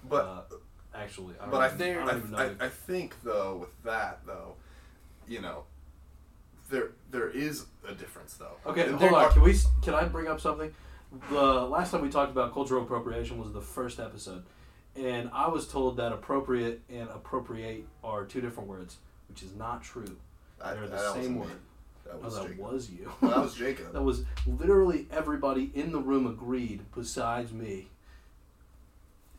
G: but
E: uh, actually. I don't
G: But I
E: even-
G: think
E: I
G: I,
E: don't even know.
G: I,
E: if-
G: I think though with that though, you know, there there is a difference though.
E: Okay,
G: And
E: hold
G: there
E: on.
G: are-
E: Can we? s- Can I bring up something? The last time we talked about cultural appropriation was the first episode, and I was told that appropriate and appropriate are two different words, which is not true.
G: I-
E: They're the
G: that was
E: same
G: me.
E: word.
G: That
E: Oh,
G: was
E: that
G: Jacob.
E: was you.
G: Well, that was Jacob.
E: That was literally everybody in the room agreed besides me.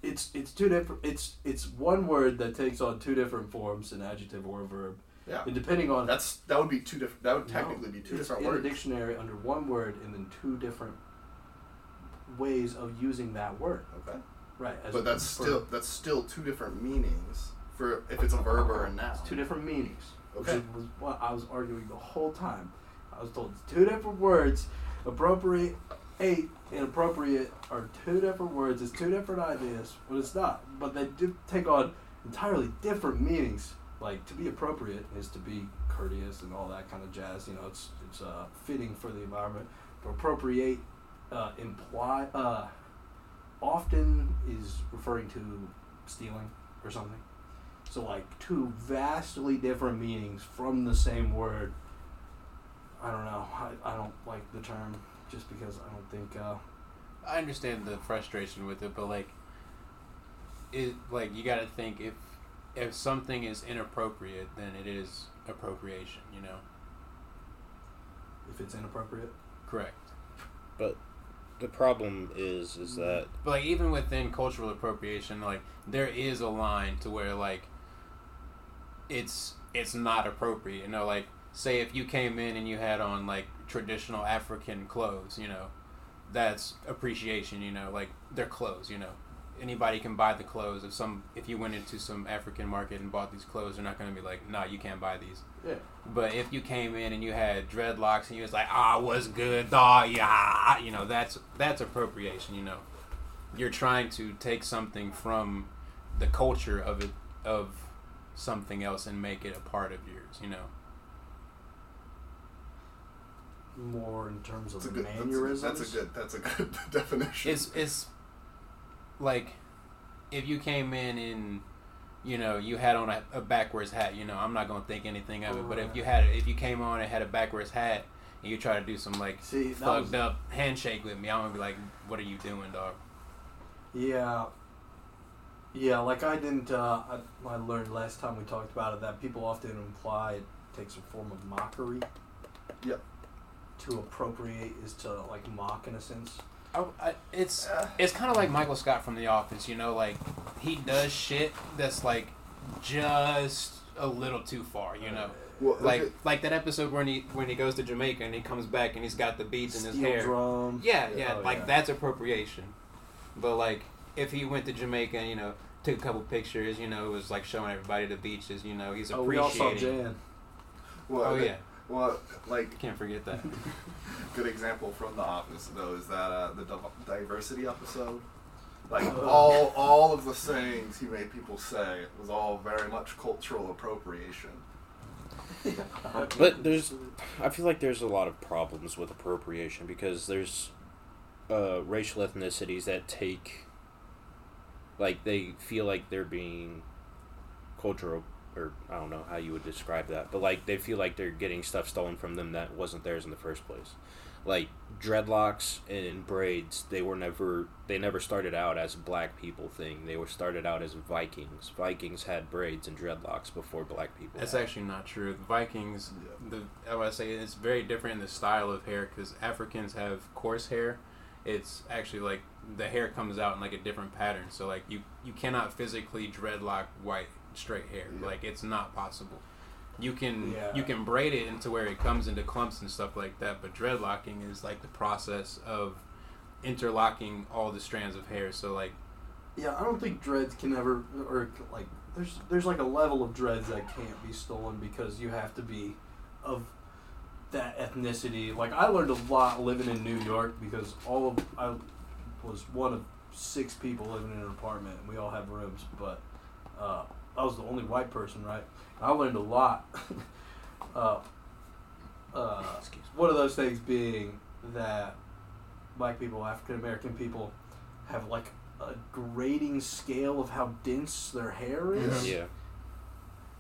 E: It's it's two different. It's it's one word that takes on two different forms, an adjective or a verb,
G: yeah.
E: and depending on
G: That's that would be two different. That would
E: No,
G: technically be two
E: it's
G: different
E: in
G: words.
E: the dictionary under one word and then two different ways of using that word.
G: okay.
E: Right. as
G: But that's
E: for-
G: still that's still two different meanings for if it's a verb or a noun.
E: It's two different meanings.
G: Okay.
E: Which was what I was arguing the whole time. I was told it's two different words. Appropriate, eight, and appropriate are two different words. It's two different ideas, but it's not. But they do take on entirely different meanings. Like to be appropriate is to be courteous and all that kind of jazz. You know, it's it's uh, fitting for the environment. But appropriate uh, imply uh, often is referring to stealing or something. So like two vastly different meanings from the same word. I don't know. I, I don't like the term just because I don't think uh,
F: I understand the frustration with it, but like, it like you got to think if if something is inappropriate, then it is appropriation. You know,
E: if it's inappropriate.
F: correct.
H: The problem is, is that
F: But like even within cultural appropriation, like there is a line to where like it's it's not appropriate. You know, like say if you came in and you had on like traditional African clothes, you know, that's appreciation. You know, like they're clothes. You know, anybody can buy the clothes. If some if you went into some African market and bought these clothes, they're not going to be like, nah, you can't buy these.
E: Yeah.
F: But if you came in and you had dreadlocks and you was like, ah, what's good, dog, yeah, you know, that's that's appropriation, you know. You're trying to take something from the culture of it of something else and make it a part of yours, you know.
E: More in terms of
G: That's a good. That's a, good-
E: mannerisms.
G: that's a good. That's a good definition.
F: It's it's like if you came in and you know you had on a, a backwards hat, you know, I'm not gonna think anything of it. But if you had if you came on and had a backwards hat and you try to do some like
E: See, that
F: thugged
E: was-
F: up handshake with me, I'm gonna be like, "What are you doing, dog?"
E: Yeah. Yeah, like I didn't. Uh, I, I learned last time we talked about it that people often imply it takes a form of mockery.
G: Yep.
E: To appropriate is to like mock in a sense.
F: I, I, it's it's kind of like Michael Scott from The Office, you know, like he does shit that's like just a little too far, you know.
E: Uh,
G: well,
F: Like
G: okay,
F: like that episode when he when he goes to Jamaica and he comes back and he's got the beads in his
E: Steel
F: hair.
E: drum.
F: Yeah, yeah,
E: Oh,
F: like
E: yeah.
F: that's appropriation. But like if he went to Jamaica and you know took a couple pictures, you know, was like showing everybody the beaches, you know, he's
E: Oh, we all saw
F: appreciating.
E: Jan.
G: Well,
F: Oh yeah,
G: Well, like
F: can't forget that.
G: good example from The Office though is that uh, the div- diversity episode. Like all all of the sayings he made people say was all very much cultural appropriation.
H: But there's, I feel like there's a lot of problems with appropriation because there's uh, racial ethnicities that take, like, they feel like they're being cultural, or I don't know how you would describe that, but like they feel like they're getting stuff stolen from them that wasn't theirs in the first place. Like dreadlocks and braids, they were never they never started out as a black people thing. They were started out as Vikings. Vikings had braids and dreadlocks before black people.
F: That's
H: had.
F: actually not true. The Vikings, the I would say it's very different in the style of hair because Africans have coarse hair. It's actually like the hair comes out in like a different pattern. So like you you cannot physically dreadlock white straight hair.
G: Yeah.
F: Like it's not possible. You can
E: Yeah.
F: you can braid it into where it comes into clumps and stuff like that. But dreadlocking is like the process of interlocking all the strands of hair. So like
E: Yeah, I don't think dreads can ever or like there's there's like a level of dreads that can't be stolen because you have to be of that ethnicity. Like I learned a lot living in New York because all of I was one of six people living in an apartment and we all have rooms, but uh, I was the only white person, right? I learned a lot. uh, uh, one of those things being that black people, African American people, have like a grading scale of how dense their hair is.
H: yeah.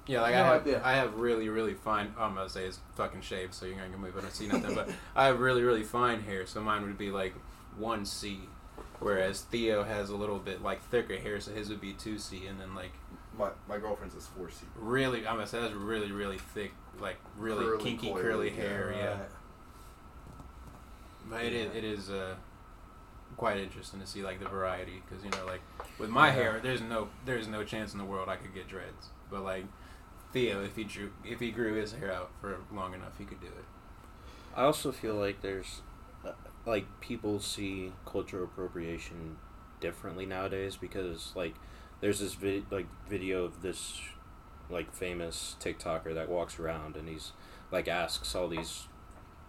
F: Yeah, like
E: No
F: I have,
E: idea.
F: I have really, really fine. I'm gonna say it's fucking shaved, so you're not gonna move it and see nothing. but I have really, really fine hair, so mine would be like one C, whereas Theo has a little bit like thicker hair, so his would be two C, and then like
G: My my girlfriend's is four C.
F: really, I'm gonna say that's really, really thick, like really
G: Curly,
F: kinky,
G: coily,
F: curly
G: yeah,
F: hair. Yeah,
E: Right.
F: but it is,
E: Yeah.
F: it is uh, quite interesting to see like the variety, because you know, like with my
E: Yeah.
F: hair, there's no, there's no chance in the world I could get dreads, but like. Theo, if he drew, if he grew his hair out for long enough, he could do it.
H: I also feel like there's uh, like people see cultural appropriation differently nowadays because like there's this vid- like video of this like famous TikToker that walks around and he's like asks all these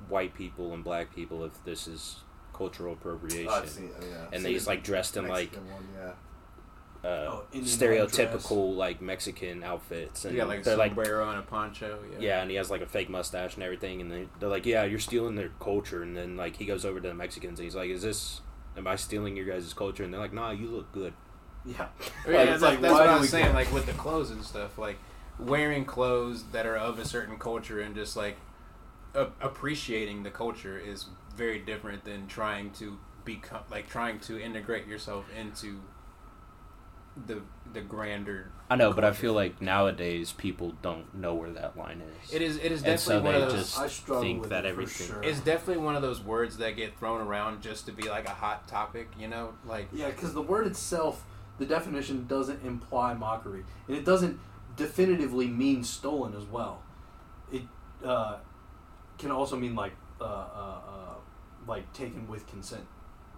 H: white people and black people if this is cultural appropriation.
G: I've seen it, yeah.
H: and
G: Seen
H: he's
G: it.
H: like dressed in like
G: Mexican one, yeah.
H: uh,
E: Oh, Indian
H: stereotypical like Mexican outfits and
F: Yeah, like a
H: they're like
F: sombrero and a poncho. Yeah.
H: Yeah, and he has like a fake mustache and everything, and they, they're like, "Yeah, you're stealing their culture." And then like he goes over to the Mexicans and he's like, "Is this? Am I stealing your guys' culture?" And they're like, "Nah, you look good."
E: Yeah.
F: I mean,
E: Like,
F: that's,
E: it's like,
F: that's
E: why
F: what
E: do
F: I'm
E: we-
F: saying. Like with the clothes and stuff, like wearing clothes that are of a certain culture and just like a- appreciating the culture is very different than trying to become like trying to integrate yourself into the the grander.
H: I know, but I feel like nowadays people don't know where that line is.
F: It is it is
H: And so
F: definitely one
H: they
F: of those.
H: just
E: I struggle
H: think
E: with
H: that
E: it
H: everything-
E: For sure.
F: It's definitely one of those words that get thrown around just to be like a hot topic, you know, like
E: Yeah, because the word itself, the definition doesn't imply mockery, and it doesn't definitively mean stolen as well. It uh, can also mean like uh, uh, uh, like taken with consent,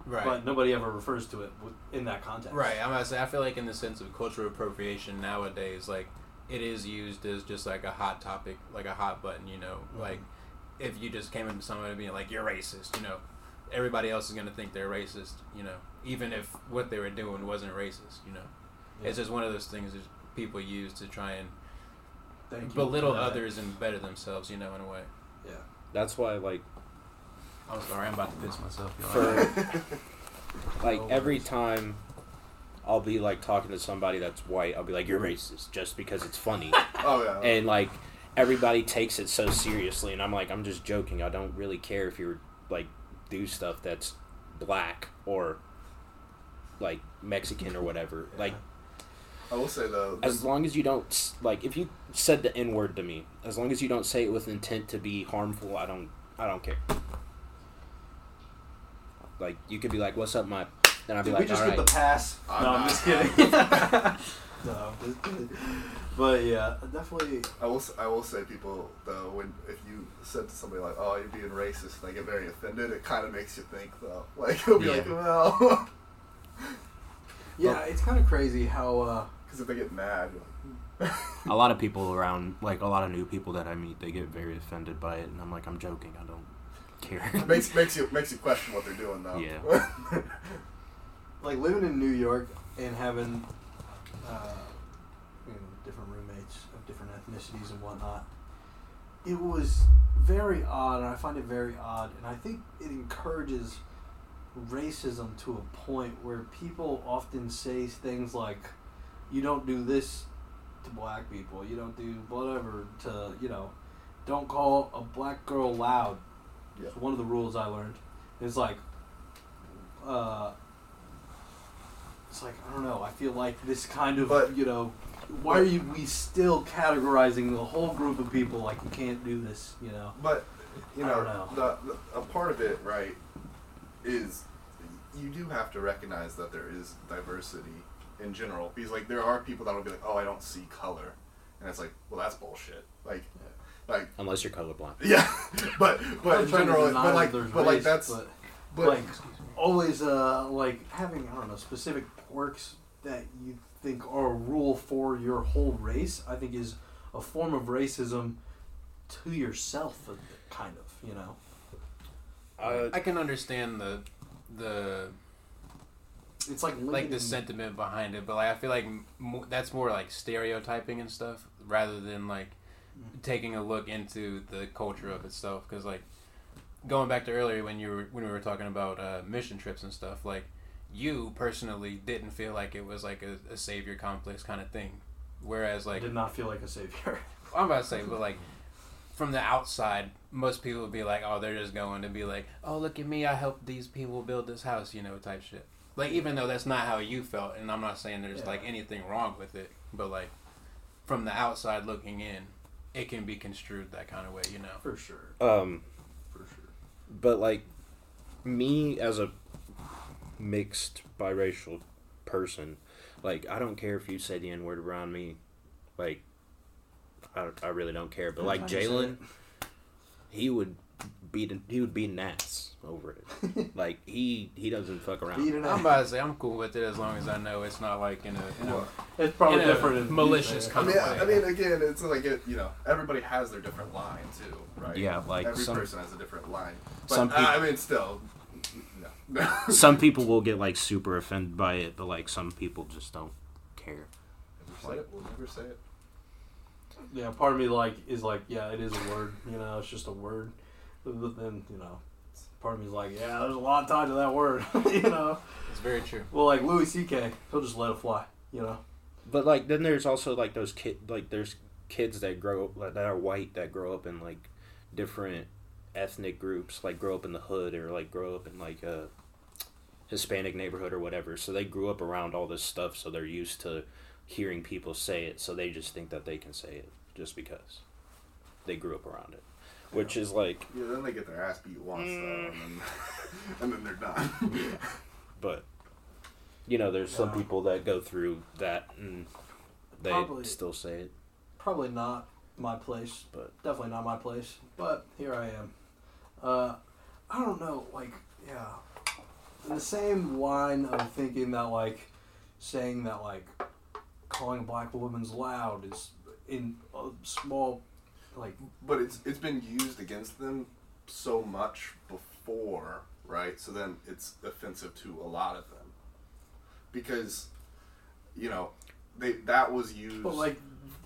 F: right.
E: but nobody ever refers to it with, in that context.
F: Right. I'm gonna say I feel like in the sense of cultural appropriation nowadays, like it is used as just like a hot topic, like a hot button. You know, like if you just came into someone and being like you're racist, you know, everybody else is gonna think they're racist. You know, even if what they were doing wasn't racist. You know,
E: Yeah.
F: it's just one of those things that people use to try and
E: Thank you.
F: belittle
E: Yeah.
F: others and better themselves. You know, in a way.
E: Yeah.
H: That's why like
F: I'm sorry, I'm about to piss myself. y'all.
H: for like
E: No
H: every
E: worries.
H: time I'll be like talking to somebody that's white, I'll be like, "You're racist," just because it's funny.
G: Oh yeah.
H: and like everybody takes it so seriously and i'm like i'm just joking i don't really care if you're like do stuff that's black or like mexican or whatever like
G: I will say though,
H: as long as you don't s- like if you said the n word to me as long as you don't say it with intent to be harmful i don't i don't care like you could be like what's up my then i'd be
E: Did we
H: like
E: just
H: all
E: get
H: right
E: the pass?
G: I'm
E: no, I'm
G: not-
E: just kidding. no, I'm just kidding. But yeah, definitely.
G: I will. s- I will say, people though, when if you said to somebody like, "Oh, you're being racist," and they get very offended, it kind of makes you think though. Like it'll be
H: Yeah.
G: like, "Well,
E: Yeah, it's kind of crazy how. Uh,
G: Because if they get mad, you're like, "Hmm."
H: A lot of people around, like a lot of new people that I meet, they get very offended by it, and I'm like, I'm joking. I don't care.
G: it makes makes you makes you question what they're doing though.
H: Yeah.
E: like living in New York and having uh, you know, different roommates of different ethnicities and whatnot, it was very odd, and I find it very odd. And I think it encourages racism to a point where people often say things like, "You don't do this to black people. You don't do whatever to you know. Don't call a black girl loud."
G: Yeah.
E: It's one of the rules I learned. It's like. Uh, it's like I don't know. I feel like this kind of
G: But-
E: you know, why are you, we still categorizing the whole group of people like you can't do this? You know,
G: But you
E: I
G: know,
E: don't know.
G: The, the, a part of it, right, is you do have to recognize that there is diversity in general because like there are people that will be like, oh, I don't see color, and it's like, well, that's bullshit. Like, like
H: Unless you're colorblind.
G: yeah, but but in
E: I'm trying to
G: general,
E: deny
G: but
E: that
G: like
E: there's
G: but like
E: race,
G: that's
E: but,
G: but
E: like always uh like having I don't know specific quirks that you think are a rule for your whole race. I think is a form of racism to yourself, uh, kind of. You know,
F: I can understand the the
E: it's like
F: like the
E: limiting-
F: sentiment behind it, but like I feel like mo that's more like stereotyping and stuff rather than like taking a look into the culture of itself. Because like going back to earlier when you were when we were talking about uh, mission trips and stuff, like you personally didn't feel like it was like a, a savior complex kind of thing, whereas
E: I
F: like
E: did not feel like a savior.
F: I'm about to say, but like from the outside, most people would be like, "Oh, they're just going to be like, oh, look at me, I helped these people build this house," you know, type shit. Like even though that's not how you felt, and I'm not saying there's
E: Yeah.
F: like anything wrong with it, but like from the outside looking in, it can be construed that kind of way, you know.
E: for sure,
H: Um,
E: for sure.
H: but like me as a mixed biracial person, like I don't care if you say the N word around me, like I, I really don't care. But like
E: Sometimes you say
H: Jalen, he would beat he would beat an ass over it. like he he doesn't fuck around.
E: Beat it
F: I'm
E: out.
F: about to say I'm cool with it as long as I know it's not like in a, in a
E: It's probably
F: in a
E: different. in-
F: malicious
E: Yeah.
G: I
F: kind
G: mean,
F: of way.
G: I mean, again, it's like it, you know, everybody has their different line too, right?
H: Yeah, like
G: every
H: some-
G: person has a different line. But,
H: some peop-
G: I mean, still, no.
H: Some people will get like super offended by it, but like some people just don't care.
G: Say it, we'll never say it.
E: Yeah, part of me like is like, yeah, it is a word. You know, it's just a word. But then you know, part of me is like, yeah, there's a lot tied to that word. you know,
F: It's very true.
E: well, like Louis C.K., he'll just let it fly. You know,
H: But like then there's also like those kid like there's kids that grow up like, that are white that grow up in like different ethnic groups like grow up in the hood or like grow up in like a Hispanic neighborhood or whatever. So they grew up around all this stuff so they're used to hearing people say it so they just think that they can say it just because they grew up around it. Which is like
G: Yeah, then they get their ass beat once, though, and then, and then they're done.
H: but you know there's some
E: Yeah.
H: people that go through that and they
E: Probably.
H: still say it.
E: probably not my place,
H: But-
E: definitely not my place. But here I am. Uh, I don't know, like, yeah, in the same line of thinking that, like, saying that, like, calling a black woman's loud is in a small, like,
G: But it's it's been used against them so much before, right? So then it's offensive to a lot of them because you know they that was used.
E: But like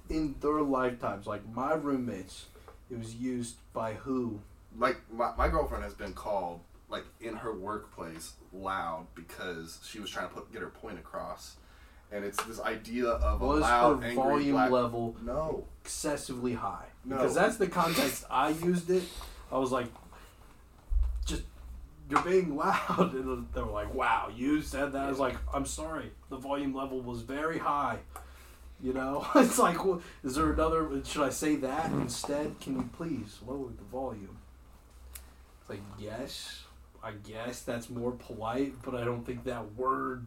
E: in their lifetimes, like my roommates, it was used by who?
G: like my, my girlfriend has been called like in her workplace loud because she was trying to put, get her point across and it's this idea of a
E: Was
G: loud
E: her
G: angry
E: volume
G: black-
E: level
G: no
E: excessively high?
G: No.
E: Because that's the context I used it. I was like, just you're being loud, and they were like, "Wow, you said that." I was like, "I'm sorry, the volume level was very high." You know, it's like, wh- is there another? Should I say that instead? Can you please lower the volume? It's like, yes, I guess that's more polite, but I don't think that word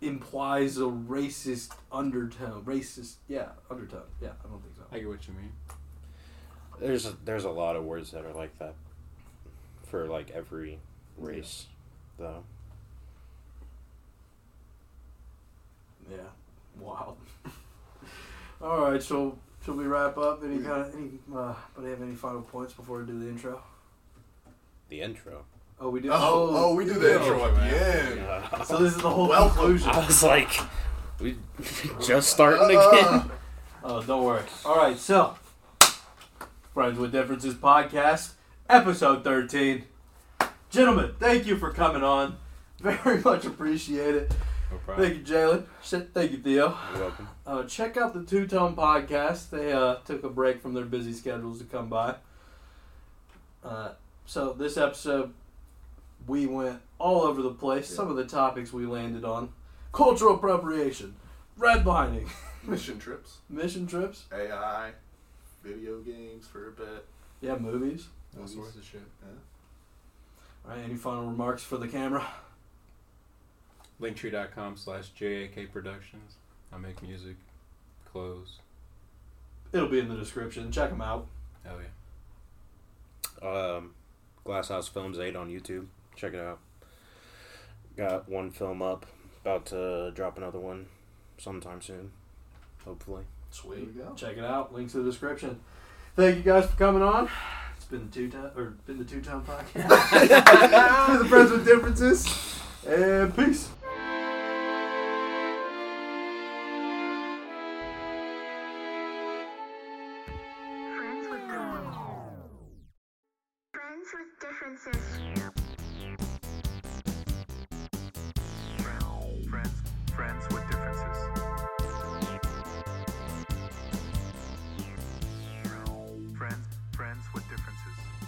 E: implies a racist undertone. Racist, yeah, undertone. Yeah, I don't think so.
F: I get what you mean.
H: There's a, there's a lot of words that are like that for like every race, though.
E: All right, so should we wrap up? Any kind of any? Uh, but have any final points before we do the intro?
H: The intro.
E: Oh, we do.
G: Oh, oh, we do the
E: yeah.
G: intro at the end.
H: Uh,
E: So this is the whole
G: Welcome.
E: conclusion.
H: I was like, we just starting
G: Uh,
H: again.
E: Oh, don't worry. All right, so Friends with Differences podcast, episode 13. Gentlemen, thank you for coming on. Very much appreciate it.
F: No problem.
E: Thank you, Jalen. Shit, Thank you, Theo.
H: You're welcome.
E: Uh, check out the Two Tone podcast. They uh, took a break from their busy schedules to come by. Uh, so this episode, we went all over the place. Some of the topics we landed on: cultural appropriation, redlining,
G: Mission trips,
E: mission trips,
G: AI, video games for a bit.
E: yeah, movies.
F: All sorts of shit.
E: All right, any final remarks for the camera?
F: Linktree.com slash JAK Productions. I make music, clothes.
E: It'll be in the description. Check them out.
F: Hell yeah.
H: Um, Glasshouse Films 8 on YouTube. Check it out. Got one film up. About to drop another one sometime soon. Hopefully.
E: Sweet.
G: There we go.
E: Check it out. Links in the description. Thank you guys for coming on. It's been the two time or been the two time podcast. For the friends with differences. And peace.
A: Friends with differences.
D: Friends with differences.
I: Friends, friends, friends with differences. Friends, friends with differences.